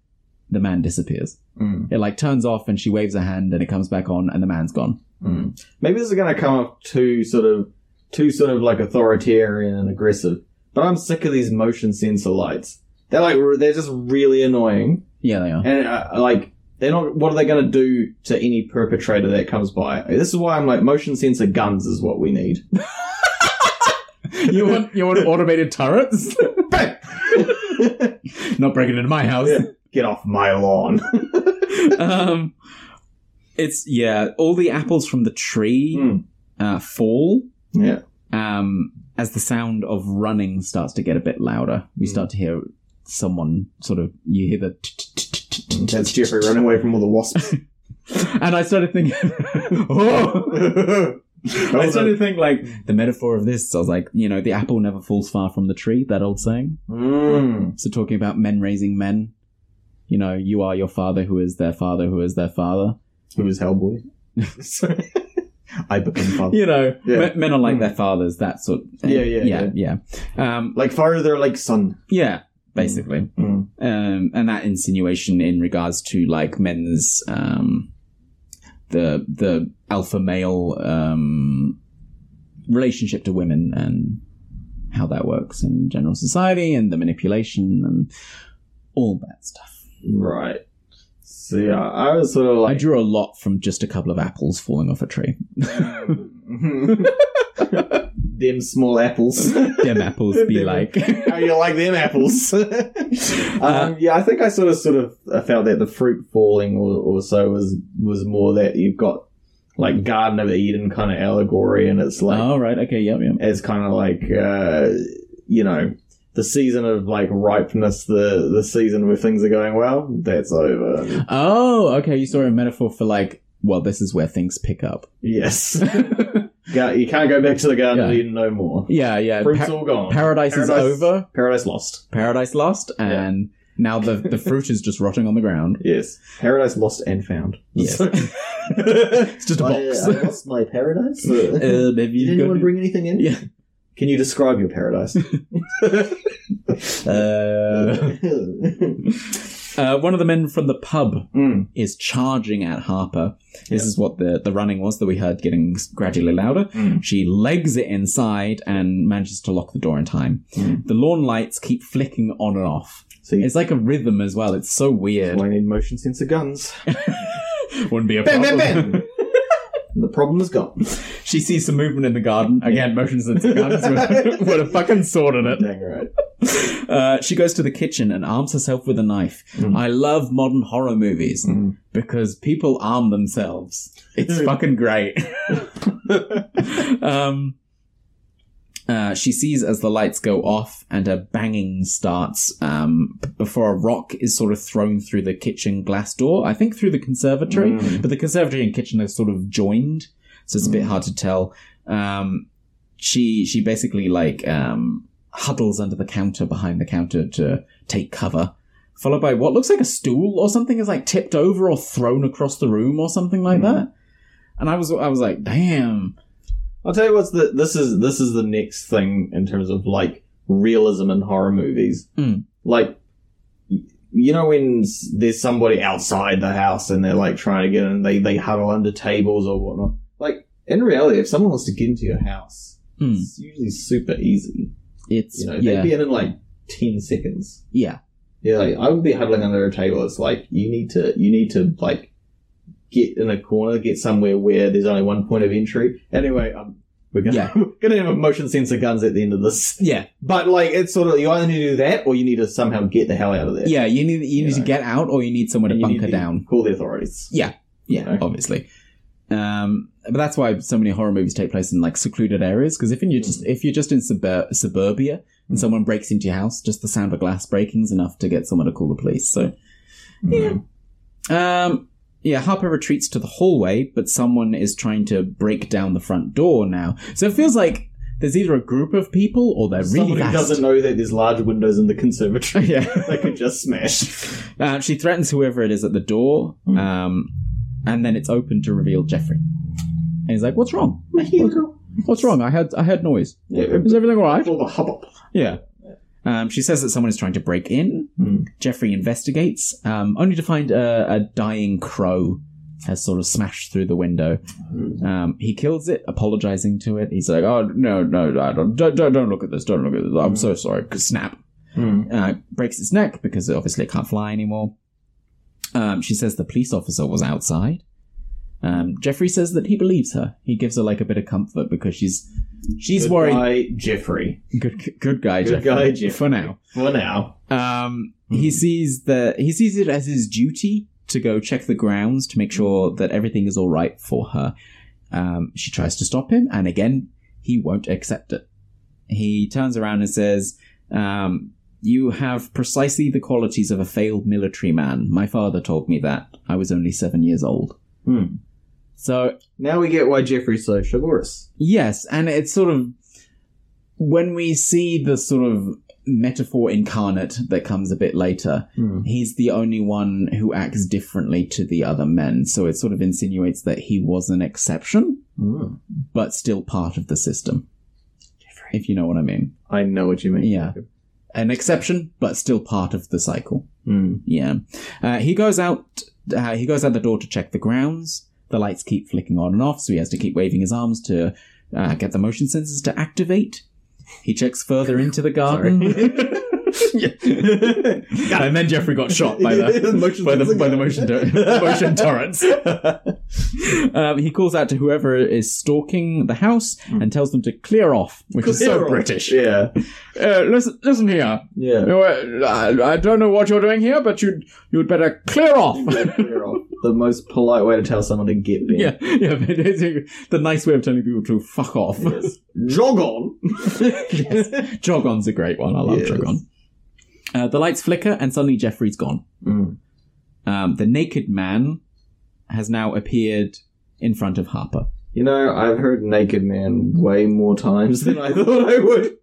S2: The man disappears.
S9: Mm.
S2: It like turns off, and she waves her hand, and it comes back on, and the man's gone.
S9: Hmm. Maybe this is going to come off too sort of too sort of like authoritarian and aggressive, but I'm sick of these motion sensor lights. They're like re- they're just really annoying,
S2: Yeah, they are.
S9: and uh, like they're not. What are they going to do to any perpetrator that comes by? This is why I'm like motion sensor guns is what we need.
S2: you want you want automated turrets?
S9: Bang!
S2: Not breaking into my house.
S9: Yeah. Get off my lawn.
S2: um, it's yeah. All the apples from the tree
S9: Mm.
S2: uh, fall.
S9: Yeah.
S2: um, as the sound of running starts to get a bit louder,
S9: Mm.
S2: you start to hear someone sort of you hear the
S9: That's Jeffrey running away from all the wasps.
S2: and I started thinking, oh. I started to think like the metaphor of this. I was like, you know, the apple never falls far from the tree. That old saying.
S9: Mm.
S2: So talking about men raising men, you know, you are your father, who is their father, who is their father.
S9: Who is Hellboy? I become father.
S2: You know,
S9: Yeah. Mm.
S2: me- men are like their fathers. That sort. Of thing.
S9: Yeah, yeah,
S2: yeah, yeah. Um,
S9: Like father, they're like son.
S2: yeah, basically.
S9: Mm.
S2: um, and that insinuation in regards to like men's um, the the alpha male um, relationship to women and how that works in general society and the manipulation and all that stuff.
S9: Right. So yeah, I was sort of like
S2: I drew a lot from just a couple of apples falling off a tree.
S9: them small apples.
S2: Them apples be
S9: Them-
S2: like. Uh,
S9: How you like them apples? um, yeah, I think I sort of sort of I felt that the fruit falling or, or so was was more that you've got like Garden of Eden kind of allegory, and it's like
S2: oh right, okay, yep, yep.
S9: it's kind of like uh, you know the season of like ripeness, the the season where things are going well. That's over.
S2: Oh, okay, you saw a metaphor for like, well, this is where things pick up.
S9: Yes, Gar- you can't go back to the Garden of
S2: Yeah.
S9: Eden no more.
S2: Yeah, yeah.
S9: Fruit's
S2: pa-
S9: all gone.
S2: paradise is over.
S9: Paradise lost.
S2: Paradise Lost, and now the, the fruit is just rotting on the ground.
S9: Yes, paradise lost and found.
S2: Yes.
S9: it's
S2: just a box.
S9: I, I lost my paradise. Uh,
S2: Uh, maybe
S9: Did
S2: you
S9: anyone
S2: go.
S9: bring anything in?
S2: Yeah.
S9: Can you describe your paradise?
S2: Uh, uh, one of the men from the pub
S9: Mm.
S2: is charging at Harper. This is what the, the running was that we heard getting gradually louder.
S9: Mm.
S2: She legs it inside and manages to lock the door in time.
S9: Mm.
S2: The lawn lights keep flicking on and off.
S9: So you,
S2: It's like a rhythm as well. It's so weird.
S9: I need motion sensor guns.
S2: Wouldn't be a
S9: Bam, bam,
S2: problem.
S9: bam. the problem is gone.
S2: She sees some movement in the garden. Again, motion sensor guns would, would have fucking sorted it.
S9: Dang right.
S2: Uh, she goes to the kitchen and arms herself with a knife.
S9: Mm.
S2: I love modern horror movies
S9: Mm.
S2: because people arm themselves. It's fucking great. um, uh, she sees as the lights go off and a banging starts um, b- before a rock is sort of thrown through the kitchen glass door. I think through the conservatory,
S9: Mm.
S2: but the conservatory and kitchen are sort of joined, so it's a bit hard to tell. Um, she she basically like um, huddles under the counter behind the counter to take cover. Followed by what looks like a stool or something is like tipped over or thrown across the room or something like
S9: Mm-hmm.
S2: that. And I was I was like, damn.
S9: I'll tell you what's the this is this is the next thing in terms of like realism in horror movies.
S2: Mm.
S9: Like y- you know when s- there's somebody outside the house and they're like trying to get in, they they huddle under tables or whatnot. Like in reality, if someone wants to get into your house,
S2: Mm.
S9: it's usually super easy.
S2: It's
S9: You know,
S2: yeah,
S9: they'd be in in like ten seconds.
S2: yeah,
S9: Yeah, like, I would be huddling under a table. It's like you need to you need to like get in a corner, get somewhere where there's only one point of entry. Anyway, um, we're gonna
S2: Yeah.
S9: gonna have motion sensor guns at the end of this.
S2: yeah,
S9: But like, it's sort of you either need to do that or you need to somehow get the hell out of there.
S2: yeah. You need you need
S9: You
S2: to
S9: know.
S2: get out, or you need somewhere to
S9: You need
S2: bunker
S9: to
S2: down.
S9: Call the authorities.
S2: Yeah,
S9: Okay.
S2: obviously. Um, but that's why so many horror movies take place in like secluded areas because if you're
S9: Hmm.
S2: just if you're just in suburb- suburbia and someone breaks into your house, just the sound of glass breaking is enough to get someone to call the police. So
S9: Yeah.
S2: Um, yeah, Harper retreats to the hallway, but someone is trying to break down the front door now. So it feels like there's either a group of people or they're really
S9: Someone who
S2: fast.
S9: doesn't know that there's large windows in the conservatory. they
S2: yeah.
S9: could just smash.
S2: um, she threatens whoever it is at the door,
S9: Hmm.
S2: um, and then it's open to reveal Jeffrey. And he's like, "What's wrong? What's wrong? I heard I heard noise.
S9: Yeah,
S2: Is everything all right?"
S9: all the hubbub.
S2: Yeah. Um, she says that someone is trying to break in.
S9: Hmm.
S2: Jeffrey investigates, um, only to find a, a dying crow has sort of smashed through the window. Um, he kills it, apologizing to it. He's like, "Oh no, no, I don't, don't, don't, don't look at this. Don't look at this. I'm so sorry." Snap.
S9: Mm.
S2: Uh, breaks its neck because obviously it can't fly anymore. Um, she says the police officer was outside. Um, Jeffrey says that he believes her. He gives her like a bit of comfort because she's she's worried.
S9: Goodbye, Jeffrey.
S2: Good, good guy,
S9: Good
S2: Jeffrey.
S9: guy, Jeffrey. Hmm.
S2: For now,
S9: For now.
S2: um, he sees that he sees it as his duty to go check the grounds to make sure that everything is all right for her. Um, she tries to stop him, and again, he won't accept it. He turns around and says, um, You have precisely the qualities of a failed military man. My father told me that. I was only seven years old.
S9: Hmm.
S2: So
S9: now we get why Jeffrey's so chivalrous.
S2: Yes, and it's sort of when we see the sort of metaphor incarnate that comes a bit later,
S9: Mm.
S2: he's the only one who acts differently to the other men. So it sort of insinuates that he was an exception,
S9: Mm.
S2: but still part of the system. If you know what I mean.
S9: I know what you mean.
S2: Yeah. An exception, but still part of the cycle.
S9: Mm.
S2: Yeah. Uh, he goes out. Uh, he goes out the door to check the grounds. The lights keep flicking on and off, so he has to keep waving his arms to uh, get the motion sensors to activate. He checks further into the garden.
S13: Yeah. and then Jeffrey got shot by the
S9: Motion
S13: by the,
S9: sensor
S13: by the motion tur- motion turrets.
S2: um, he calls out to whoever is stalking the house and tells them to clear off, which is
S13: Hmm.
S2: so
S13: Clear off.
S2: British.
S9: Yeah.
S13: Uh, listen, listen here.
S9: Yeah.
S13: You, uh, I, I don't know what you're doing here, but you'd you'd better clear off.
S9: Clear off. the most polite way to tell someone to get bent.
S13: yeah, yeah. but it's a- the nice way of telling people to fuck off.
S9: Yes. Jog on.
S13: Yes. Jog on's a great one. I love
S9: Yes.
S13: jog on.
S2: Uh, the lights flicker and suddenly Jeffrey's gone.
S9: Mm.
S2: Um, the naked man has now appeared in front of Harper.
S9: You know, I've heard naked man way more times than I thought I would.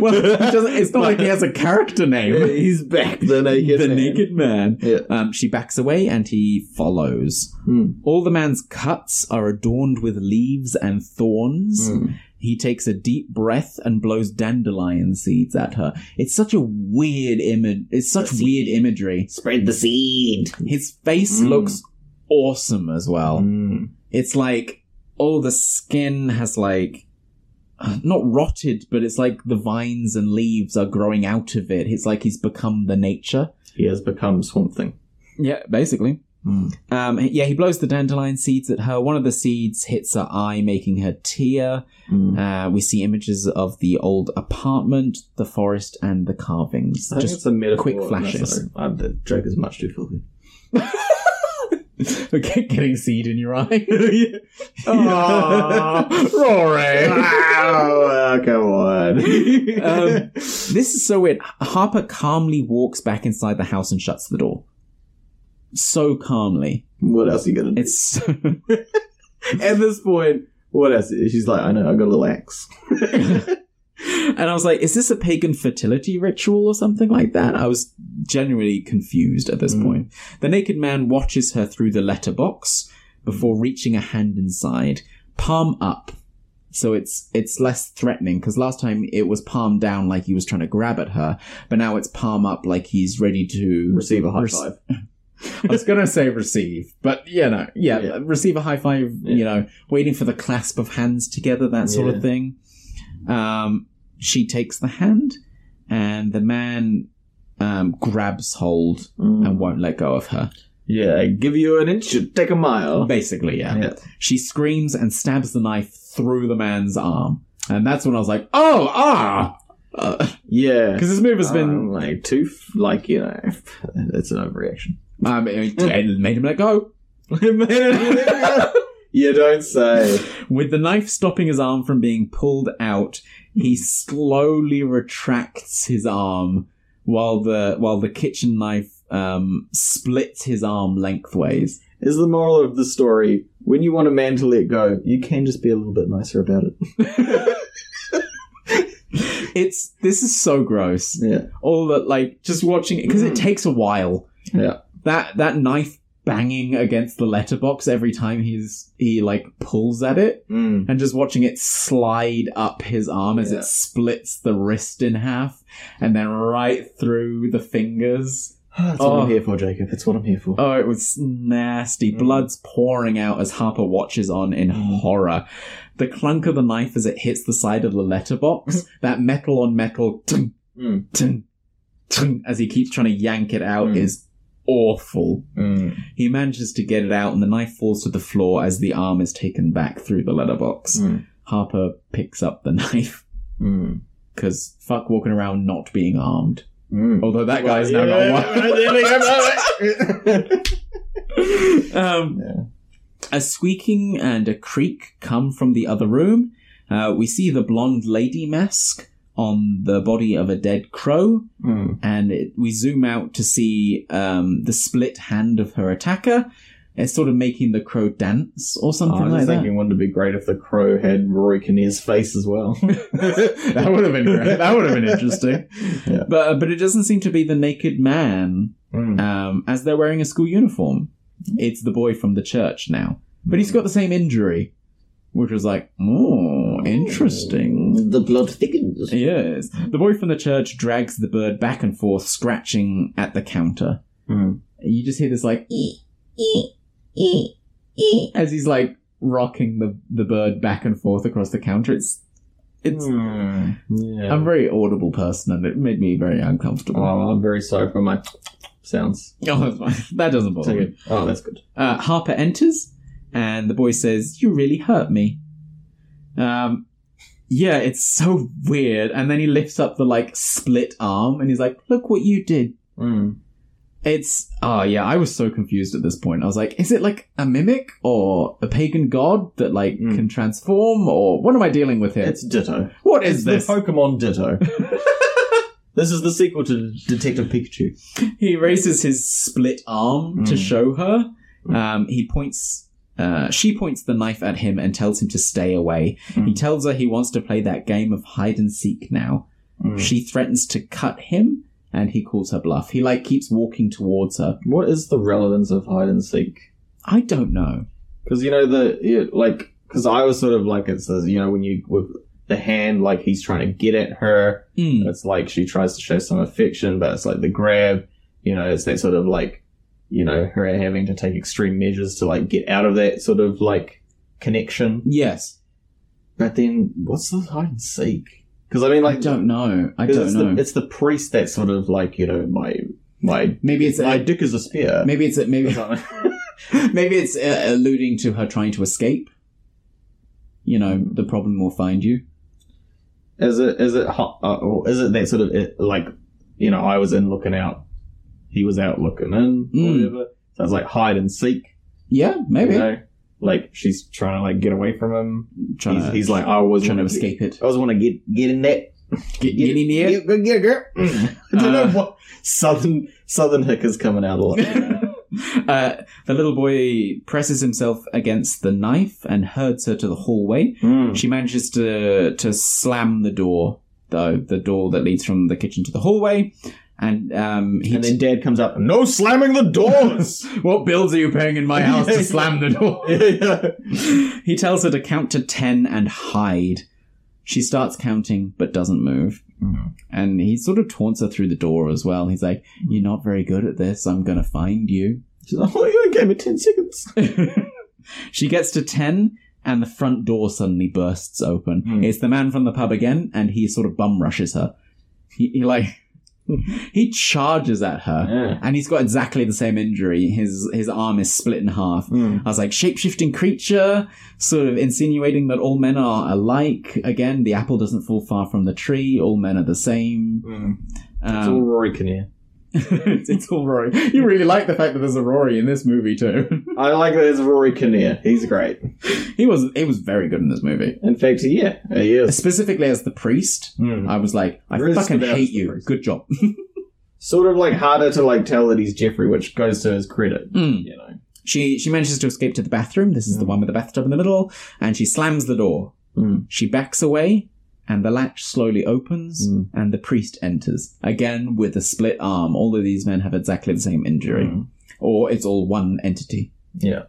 S2: Well, he doesn't, it's not like he has a character name.
S9: He's back, the naked
S2: the
S9: man.
S2: naked man.
S9: Yeah.
S2: Um, she backs away and he follows.
S9: Mm.
S2: All the man's cuts are adorned with leaves and thorns.
S9: Mm.
S2: He takes a deep breath and blows dandelion seeds at her. It's such a weird image. It's such weird imagery.
S14: Spread the seed.
S2: His face
S9: Mm.
S2: looks awesome as well.
S9: Mm.
S2: It's like all the skin has like not rotted, but it's like the vines and leaves are growing out of it. It's like he's become the nature.
S9: He has become Swamp Thing.
S2: Yeah, basically.
S9: Mm.
S2: Um, yeah, he blows the dandelion seeds at her. One of the seeds hits her eye, making her tear.
S9: Mm.
S2: Uh, we see images of the old apartment, the forest, and the carvings.
S9: I think
S2: Just
S9: it's a metaphor.
S2: quick
S9: No,
S2: flashes.
S9: sorry. Uh, the joke is much too filthy.
S13: Getting seed in your eye.
S9: Aw.
S13: Rory.
S9: oh, come on.
S2: Um, this is so weird. Harper calmly walks back inside the house and shuts the door. So calmly.
S9: what else are you going to do?
S2: It's so,
S9: At this point, what else? She's like, I know, I got a little axe.
S2: and I was like, is this a pagan fertility ritual or something like that? I was genuinely confused at this
S9: Mm.
S2: point. The naked man watches her through the letterbox before reaching a hand inside, palm up. So it's it's less threatening because last time it was palm down like he was trying to grab at her, but now it's palm up like he's ready to
S9: Receive a high
S2: Rec-
S9: five.
S13: I was gonna say receive, but you know, yeah,
S9: Yeah.
S2: receive a high five,
S9: Yeah.
S2: you know, waiting for the clasp of hands together, that sort
S9: Yeah.
S2: of thing. Um, she takes the hand, and the man um, grabs hold
S9: Mm.
S2: and won't let go of her.
S9: Yeah, I give you an inch, you take a mile.
S2: Basically, yeah.
S9: Yeah.
S2: She screams and stabs the knife through the man's arm. And that's when I was like, oh, ah! Because
S9: Yeah.
S2: this move has
S9: Um,
S2: been.
S9: like too, f- like you know, it's an overreaction.
S2: Um, it it made him let go.
S9: you don't say.
S2: With the knife stopping his arm from being pulled out, he slowly retracts his arm while the while the kitchen knife um, splits his arm lengthways.
S9: Is the moral of the story when you want a man to let go, you can just be a little bit nicer about it.
S2: It's this is so gross.
S9: Yeah,
S2: All that like just watching it because it takes a while.
S9: Yeah.
S2: That that knife banging against the letterbox every time he's he like pulls at it
S9: mm.
S2: and just watching it slide up his arm as
S9: Yeah.
S2: it splits the wrist in half and then right through the fingers.
S9: that's what
S2: Oh.
S9: I'm here for, Jacob. That's what I'm here for.
S2: Oh, it was nasty.
S9: Mm.
S2: Blood's pouring out as Harper watches on in
S9: Mm.
S2: horror. The clunk of the knife as it hits the side of the letterbox, that metal on metal tung,
S9: Mm.
S2: tung, tung, as he keeps trying to yank it out
S9: Mm.
S2: is awful.
S9: Mm.
S2: He manages to get it out and the knife falls to the floor as the arm is taken back through the letterbox.
S9: Mm.
S2: Harper picks up the knife
S9: Mm.
S2: because fuck walking around not being armed.
S9: Mm.
S2: Although that guy's now got one. um, A squeaking and a creak come from the other room, Uh, we see the blonde lady mask on the body of a dead crow,
S9: Mm.
S2: and it, we zoom out to see um, the split hand of her attacker. It's sort of making the crow dance or
S9: I
S2: something
S9: was
S2: like that.
S9: thinking, wouldn't Oh, it be great if the crow had Roy Kinnear's face as well?
S2: that would have been great. That would have been interesting. But but it doesn't seem to be the naked man
S9: Mm.
S2: um, as they're wearing a school uniform. It's the boy from the church now, but he's got the same injury, which was like, oh, interesting.
S15: The blood thickens.
S2: Yes, the boy from the church drags the bird back and forth, scratching at the counter.
S9: Mm.
S2: You just hear this like as he's like rocking the the bird back and forth across the counter. It's it's Mm. I'm a very audible person, and it made me very uncomfortable.
S9: Oh, I'm very sorry for my sounds.
S2: Oh, that's fine. that doesn't bother me.
S9: Okay. Oh, that's good.
S2: Uh, Harper enters, and the boy says, "You really hurt me." Um, yeah, it's so weird. And then he lifts up the like split arm, and he's like, "Look what you did."
S9: Mm.
S2: It's oh yeah, I was so confused at this point. I was like, "Is it like a mimic or a pagan god that like can transform, or what am I dealing with here?"
S9: Hmm. It's Ditto.
S2: What is this?
S9: It's The Pokemon Ditto. this is the sequel to Detective Pikachu.
S2: he raises his split arm
S9: Hmm.
S2: to show her. Um, he points. Uh, she points the knife at him and tells him to stay away. He
S9: Hmm.
S2: tells her he wants to play that game of hide and seek now.
S9: Hmm. Mm.
S2: She threatens to cut him, and he calls her bluff. He like keeps walking towards her.
S9: What is the relevance of hide and seek?
S2: I don't know.
S9: Because you know the yeah, like because I was sort of like it says you know when you with the hand like he's trying to get at her.
S2: Mm.
S9: It's like she tries to show some affection, but it's like the grab. You know, it's that sort of like you know her having to take extreme measures to like get out of that sort of like connection.
S2: Yes,
S9: But then what's the hide and seek? Because I mean,
S2: I
S9: like
S2: don't know. I
S9: 'cause it's
S2: don't know.
S9: The, it's the priest that's sort of like you know my my
S2: maybe it's
S9: my
S2: a,
S9: dick is a spear.
S2: maybe it's a, maybe
S9: Or something.
S2: maybe it's uh, alluding to her trying to escape. You know, the problem will find you.
S9: Is it is it hot, uh, or is it that sort of it, like you know I was in looking out, he was out looking in, or
S2: Mm.
S9: whatever. So it's like hide and seek.
S2: Yeah,
S9: you
S2: maybe.
S9: know? Like she's trying to like get away from him.
S2: Trying
S9: he's,
S2: to-
S9: he's like I always
S2: trying to
S9: wanna
S2: escape it.
S9: Get, I always want to get get in that.
S2: Get, get in here.
S15: Get, get, get, girl.
S9: Mm. I don't
S2: Uh.
S9: know what southern southern hick is coming out a lot.
S2: Uh, the little boy presses himself against the knife and herds her to the hallway.
S9: Mm.
S2: She manages to to slam the door, though the door that leads from the kitchen to the hallway, and um, he
S9: And then Dad comes up. No slamming the doors.
S2: what bills are you paying in my house to slam the door? he tells her to count to ten and hide. She starts counting but doesn't move. And he sort of taunts her through the door as well. He's like, You're not very good at this. I'm going to find you.
S9: She's like, oh, you only gave me ten seconds.
S2: She gets to 10, and the front door suddenly bursts open.
S9: Hmm.
S2: It's the man from the pub again, and he sort of bum rushes her. He, he like. He charges at her,
S9: Yeah.
S2: and he's got exactly the same injury. His his arm is split in half.
S9: Mm.
S2: I was like shapeshifting creature, sort of insinuating that all men are alike. Again, the apple doesn't fall far from the tree. All men are the same.
S9: Mm. It's all
S2: Um,
S9: Rory Kinnear.
S2: it's, it's all Rory. You really like the fact that there's a Rory in this movie too.
S9: I like that it's Rory Kinnear. He's great.
S2: he was he was very good in this movie.
S9: In fact, yeah, he is.
S2: specifically as the priest,
S9: Mm.
S2: I was like, I
S9: Really
S2: fucking
S9: stood out
S2: hate
S9: as the
S2: you.
S9: priest.
S2: Good job.
S9: sort of like harder to like tell that he's Jeffrey, which goes to his credit.
S2: Mm.
S9: You know,
S2: She she manages to escape to the bathroom. This
S9: Hmm.
S2: is the one with the bathtub in the middle, and she slams the door.
S9: Mm.
S2: She backs away, and the latch slowly opens,
S9: Mm.
S2: and the priest enters again with a split arm. All of these men have exactly the same injury,
S9: Mm.
S2: or it's all one entity.
S9: yeah,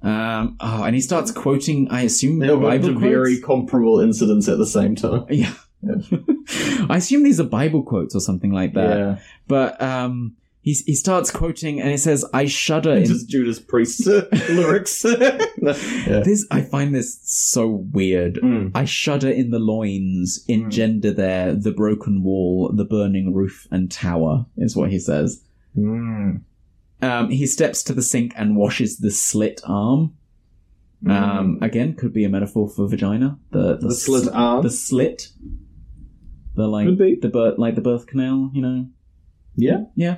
S2: Um, oh, and he starts quoting, I assume,
S9: they all got
S2: Bible
S9: to
S2: quotes.
S9: very comparable incidents at the same time.
S2: Yeah. I assume these are Bible quotes or something like that.
S9: yeah,
S2: But um, he he starts quoting, and it says, "I shudder." In-
S9: just Judas Priest lyrics. yeah.
S2: This I find this so weird.
S9: Mm.
S2: I shudder in the loins, engender there the broken wall, the burning roof and tower is what he says. Hmm.
S9: Mm.
S2: Um, he steps to the sink and washes the slit arm. Um, again, could be a metaphor for vagina. The
S9: Mm. The slit
S2: s-
S9: arm.
S2: the slit, the like
S9: Could be.
S2: the birth like the birth canal. You know,
S9: yeah,
S2: yeah.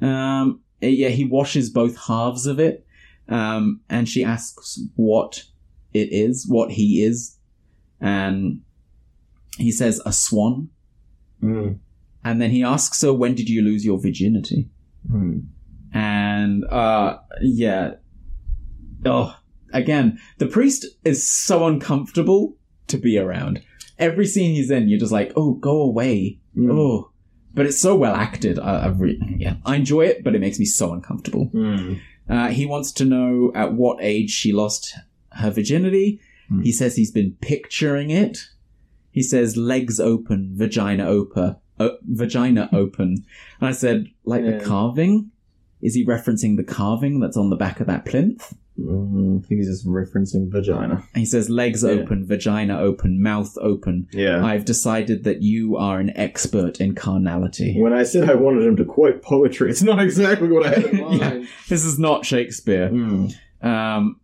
S2: Um, eh, yeah, he washes both halves of it. Um, and she asks what it is, what he is. and he says a swan, Hmm.
S9: Mm.
S2: and then he asks her, "When did you lose your virginity?" Hmm.
S9: Mm.
S2: And uh, yeah, oh, again, the priest is so uncomfortable to be around. Every scene he's in, you're just like, "Oh, go away!"
S9: Hmm. Mm.
S2: Oh, but it's so well acted. I, I re- yeah, I enjoy it, but it makes me so uncomfortable.
S9: Hmm.
S2: Uh, he wants to know at what age she lost her virginity.
S9: Hmm.
S2: He says he's been picturing it. He says legs open, vagina open, o- vagina open. And I said, like
S9: Yeah.
S2: the carving. Is he referencing the carving that's on the back of that plinth? Hmm.
S9: Mm, I think he's just referencing vagina.
S2: And he says, legs
S9: Yeah.
S2: open, vagina open, mouth open.
S9: Yeah.
S2: I've decided that you are an expert in carnality.
S9: when I said I wanted him to quote poetry, it's not exactly what I had in mind.
S2: Yeah. This is not Shakespeare.
S9: Mm.
S2: Um,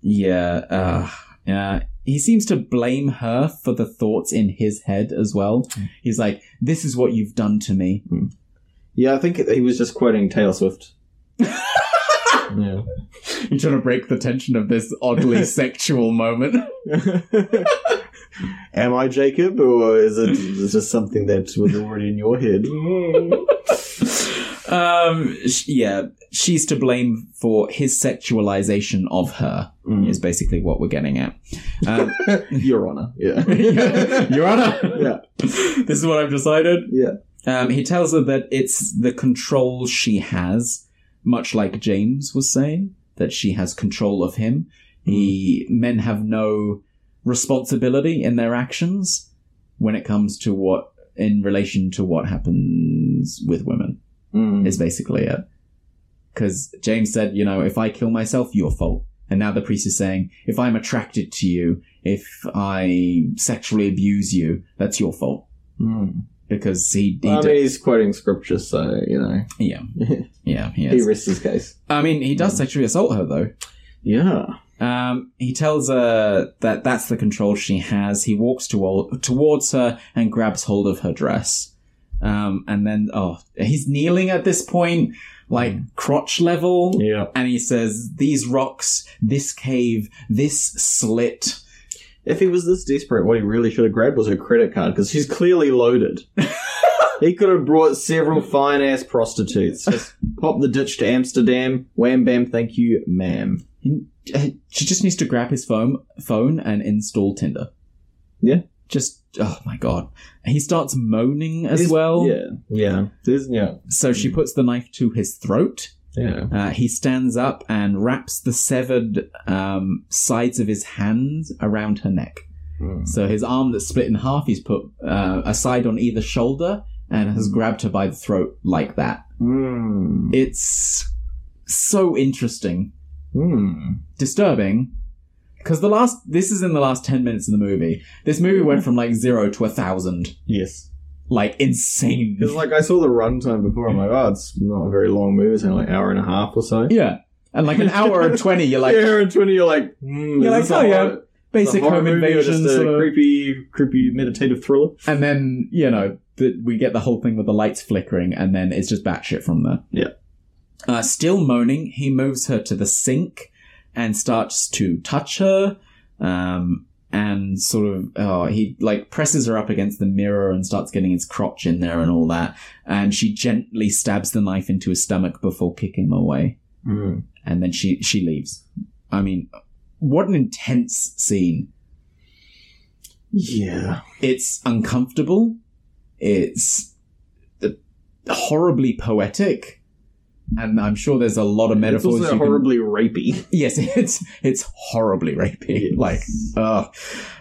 S2: yeah, uh, yeah. He seems to blame her for the thoughts in his head as well. He's like, "This is what you've done to me."
S9: Yeah, I think he was just quoting Taylor Swift. yeah.
S2: You're trying to break the tension of this oddly sexual moment.
S9: Am I Jacob, or is it just something that was already in your head?
S2: Um, sh- yeah, she's to blame for his sexualization of her.
S9: Hmm.
S2: Is basically what we're getting at. Um,
S9: Your Honor. Hmm. Yeah.
S2: Your Honor.
S9: yeah.
S2: this is what I've decided.
S9: Yeah.
S2: Um, he tells her that it's the control she has, much like James was saying, that she has control of him. He,
S9: Hmm.
S2: men have no responsibility in their actions when it comes to what, in relation to what happens with women,
S9: Mm.
S2: is basically it. Because James said, you know, if I kill myself, your fault. And now the priest is saying, if I'm attracted to you, if I sexually abuse you, that's your fault
S9: Mm.
S2: because he, he
S9: I mean,
S2: d-
S9: he's quoting scripture, so, you know,
S2: yeah yeah he
S9: he Mm.
S2: is.
S9: rests his case.
S2: I mean he does sexually assault her though.
S9: Yeah.
S2: Um, he tells her that that's the control she has. He walks to- towards her and grabs hold of her dress. Um, and then oh he's kneeling at this point like crotch level
S9: Mm. Yeah.
S2: and he says these rocks this cave this slit
S9: If he was this desperate, what he really should have grabbed was her credit card because she's clearly loaded. he could have brought several fine ass prostitutes. Just pop the ditch to Amsterdam. Wham bam, thank you, ma'am.
S2: Uh, she just needs to grab his phone phone and install Tinder.
S9: Yeah.
S2: Just oh my god. He starts moaning as
S9: There's-
S2: well.
S9: Yeah, yeah. There's, yeah,
S2: So she puts the knife to his throat.
S9: yeah.
S2: Uh, he stands up and wraps the severed um, sides of his hands around her neck.
S9: Mm.
S2: So his arm that's split in half, he's put uh, a side on either shoulder and has grabbed her by the throat like that.
S9: Mm.
S2: It's so interesting
S9: Mm.
S2: disturbing because the last this is in the last 10 minutes of the movie this movie went from like zero to a thousand
S9: Yes.
S2: like insane
S9: Because, like, I saw the runtime before. I'm like, oh, it's not a very long movie. It's only like an hour and a half or so.
S2: yeah and like an hour and 20 you're like
S9: yeah, hour and 20, you're like, mm,
S2: You're
S9: is
S2: like,
S9: this a
S2: oh, yeah,
S9: horror-
S2: basic
S9: a horror
S2: home
S9: movie or
S2: invasion
S9: just a
S2: sort of-
S9: creepy, creepy meditative thriller.
S2: and then you know the, we get the whole thing with the lights flickering and then it's just batshit from there
S9: Yeah.
S2: uh, still moaning he moves her to the sink and starts to touch her um, and sort of oh, he like presses her up against the mirror and starts getting his crotch in there and all that and she gently stabs the knife into his stomach before kicking him away
S9: Mm.
S2: and then she she leaves i mean what an intense scene
S9: Yeah.
S2: it's uncomfortable. It's uh, horribly poetic, and I'm sure there's a lot of metaphors.
S9: It's also
S2: you can-
S9: horribly rapey.
S2: yes, it's it's horribly rapey.
S9: Yes.
S2: Like, ugh.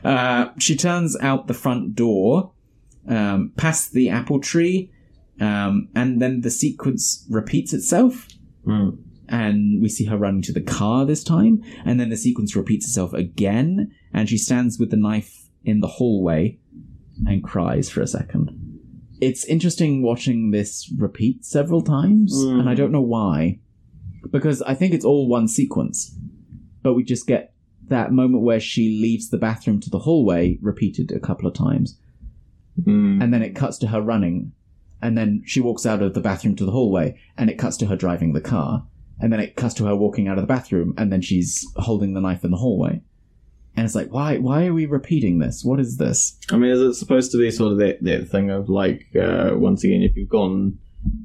S2: Uh, she turns out the front door, um, past the apple tree, um, and then the sequence repeats itself.
S9: Hmm.
S2: And we see her running to the car this time, and then the sequence repeats itself again, and she stands with the knife in the hallway and cries for a second. It's interesting watching this repeat several times,
S9: Mm.
S2: and I don't know why. Because I think it's all one sequence, but we just get that moment where she leaves the bathroom to the hallway repeated a couple of times,
S9: Mm.
S2: and then it cuts to her running, and then she walks out of the bathroom to the hallway, and it cuts to her driving the car, and then it cuts to her walking out of the bathroom, and then she's holding the knife in the hallway. And it's like, why? Why are we repeating this? What is this?
S9: I mean, is it supposed to be sort of that, that thing of like, uh, once again, if you've gone,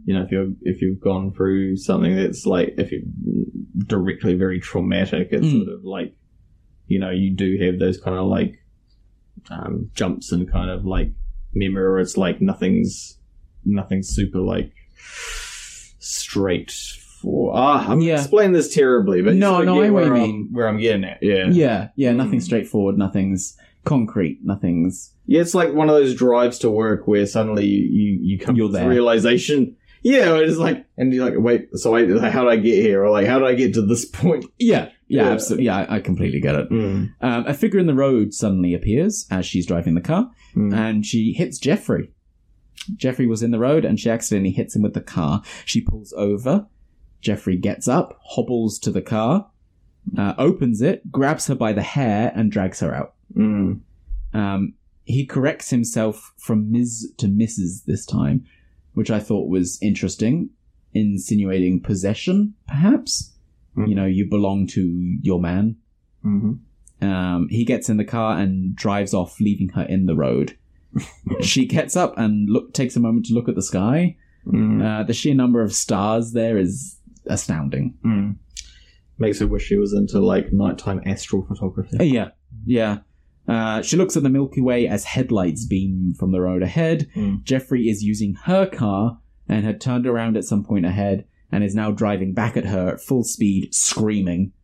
S9: you know, if you're if you've gone through something that's like, if you directly very traumatic, it's
S2: Mm.
S9: sort of like, you know, you do have those kind of like um, jumps and kind of like memory, where it's like nothing's nothing's super like straight. For ah, I'm
S2: Yeah.
S9: explaining this terribly, but you
S2: No,
S9: sort of
S2: no,
S9: get
S2: I know what you
S9: where I'm-
S2: mean.
S9: where I'm getting at, yeah, Hmm.
S2: yeah, yeah. Nothing straightforward. Nothing's concrete. Nothing's
S9: Yeah, it's like one of those drives to work where suddenly you, you, you come
S2: You're
S9: to the
S2: there.
S9: realization. Yeah, it's like, and you're like, wait, so wait, how did I get here? Or like, how did I get to this point?
S2: Yeah, yeah,
S9: Yeah.
S2: absolutely. Yeah, I, I completely get it.
S9: Mm.
S2: Um, a figure in the road suddenly appears as she's driving the car,
S9: Mm.
S2: and she hits Jeffrey. Jeffrey was in the road, and she accidentally hits him with the car. She pulls over. Jeffrey gets up, hobbles to the car, uh, opens it, grabs her by the hair, and drags her out.
S9: Mm.
S2: Um, he corrects himself from Ms. to Mrs. this time, which I thought was interesting, insinuating possession, perhaps. You know, you belong to your man.
S9: Mm-hmm.
S2: Um, he gets in the car and drives off, leaving her in the road. she gets up and look, takes a moment to look at the sky.
S9: Mm.
S2: Uh, the sheer number of stars there is astounding.
S9: Mm. Makes her wish she was into like nighttime astral photography.
S2: Uh, Yeah, yeah. Uh, she looks at the Milky Way as headlights beam from the road ahead.
S9: Mm.
S2: Jeffrey is using her car and had turned around at some point ahead and is now driving back at her at full speed, screaming.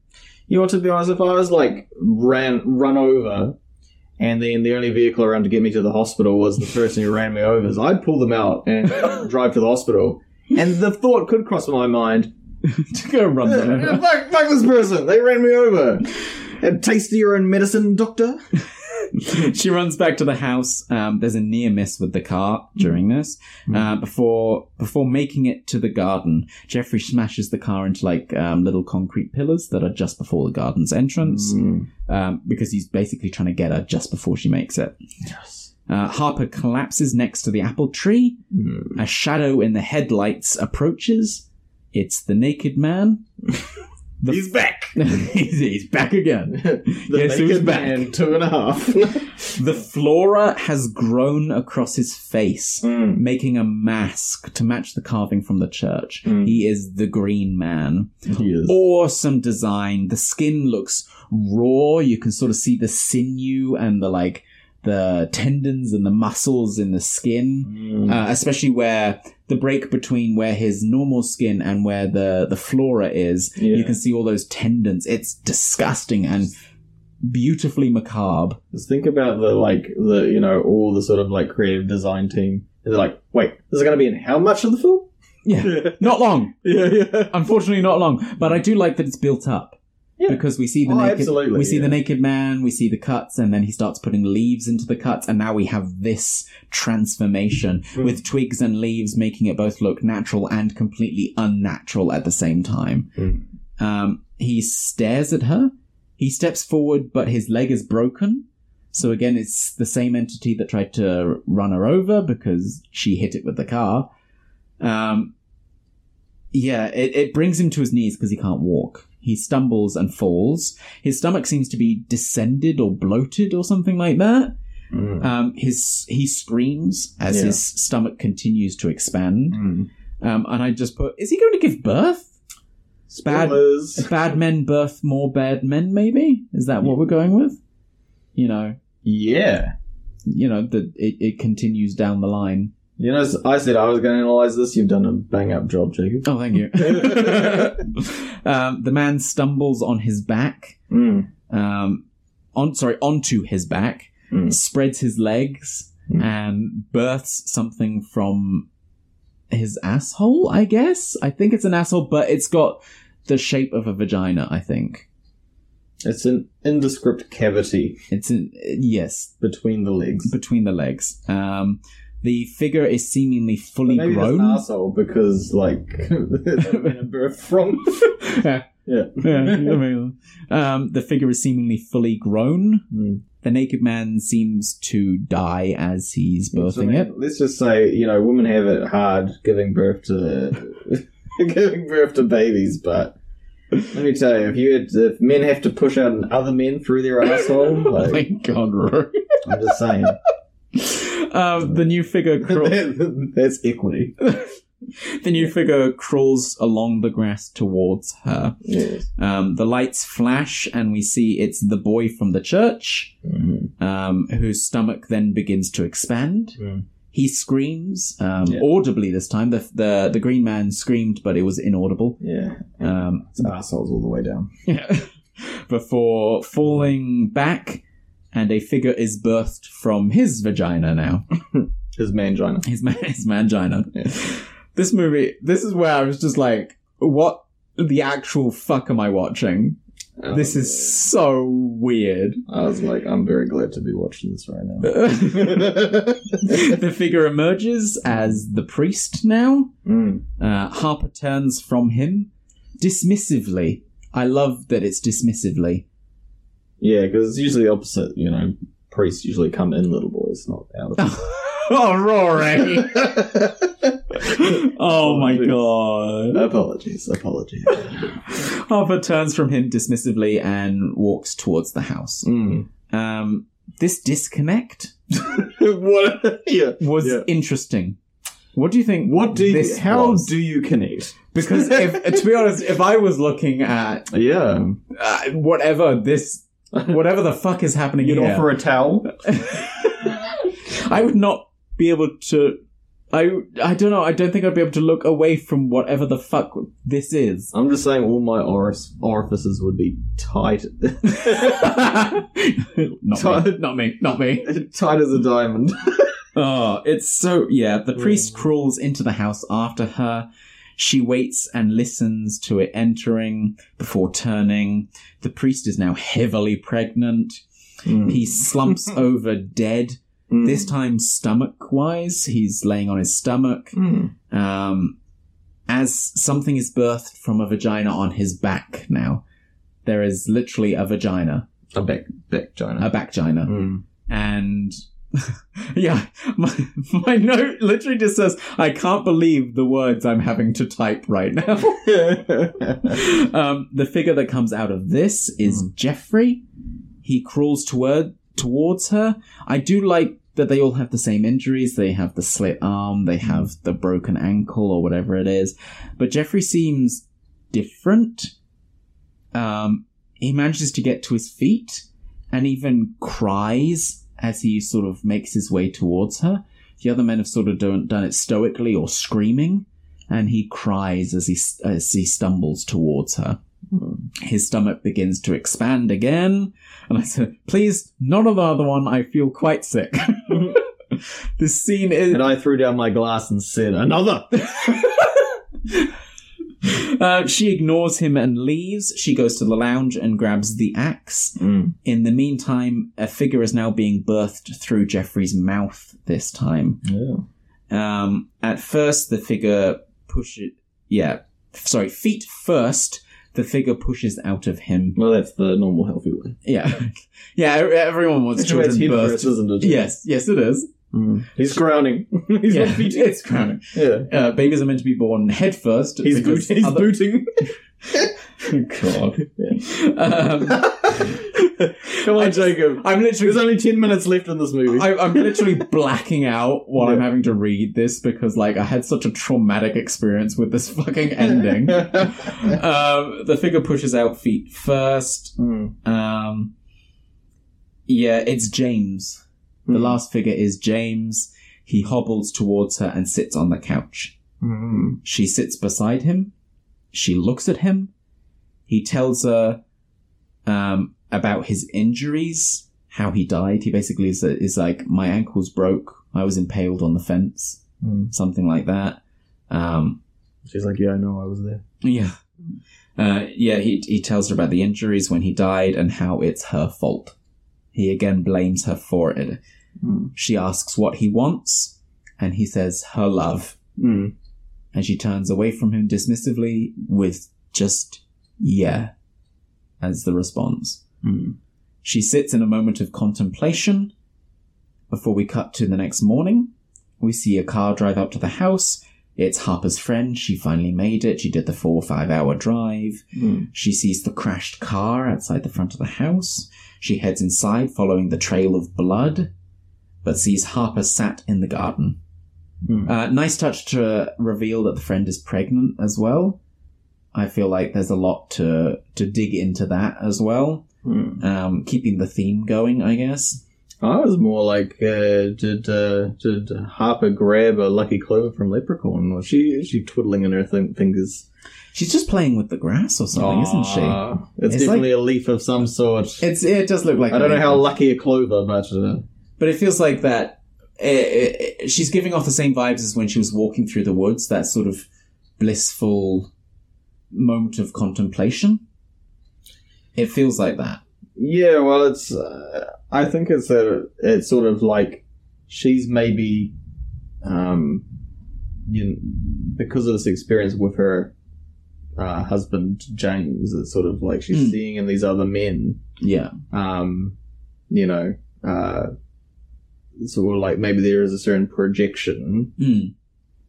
S9: You know, to be honest, if I was like ran run over, and then the only vehicle around to get me to the hospital was the person who ran me over, so I'd pull them out and drive to the hospital. And the thought could cross my mind,
S2: to go run them
S9: "Eh,
S2: over.
S9: fuck, fuck this person, they ran me over. And taste of your own medicine, doctor.
S2: she runs back to the house. Um, there's a near miss with the car during
S9: Mm.
S2: this. Uh, before before making it to the garden, Jeffrey smashes the car into like um, little concrete pillars that are just before the garden's entrance
S9: Mm-hmm. Mm.
S2: um, because he's basically trying to get her just before she makes it.
S9: Yes.
S2: Uh, Harper collapses next to the apple tree. A shadow in the headlights approaches. It's the naked man.
S9: He's back.
S2: he's, he's back again.
S9: The
S2: Yes, he was
S9: naked
S2: back.
S9: man, two and a half.
S2: The flora has grown across his face,
S9: Mm.
S2: making a mask to match the carving from the church.
S9: Mm.
S2: He is the green man.
S9: he is.
S2: Awesome design. The skin looks raw. You can sort of see the sinew and the like the tendons and the muscles in the skin.
S9: Mm.
S2: Uh, especially where the break between where his normal skin and where the, the flora is,
S9: Yeah.
S2: you can see all those tendons. It's disgusting and beautifully macabre.
S9: Just think about the like the you know all the sort of like creative design team. And they're like, wait, this is going to be in how much of the film?
S2: Yeah. Not long.
S9: yeah, yeah.
S2: Unfortunately, not long. But I do like that it's built up.
S9: Yeah.
S2: Because we see the
S9: Oh,
S2: naked,
S9: absolutely,
S2: we see
S9: yeah.
S2: the naked man, we see the cuts, and then he starts putting leaves into the cuts, and now we have this transformation
S9: Mm.
S2: with twigs and leaves, making it both look natural and completely unnatural at the same time.
S9: Mm.
S2: Um, he stares at her. He steps forward, but his leg is broken. So again, it's the same entity that tried to run her over because she hit it with the car. Um, yeah, it, it brings him to his knees because he can't walk. He stumbles and falls. His stomach seems to be descended or bloated or something like that.
S9: Mm.
S2: Um, his he screams as
S9: Yeah.
S2: his stomach continues to expand.
S9: Mm.
S2: Um, and I just put, is he going to give birth? Bad,
S9: Spoilers.
S2: bad men birth more bad men. Maybe is that what we're going with? You know,
S9: Yeah.
S2: you know that it, it continues down the line.
S9: You know, I said I was going to analyze this. You've done a bang up job, Jacob.
S2: Oh, thank you. um, the man stumbles on his back.
S9: Mm.
S2: um, on sorry onto his back,
S9: Mm.
S2: spreads his legs,
S9: Mm.
S2: and births something from his asshole. I guess I think it's an asshole, but it's got the shape of a vagina. I think
S9: It's an indescript cavity
S2: it's in, yes
S9: between the legs.
S2: between the legs. Um, the figure is seemingly fully
S9: Maybe that's
S2: grown.
S9: arsehole because like that's where I'm gonna birth from.
S2: Yeah.
S9: yeah.
S2: Yeah, I mean, um, the figure is seemingly fully grown.
S9: Mm.
S2: The naked man seems to die as he's
S9: Yes, I
S2: birthing
S9: mean,
S2: it.
S9: Let's just say, you know, women have it hard giving birth to giving birth to babies, but Let me tell you, if you had, if men have to push out other men through their asshole, like,
S2: oh my god, Rory.
S9: I'm just saying.
S2: Um, the new figure crawls.
S9: That's equity.
S2: the new figure crawls along the grass towards her.
S9: Yes.
S2: Um, the lights flash, and we see it's the boy from the church,
S9: Mhm.
S2: um, whose stomach then begins to expand.
S9: Mm.
S2: He screams um,
S9: Yeah.
S2: audibly this time. The, the the green man screamed, but it was inaudible.
S9: Yeah.
S2: Um,
S9: It's assholes all the way down.
S2: before falling back, and a figure is birthed from his vagina now.
S9: His mangina.
S2: His, man, his mangina. This movie, this is where I was just like, what the actual fuck am I watching? this is so weird.
S9: I was like, I'm very glad to be watching this right now.
S2: the figure emerges as the priest now.
S9: Mm.
S2: Uh, Harper turns from him dismissively. I love that it's dismissively.
S9: Yeah, because it's usually the opposite. You know, priests usually come in little boys, not out. Of
S2: Oh, Rory! oh my god.
S9: apologies, apologies.
S2: Harper turns from him dismissively and walks towards the house.
S9: Mm.
S2: Um, this disconnect
S9: what? Yeah.
S2: was
S9: Yeah.
S2: interesting. What do you think?
S9: What do
S2: this
S9: you? How
S2: was?
S9: do you connect?
S2: because if, to be honest, if I was looking at
S9: Yeah,
S2: uh, whatever this, whatever the fuck is happening
S9: you'd
S2: here,
S9: offer a towel.
S2: I would not be able to. I I don't know. I don't think I'd be able to look away from whatever the fuck this is.
S9: I'm just saying, all my oris- orifices would be tight,
S2: not me. Not me. Not me.
S9: tight as a diamond.
S2: Oh, it's so yeah. The priest crawls into the house after her. She waits and listens to it entering before turning. The priest is now heavily pregnant.
S9: Hmm.
S2: He slumps over dead.
S9: Mm.
S2: This time, stomach wise, he's laying on his stomach.
S9: Mm.
S2: Um, as something is birthed from a vagina on his back now. There is literally a vagina,
S9: A back, back
S2: a
S9: vagina.
S2: back vagina
S9: Mm.
S2: and yeah, my, my note literally just says, "I can't believe the words I'm having to type right now." um, the figure that comes out of this is Jeffrey. He crawls toward towards her. I do like that they all have the same injuries. They have the slit arm. They have the broken ankle or whatever it is. But Jeffrey seems different. Um, he manages to get to his feet and even cries as he sort of makes his way towards her. The other men have sort of done, done it stoically or screaming, and he cries as he as he stumbles towards her. His stomach begins to expand again, and I said, "Please, not another one. I feel quite sick." this scene is
S9: and I threw down my glass and said, "Another."
S2: Uh, she ignores him and leaves. She goes to the lounge and grabs the axe.
S9: Mm.
S2: In the meantime, a figure is now being birthed through Jeffrey's mouth this time.
S9: Yeah.
S2: Um, at first, the figure pushes. Yeah. Sorry, feet first, the figure pushes out of him.
S9: Well, that's the normal healthy way.
S2: Yeah. yeah, e- everyone wants children
S9: head
S2: birthed.
S9: isn't it?
S2: Yes, yes, it is.
S9: Mm. He's crowning. He's
S2: yeah,
S9: not beating.
S2: it's crowning.
S9: Yeah.
S2: Uh, babies are meant to be born head first.
S9: He's,
S2: because
S9: boot- he's
S2: other-
S9: booting.
S2: God. Um,
S9: Come on,
S2: I just-
S9: Jacob.
S2: I'm literally
S9: There's only 10 minutes left in this movie.
S2: I, I'm literally blacking out while I'm
S9: Yeah.
S2: having to read this because, like, I had such a traumatic experience with this fucking ending. um, the figure pushes out feet first.
S9: Mm.
S2: Um, yeah, it's James. The
S9: Mm.
S2: last figure is James. He hobbles towards her and sits on the couch.
S9: Mm.
S2: She sits beside him. She looks at him. He tells her um, about his injuries, how he died. He basically is, is like, my ankles broke. I was impaled on the fence,
S9: Mm.
S2: something like that. Um,
S9: She's like, yeah, I know I was there.
S2: yeah. Uh, yeah, he, he tells her about the injuries when he died and how it's her fault. He again blames her for it.
S9: Mm.
S2: She asks what he wants, and he says, her love.
S9: Mm.
S2: and she turns away from him dismissively with just yeah as the response.
S9: Mm.
S2: She sits in a moment of contemplation before we cut to the next morning. We see a car drive up to the house It's Harper's friend. She finally made it. She did the four or five hour drive.
S16: Mm.
S2: She sees the crashed car outside the front of the house. She heads inside, following the trail of blood, but sees Harper sat in the garden.
S9: Hmm.
S16: Mm.
S2: Uh, nice touch to reveal that the friend is pregnant as well. I feel like there's a lot to to dig into that as well.
S9: Hmm.
S2: Um, keeping the theme going, I guess.
S9: I was more like, uh, did uh, did Harper grab a lucky clover from Leprechaun? Was she is she twiddling in her thing fingers?
S2: She's just playing with the grass or something, isn't she?
S9: Ah, It's,
S2: It's
S9: definitely a leaf of some sort.
S2: It's it does look like
S9: I
S2: a
S9: don't know
S2: leaf.
S9: how lucky a clover, but uh,
S2: but it feels like that. eh, eh, eh, she's giving off the same vibes as when she was walking through the woods. That sort of blissful moment of contemplation. It feels like that.
S9: yeah. Well, it's. Uh, I think it's a. It's sort of like she's maybe, um, you know, because of this experience with her uh, husband James. It's sort of like she's
S2: Hmm.
S9: seeing in these other men
S2: Yeah.
S9: um, you know, uh, sort of like maybe there is a certain projection,
S2: Mm.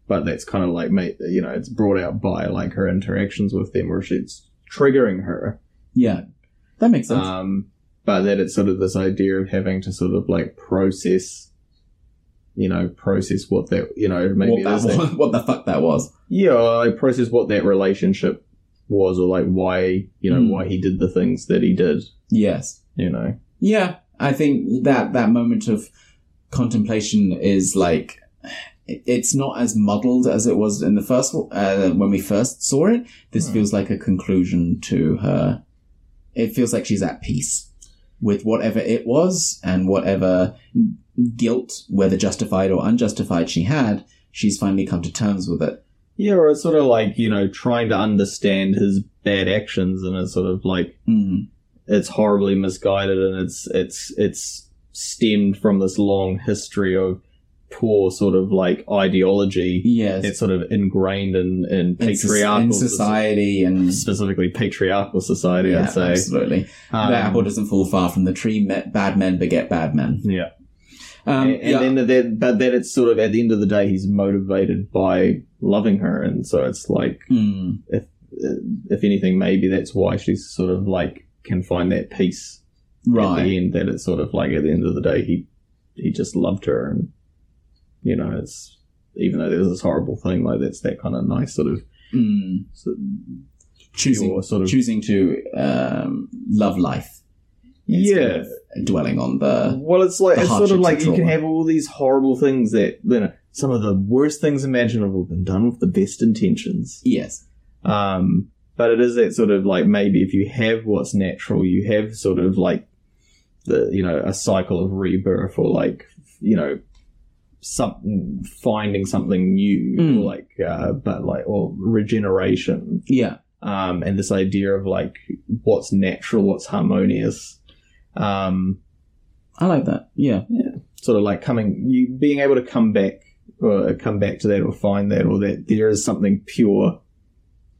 S9: but that's kind of like, ma- you know, it's brought out by like her interactions with them, or she's triggering her.
S2: Yeah. That makes sense.
S9: Um, but that it's sort of this idea of having to sort of like process, you know, process what that, you know, maybe
S2: what,
S9: there's
S2: that
S9: that-
S2: was, what the fuck that was.
S9: yeah, I process what that relationship was, or like why, you know,
S2: Mm.
S9: why he did the things that he did,
S2: Yes.
S9: you know.
S2: Yeah, I think that that moment of contemplation is like it- it's not as muddled as it was in the first uh, when we first saw it. This
S9: Hmm.
S2: feels like a conclusion to her. It feels like she's at peace with whatever it was and whatever guilt, whether justified or unjustified, she had. She's finally come to terms with it.
S9: Yeah, or it's sort of like, you know, trying to understand his bad actions and it's sort of like
S2: Mm.
S9: it's horribly misguided and it's it's it's stemmed from this long history of poor sort of like ideology.
S2: Yes,
S9: It's sort of ingrained in, in
S2: In soc-
S9: patriarchal
S2: in society and
S9: specifically patriarchal society,
S2: yeah,
S9: I'd say.
S2: absolutely. the
S9: Um,
S2: apple doesn't fall far from the tree. Me- Bad men beget bad men.
S9: Yeah.
S2: Um,
S9: and and
S2: yeah.
S9: then that, but then it's sort of at the end of the day he's motivated by loving her and so it's like
S2: Mm.
S9: uh, if anything, maybe that's why she's sort of like can find that peace at the
S2: Right.
S9: end. That it's sort of like at the end of the day, he he just loved her, and you know, it's even though there's this horrible thing, like that's that kind of nice sort of
S2: Mm.
S9: sort of-
S2: Choosing,
S9: pure sort of
S2: choosing to um, love life. It's
S9: yeah.
S2: kind of dwelling on the.
S9: well, it's like
S2: the
S9: it's sort of
S2: hardships
S9: like
S2: and
S9: you can
S2: trauma.
S9: have all these horrible things that you know some of the worst things imaginable have been done with the best intentions.
S2: Yes.
S9: Um, but it is that sort of like maybe if you have what's natural, you have sort of like the you know a cycle of rebirth or like you know something finding something new
S2: Mm.
S9: or like uh, but like or regeneration
S2: Yeah.
S9: um, and this idea of like what's natural, what's harmonious. Um,
S2: I like that. Yeah.
S9: sort of like coming you being able to come back or come back to that or find that or that there is something pure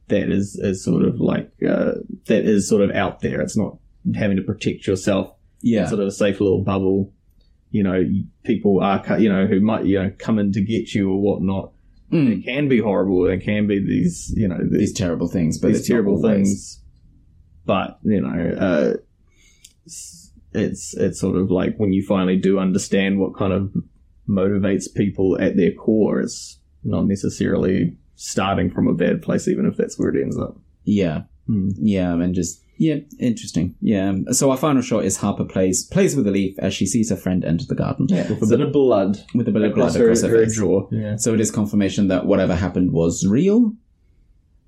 S9: that is is sort of like uh, that is sort of out there it's not having to protect yourself
S2: Yeah.
S9: It's sort of a safe little bubble you know people are cu- you know who might you know come in to get you or whatnot
S2: Mm.
S9: it can be horrible it can be these you know these,
S2: These terrible things, but
S9: these
S2: it's not
S9: terrible
S2: always-
S9: things. But you know, uh, s- it's it's sort of like when you finally do understand what kind of motivates people at their core. It's not necessarily starting from a bad place, even if that's where it ends up.
S2: Yeah.
S9: Hmm.
S2: Yeah, and just yeah, interesting. Yeah. um, So our final shot is Harper plays plays with a leaf as she sees her friend enter the garden
S9: With a bit of blood
S2: with a bit of
S9: across
S2: blood
S9: her,
S2: across her,
S9: her
S2: face.
S9: jaw. Yeah.
S2: So it is confirmation that whatever happened was real,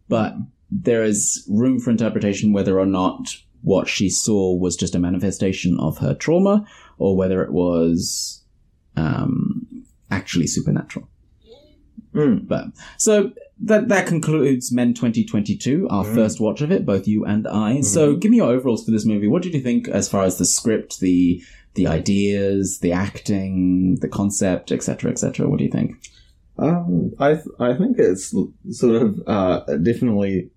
S2: but there is room for interpretation whether or not what she saw was just a manifestation of her trauma or whether it was um, actually supernatural. But so that that concludes Men 2022, our first watch of it, both you and I. So give me your overalls for this movie. What did you think as far as the script, the the ideas, the acting, the concept, etc., etc.? What do you think?
S9: Um, I th- I think it's l- sort of uh, definitely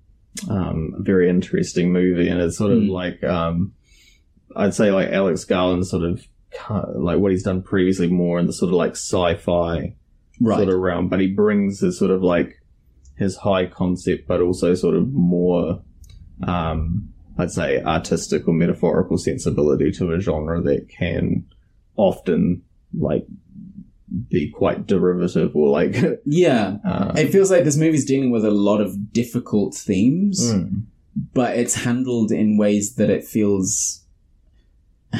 S9: um, a very interesting movie, and it's sort of
S2: Mm.
S9: like um, I'd say like Alex Garland sort of ca- like what he's done previously more in the sort of like sci-fi right. sort of realm, but he brings his sort of like his high concept, but also sort of more, um, I'd say, artistic or metaphorical sensibility to a genre that can often like be quite derivative or like
S2: yeah uh, it feels like this movie's dealing with a lot of difficult themes
S9: hmm,
S2: mm. but it's handled in ways that it feels i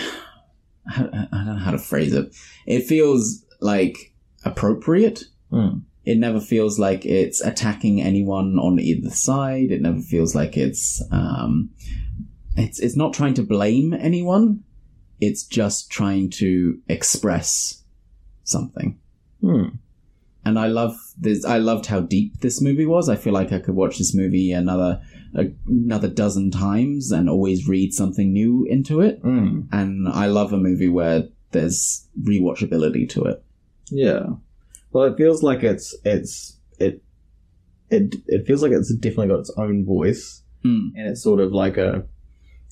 S2: don't know how to phrase it it feels like appropriate
S9: mm.
S2: it never feels like it's attacking anyone on either side it never feels like it's um it's it's not trying to blame anyone it's just trying to express something.
S9: Hmm.
S2: And I love this. I loved how deep this movie was. I feel like I could watch this movie another a, another dozen times and always read something new into it.
S9: Mm.
S2: And I love a movie where there's rewatchability to it.
S9: Yeah. Well, it feels like it's it's it it it feels like it's definitely got its own voice,
S2: mm.
S9: and it's sort of like a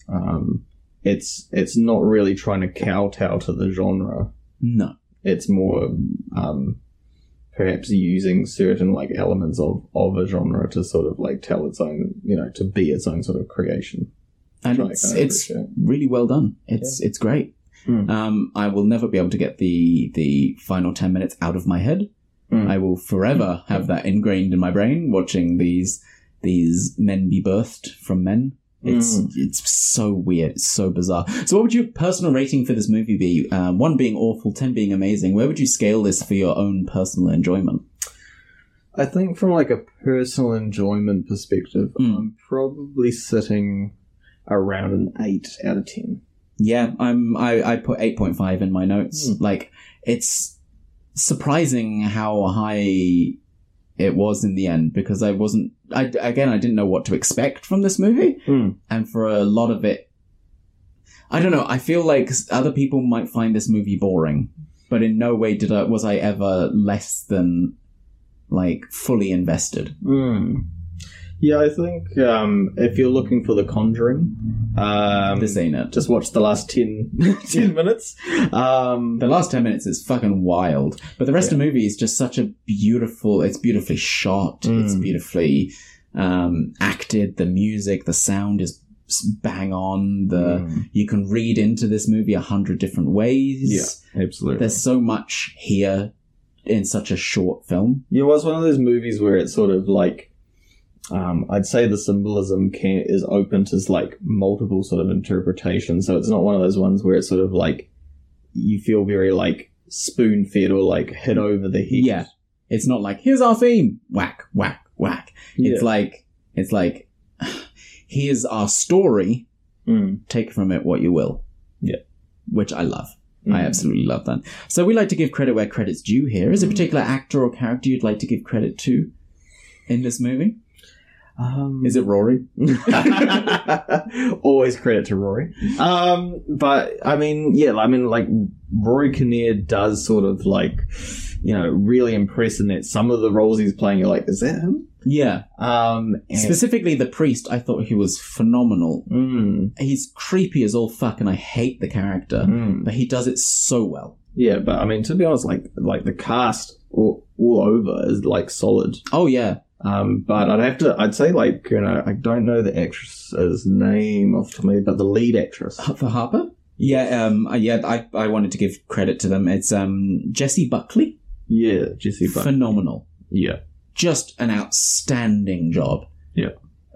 S9: um, it's it's not really trying to kowtow to the genre.
S2: No
S9: it's more um, perhaps using certain like elements of, of a genre to sort of like tell its own you know to be its own sort of creation
S2: and it's, kind of it's really well done it's yeah. it's great
S9: mm.
S2: um, i will never be able to get the the final 10 minutes out of my head
S9: mm.
S2: i will forever have mm. that ingrained in my brain watching these these men be birthed from men it's
S9: mm.
S2: it's so weird, it's so bizarre. So, what would your personal rating for this movie be? Um, one being awful, ten being amazing. Where would you scale this for your own personal enjoyment?
S9: I think from like a personal enjoyment perspective,
S2: mm.
S9: I'm probably sitting around an eight out of ten.
S2: Yeah, I'm. I, I put eight point five in my notes.
S9: Mm.
S2: Like, it's surprising how high it was in the end because I wasn't. I again, I didn't know what to expect from this movie,
S9: mm.
S2: and for a lot of it, I don't know. I feel like other people might find this movie boring, but in no way did I was I ever less than like fully invested. Hmm.
S9: Mm. Yeah, I think um, if you're looking for The Conjuring, um,
S2: this ain't it.
S9: Just watch the last 10, 10 minutes. Um,
S2: the last ten minutes is fucking wild, but the rest yeah. of the movie is just such a beautiful. It's beautifully shot.
S9: Mm.
S2: It's beautifully um, acted. The music, the sound is bang on. The
S9: mm.
S2: you can read into this movie a hundred different ways.
S9: Yeah, absolutely.
S2: There's so much here in such a short film.
S9: Yeah, well, it's one of those movies where it's sort of like um, I'd say the symbolism can, is open to like multiple sort of interpretations. So it's not one of those ones where it's sort of like you feel very like spoon fed or like hit over the head.
S2: Yeah, it's not like here's our theme, whack, whack, whack.
S9: Yeah.
S2: It's like it's like here's our story.
S9: Mm.
S2: Take from it what you will.
S9: Yeah,
S2: which I love.
S9: Mm.
S2: I absolutely love that. So we like to give credit where credit's due. Here is a particular actor or character you'd like to give credit to in this movie.
S9: Um,
S2: Is it Rory?
S9: Always credit to Rory. Um, but I mean, yeah, I mean, like Rory Kinnear does sort of like, you know, really impress in that some of the roles he's playing, you're like, is that him?
S2: Yeah.
S9: Um, and-
S2: Specifically, the priest. I thought he was phenomenal.
S9: Mm,
S2: He's creepy as all fuck, and I hate the character,
S9: mm.
S2: but he does it so well.
S9: Yeah, but I mean, to be honest, like like the cast all, all over is like solid.
S2: Oh yeah,
S9: Um, but I'd have to, I'd say like you know, I don't know the actress's name off to me, but the lead actress.
S2: H- for Harper. Yeah, um, uh, yeah. I I wanted to give credit to them. It's um Jesse Buckley.
S9: Yeah, Jesse. Buck.
S2: Phenomenal.
S9: yeah,
S2: Just an outstanding job.
S9: Yeah.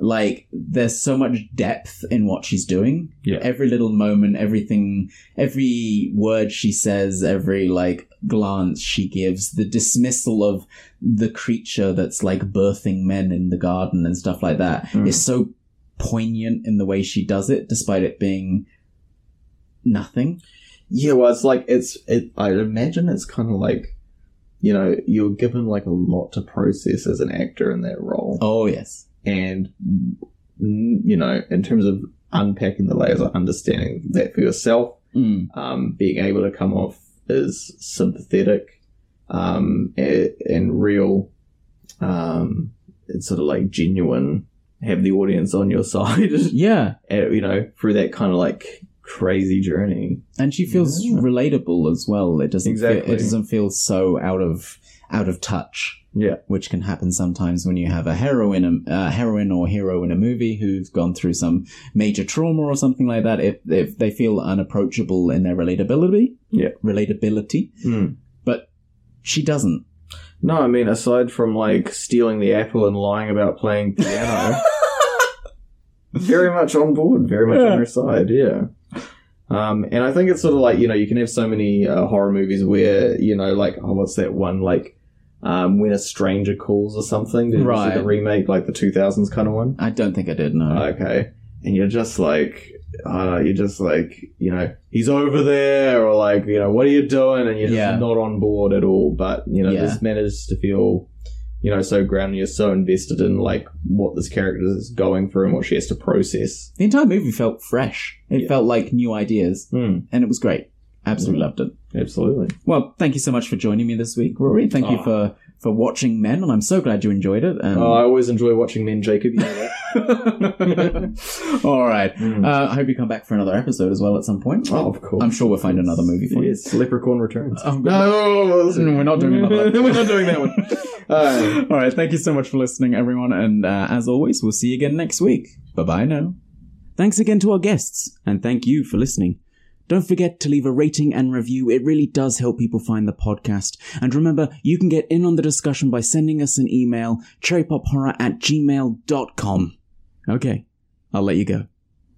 S2: Like there's so much depth in what she's doing.
S9: yeah.
S2: every little moment, everything, every word she says, every like glance she gives, the dismissal of the creature that's like birthing men in the garden and stuff like that is
S9: Mm.
S2: so poignant in the way she does it, despite it being nothing.
S9: Yeah, well, it's like it's. It, I imagine it's kind of like, you know, you're given like a lot to process as an actor in that role,
S2: Oh yes,
S9: and mm, you know, in terms of unpacking the layers of understanding that for yourself,
S2: mm.
S9: um, being able to come off as sympathetic um, a- and real, um, it's sort of like genuine. Have the audience on your side,
S2: yeah,
S9: eh, you know, through that kind of like crazy journey.
S2: and she feels
S9: Yeah.
S2: relatable as well. It doesn't feel,
S9: Exactly.
S2: it doesn't feel so out of out of touch.
S9: Yeah.
S2: Which can happen sometimes when you have a heroine, a heroine or hero in a movie who's gone through some major trauma or something like that. If, if they feel unapproachable in their relatability,
S9: yeah,
S2: relatability,
S9: Mm.
S2: but she doesn't.
S9: No, I mean, aside from like stealing the apple and lying about playing piano, very much on board, very much on her side, yeah. Um, and I think it's sort of like, you know, you can have so many uh, horror movies where, you know, like, oh, what's that one? Like, um, When a Stranger Calls or something. Did you see
S2: Right.
S9: the remake, like the 2000s kind of one?
S2: I don't think I did. No.
S9: Okay. And you're just like, uh, you're just like, you know, he's over there, or like, you know, what are you doing? And you're just
S2: Yeah.
S9: not on board at all. But, you know,
S2: Yeah.
S9: this manages to feel, you know, so grounded. You're so invested in, like, what this character is going through and what she has to process.
S2: The entire movie felt fresh. It felt like new ideas,
S9: Mm.
S2: and it was great. Absolutely loved it.
S9: Absolutely.
S2: Well, thank you so much for joining me this week, Rory. Thank you
S9: Ah.
S2: for for watching Men, and I'm so glad you enjoyed it. And
S9: oh, I always enjoy watching men, Jacob. You know that?
S2: all right, uh, I hope you come back for another episode as well at some point.
S9: Mm. Oh, of course.
S2: I'm sure we'll find another movie for you.
S9: yes, Leprechaun Returns.
S2: Oh,
S9: no,
S2: No, we're not doing another one.
S9: We're not doing that one. Uh,
S2: All right, thank you so much for listening, everyone. And uh, as always, we'll see you again next week. Bye bye now. Thanks again to our guests, and thank you for listening. Don't forget to leave a rating and review. It really does help people find the podcast. And remember, you can get in on the discussion by sending us an email, cherrypophorror at gmail.com. Okay, I'll let you go.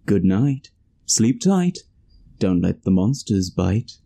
S2: Good night. Sleep tight. Don't let the monsters bite.